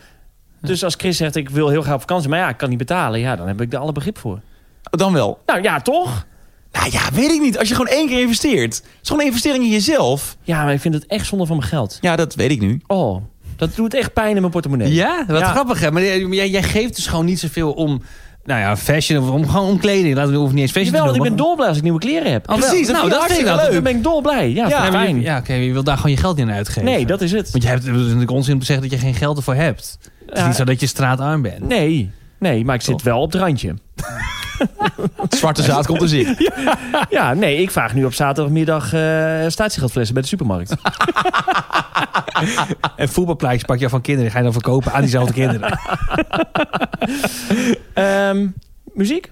[SPEAKER 2] Hm.
[SPEAKER 1] Dus als Chris zegt, ik wil heel graag op vakantie, maar ja, ik kan niet betalen. Ja, dan heb ik daar alle begrip voor.
[SPEAKER 3] Oh, Dan wel.
[SPEAKER 1] Nou ja, toch?
[SPEAKER 3] Nou ja, weet ik niet. Als je gewoon één keer investeert, het is gewoon een investering in jezelf.
[SPEAKER 1] Ja, maar ik vind het echt zonde van mijn geld.
[SPEAKER 3] Ja, dat weet ik nu.
[SPEAKER 1] Oh, dat doet echt pijn in mijn portemonnee.
[SPEAKER 2] Ja, wat
[SPEAKER 1] Ja.
[SPEAKER 2] grappig hè. Maar jij, jij- jij geeft dus gewoon niet zoveel om... Nou ja, fashion of om, gewoon om kleding. Laten we hoeven niet eens fashion
[SPEAKER 1] Jawel, want
[SPEAKER 2] te
[SPEAKER 1] ik ben
[SPEAKER 2] noemen.
[SPEAKER 1] dolblij als ik nieuwe kleren heb.
[SPEAKER 2] Oh, wel.
[SPEAKER 3] Precies, dat
[SPEAKER 2] Nou,
[SPEAKER 3] vind ik
[SPEAKER 2] dat vind ik
[SPEAKER 3] hartstikke
[SPEAKER 2] wel-
[SPEAKER 3] leuk.
[SPEAKER 1] Dan ben ik dolblij. Ja,
[SPEAKER 3] Ja,
[SPEAKER 1] ja
[SPEAKER 2] Ja, maar je-
[SPEAKER 1] fijn.
[SPEAKER 2] Ja, oké, maar je wil daar gewoon je geld niet aan uitgeven.
[SPEAKER 1] Nee, dat is het.
[SPEAKER 2] Want je hebt het is natuurlijk onzin om te zeggen dat je geen geld ervoor hebt. Het is
[SPEAKER 1] Ja.
[SPEAKER 2] niet zo dat je Oh. straatarm bent.
[SPEAKER 1] Nee, nee, maar ik zit
[SPEAKER 2] Toch?
[SPEAKER 1] wel op het randje.
[SPEAKER 3] Het zwarte zaad komt er zitten.
[SPEAKER 1] Ja, nee, ik vraag nu op zaterdagmiddag eh statiegeldflessen bij de supermarkt.
[SPEAKER 2] En voetbalplaatjes pak je van kinderen. Ga je dan verkopen aan diezelfde kinderen.
[SPEAKER 1] Ehm, muziek?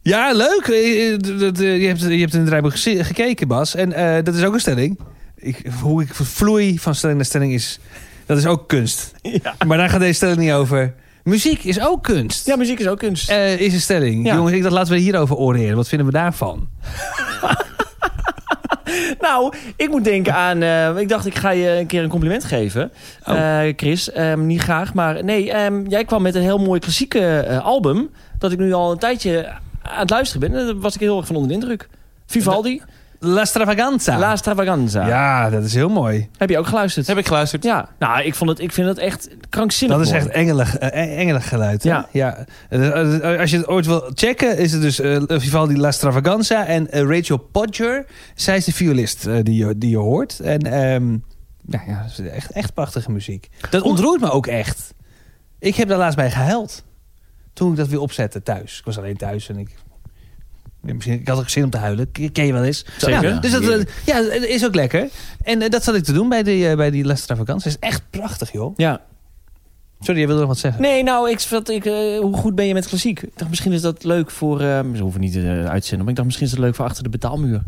[SPEAKER 2] Ja, leuk. Eh, eh, dat, dat, eh, Je hebt, je hebt in het rijboek geze- gekeken, Bas. En eh, dat is ook een stelling. Ik, hoe ik vloei van stelling naar stelling is... Dat is ook kunst. Maar daar gaat deze stelling niet over. Muziek is ook kunst.
[SPEAKER 1] Ja, muziek is ook kunst.
[SPEAKER 2] Eh, is een stelling.
[SPEAKER 1] Ja.
[SPEAKER 2] Jongens, ik dacht, laten we hierover oordelen. Wat vinden we daarvan?
[SPEAKER 1] Nou, ik moet denken aan... eh, ik dacht, ik ga je een keer een compliment geven. Eh, Chris, ehm, niet graag. Maar nee, ehm, jij kwam met een heel mooi klassieke eh, album... dat ik nu al een tijdje aan het luisteren ben. En Daar was ik heel erg van onder de indruk. Vivaldi,
[SPEAKER 2] La Stravaganza.
[SPEAKER 1] La Stravaganza.
[SPEAKER 2] ja, dat is heel mooi.
[SPEAKER 1] Heb je ook geluisterd?
[SPEAKER 3] Heb ik geluisterd.
[SPEAKER 1] Ja, nou, ik, vond het, ik vind het echt krankzinnig.
[SPEAKER 2] Dat is
[SPEAKER 1] mooi.
[SPEAKER 2] echt engelig, eh, eh, engelig geluid. hè?
[SPEAKER 1] Ja.
[SPEAKER 2] ja. Eh, Als je het ooit wil checken, is het dus eh, Vivaldi La Stravaganza en eh, Rachel Podger. Zij is de violist eh, die, je, die je hoort. En ehm, nou ja, dat is echt, echt prachtige muziek. Dat ontroert me ook echt. Ik heb daar laatst bij gehuild. Toen ik dat weer opzette thuis. Ik was alleen thuis en ik... Misschien, ik had ook zin om te huilen. K- Ken je wel eens?
[SPEAKER 1] Zeker.
[SPEAKER 2] Ja, dus dat, eh,
[SPEAKER 3] Heerlijk.
[SPEAKER 2] ja, dat is ook lekker. En eh, dat zat ik te doen bij die, eh, bij die La Stravaganza. is echt prachtig, joh.
[SPEAKER 1] Ja.
[SPEAKER 2] Sorry, jij wilde nog wat zeggen?
[SPEAKER 1] Nee, nou, ik, wat, ik, eh, hoe goed ben je met klassiek? Ik dacht, misschien is dat leuk voor... ehm, ze hoeven niet eh, uit te zenden, maar ik dacht, misschien is dat leuk voor achter de betaalmuur.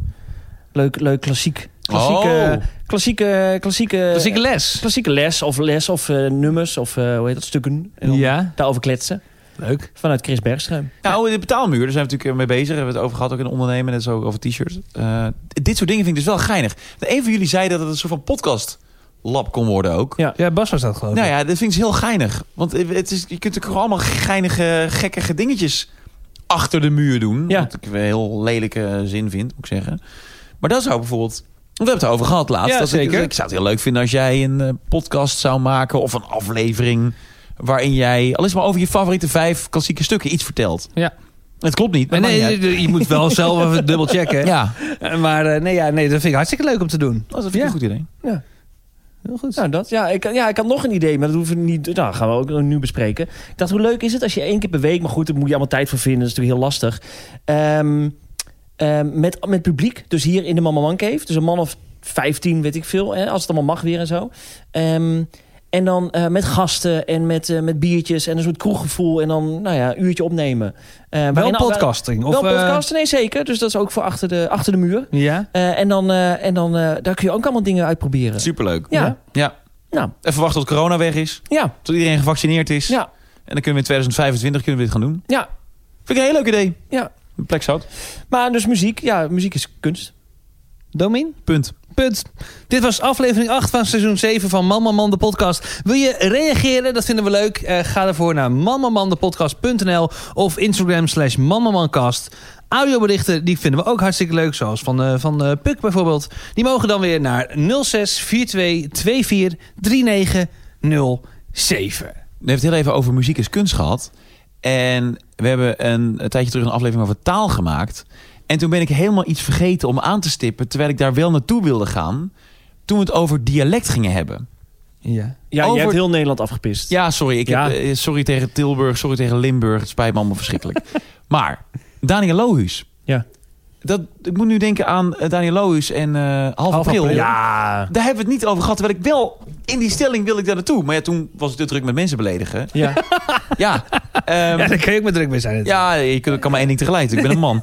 [SPEAKER 1] Leuk, leuk klassiek. Klassieke,
[SPEAKER 3] Oh.
[SPEAKER 1] klassieke, klassieke,
[SPEAKER 2] Klassieke les.
[SPEAKER 1] klassieke les of les of eh, nummers of eh, hoe heet dat, stukken. En dan
[SPEAKER 2] Ja,
[SPEAKER 1] daarover kletsen.
[SPEAKER 2] leuk.
[SPEAKER 1] Vanuit Chris Bergström.
[SPEAKER 3] Nou, de betaalmuur, daar zijn we natuurlijk eh, mee bezig. Daar hebben we het over gehad, ook in ondernemen. Net zo ook over t-shirts. Eh, dit soort dingen vind ik dus wel geinig. Een van jullie zei dat het een soort van podcast lab kon worden ook.
[SPEAKER 1] Ja.
[SPEAKER 2] Ja, Bas was dat geloof ik.
[SPEAKER 3] Nou ja, dat vind ik dus heel geinig. Want het is, je kunt natuurlijk allemaal geinige, gekkige dingetjes achter de muur doen.
[SPEAKER 1] Ja.
[SPEAKER 3] Wat ik een heel lelijke zin vind, moet ik zeggen. Maar dat zou bijvoorbeeld... We hebben het erover gehad laatst.
[SPEAKER 2] Ja,
[SPEAKER 3] dat ik-
[SPEAKER 2] zeker.
[SPEAKER 3] Ik, zou het heel leuk vinden als jij een eh, podcast zou maken... of een aflevering waarin jij... al is het maar over je favoriete vijf klassieke stukken iets vertelt.
[SPEAKER 2] Ja.
[SPEAKER 3] Het klopt niet, maar
[SPEAKER 2] Nee,
[SPEAKER 3] maakt
[SPEAKER 2] nee,
[SPEAKER 3] niet uit.
[SPEAKER 2] je moet wel zelf even dubbel checken.
[SPEAKER 3] Ja,
[SPEAKER 2] Eh, Maar eh, nee, ja, nee, dat vind ik hartstikke leuk om te doen.
[SPEAKER 3] dat vind ik
[SPEAKER 2] Ja.
[SPEAKER 3] een goed idee.
[SPEAKER 2] Heel goed.
[SPEAKER 1] Nou, dat. Ja ik, ja, ik had nog een idee, maar dat hoeven we niet... Nou, gaan we ook nu bespreken. Ik dacht, hoe leuk is het als je één keer per week... Maar goed, daar moet je allemaal tijd voor vinden. Dat is natuurlijk heel lastig. Ehm, ehm, met, met publiek, dus hier in de Mama Man Cave. Dus een man of 15, weet ik veel. Hè, als het allemaal mag weer en zo. Ehm, en dan eh, met gasten en met, eh, met biertjes en een soort kroeggevoel. En dan, nou ja, een uurtje opnemen. Eh,
[SPEAKER 2] wel
[SPEAKER 1] waarin-
[SPEAKER 2] podcasting. Of,
[SPEAKER 1] Wel
[SPEAKER 2] eh,
[SPEAKER 1] podcast, nee zeker. Dus dat is ook voor achter de, achter de muur.
[SPEAKER 2] ja.
[SPEAKER 1] Eh, en dan, eh, en dan eh, daar kun je ook allemaal dingen uitproberen.
[SPEAKER 3] Superleuk.
[SPEAKER 1] Ja.
[SPEAKER 3] ja.
[SPEAKER 1] Nou,
[SPEAKER 3] Even wachten tot corona weg is.
[SPEAKER 1] ja,
[SPEAKER 3] Tot iedereen gevaccineerd is.
[SPEAKER 1] Ja.
[SPEAKER 3] En dan kunnen we in 2025 kunnen we dit gaan doen.
[SPEAKER 1] ja.
[SPEAKER 3] Vind ik een heel leuk idee.
[SPEAKER 1] Ja.
[SPEAKER 3] Plek zout.
[SPEAKER 1] Maar dus muziek, ja, muziek is kunst.
[SPEAKER 2] Domin?
[SPEAKER 3] Punt.
[SPEAKER 2] Punt. Dit was aflevering 8 van seizoen 7 van Mama Man de podcast. Wil je reageren? Dat vinden we leuk. Eh, ga daarvoor naar mamamandepodcast.nl of Instagram slash mamamancast. Audioberichten die vinden we ook hartstikke leuk. Zoals van, eh, van eh, Puk bijvoorbeeld. Die mogen dan weer naar 06 42 24 39 07.
[SPEAKER 3] We hebben het heel even over muziek is kunst gehad. En we hebben een, een tijdje terug een aflevering over taal gemaakt. En toen ben ik helemaal iets vergeten om aan te stippen... terwijl ik daar wel naartoe wilde gaan... toen we het over dialect gingen hebben.
[SPEAKER 2] Ja.
[SPEAKER 1] Ja,
[SPEAKER 3] Over-
[SPEAKER 1] je hebt heel Nederland afgepist.
[SPEAKER 3] Ja, sorry. Ik
[SPEAKER 1] Ja.
[SPEAKER 3] Heb, eh, sorry tegen Tilburg, sorry tegen Limburg. Het spijt me allemaal verschrikkelijk. maar Daniel Lohuus.
[SPEAKER 1] Ja.
[SPEAKER 3] Dat, ik moet nu denken aan eh, Daniel Lohuis en eh half, april.
[SPEAKER 1] Ja.
[SPEAKER 3] Daar hebben we het niet over gehad. Terwijl ik wel in die stelling wil ik daar naartoe. Maar ja, toen was ik te druk met mensen beledigen.
[SPEAKER 1] Ja.
[SPEAKER 3] Ja, ehm,
[SPEAKER 2] Ja, daar kun je ook met druk mee zijn.
[SPEAKER 3] ja je kan, kan maar één ding tegelijk. Ik ben een man.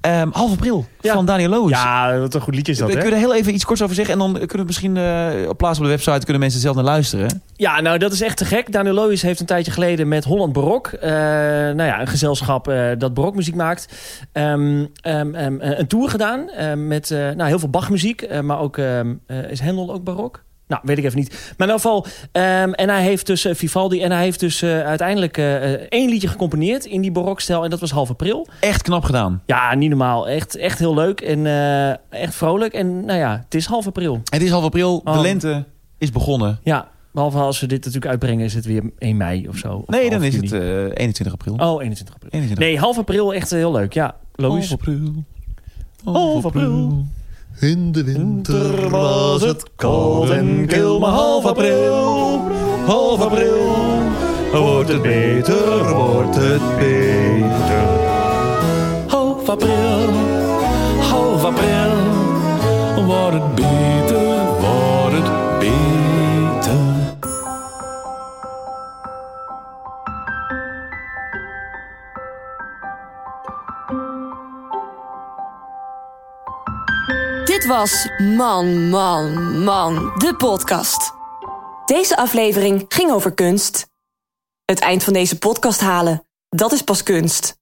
[SPEAKER 3] Ehm, half april
[SPEAKER 1] Ja.
[SPEAKER 3] van Daniel Lohuis.
[SPEAKER 1] ja, wat een goed liedje is dat,
[SPEAKER 3] Daar
[SPEAKER 1] hè?
[SPEAKER 3] kunnen we heel even iets korts over zeggen. En dan kunnen we het misschien eh, op plaats op de website kunnen mensen zelf naar luisteren.
[SPEAKER 1] Ja, nou, dat is echt te gek. Daniel Loewis heeft een tijdje geleden met Holland Barok... eh, nou ja, een gezelschap eh, dat barokmuziek maakt... ehm, ehm, ehm, eh, een tour gedaan eh, met eh, nou, heel veel Bachmuziek. eh, maar ook, ehm, eh, is Hendel ook barok? Nou, weet ik even niet. Maar in ieder geval, ehm, en hij heeft dus eh, Vivaldi... en hij heeft dus eh, uiteindelijk eh, eh, één liedje gecomponeerd in die barokstijl... en dat was half april.
[SPEAKER 3] Echt knap gedaan.
[SPEAKER 1] Ja, niet normaal. Echt, echt heel leuk en eh, echt vrolijk. En nou ja, het is half april.
[SPEAKER 3] Het is half april. De
[SPEAKER 1] Oh.
[SPEAKER 3] lente is begonnen.
[SPEAKER 1] Ja, behalve als we dit natuurlijk uitbrengen, is het weer 1 mei of zo. Of
[SPEAKER 3] Nee, dan
[SPEAKER 1] half
[SPEAKER 3] is het
[SPEAKER 1] juni.
[SPEAKER 3] eh, 21 april.
[SPEAKER 1] Oh, 21 april.
[SPEAKER 3] 21
[SPEAKER 1] Nee, half april echt eh, heel leuk. Ja, Loïs.
[SPEAKER 3] april.
[SPEAKER 1] Half april.
[SPEAKER 6] In de winter was het koud en
[SPEAKER 1] kil,
[SPEAKER 6] kil, maar half april, half april. Wordt het beter, wordt het beter.
[SPEAKER 1] Half april. Half april.
[SPEAKER 6] Wordt het beter, wordt het beter.
[SPEAKER 4] Dit was Man, Man, Man, de podcast. Deze aflevering ging over kunst. Het eind van deze podcast halen, dat is pas kunst.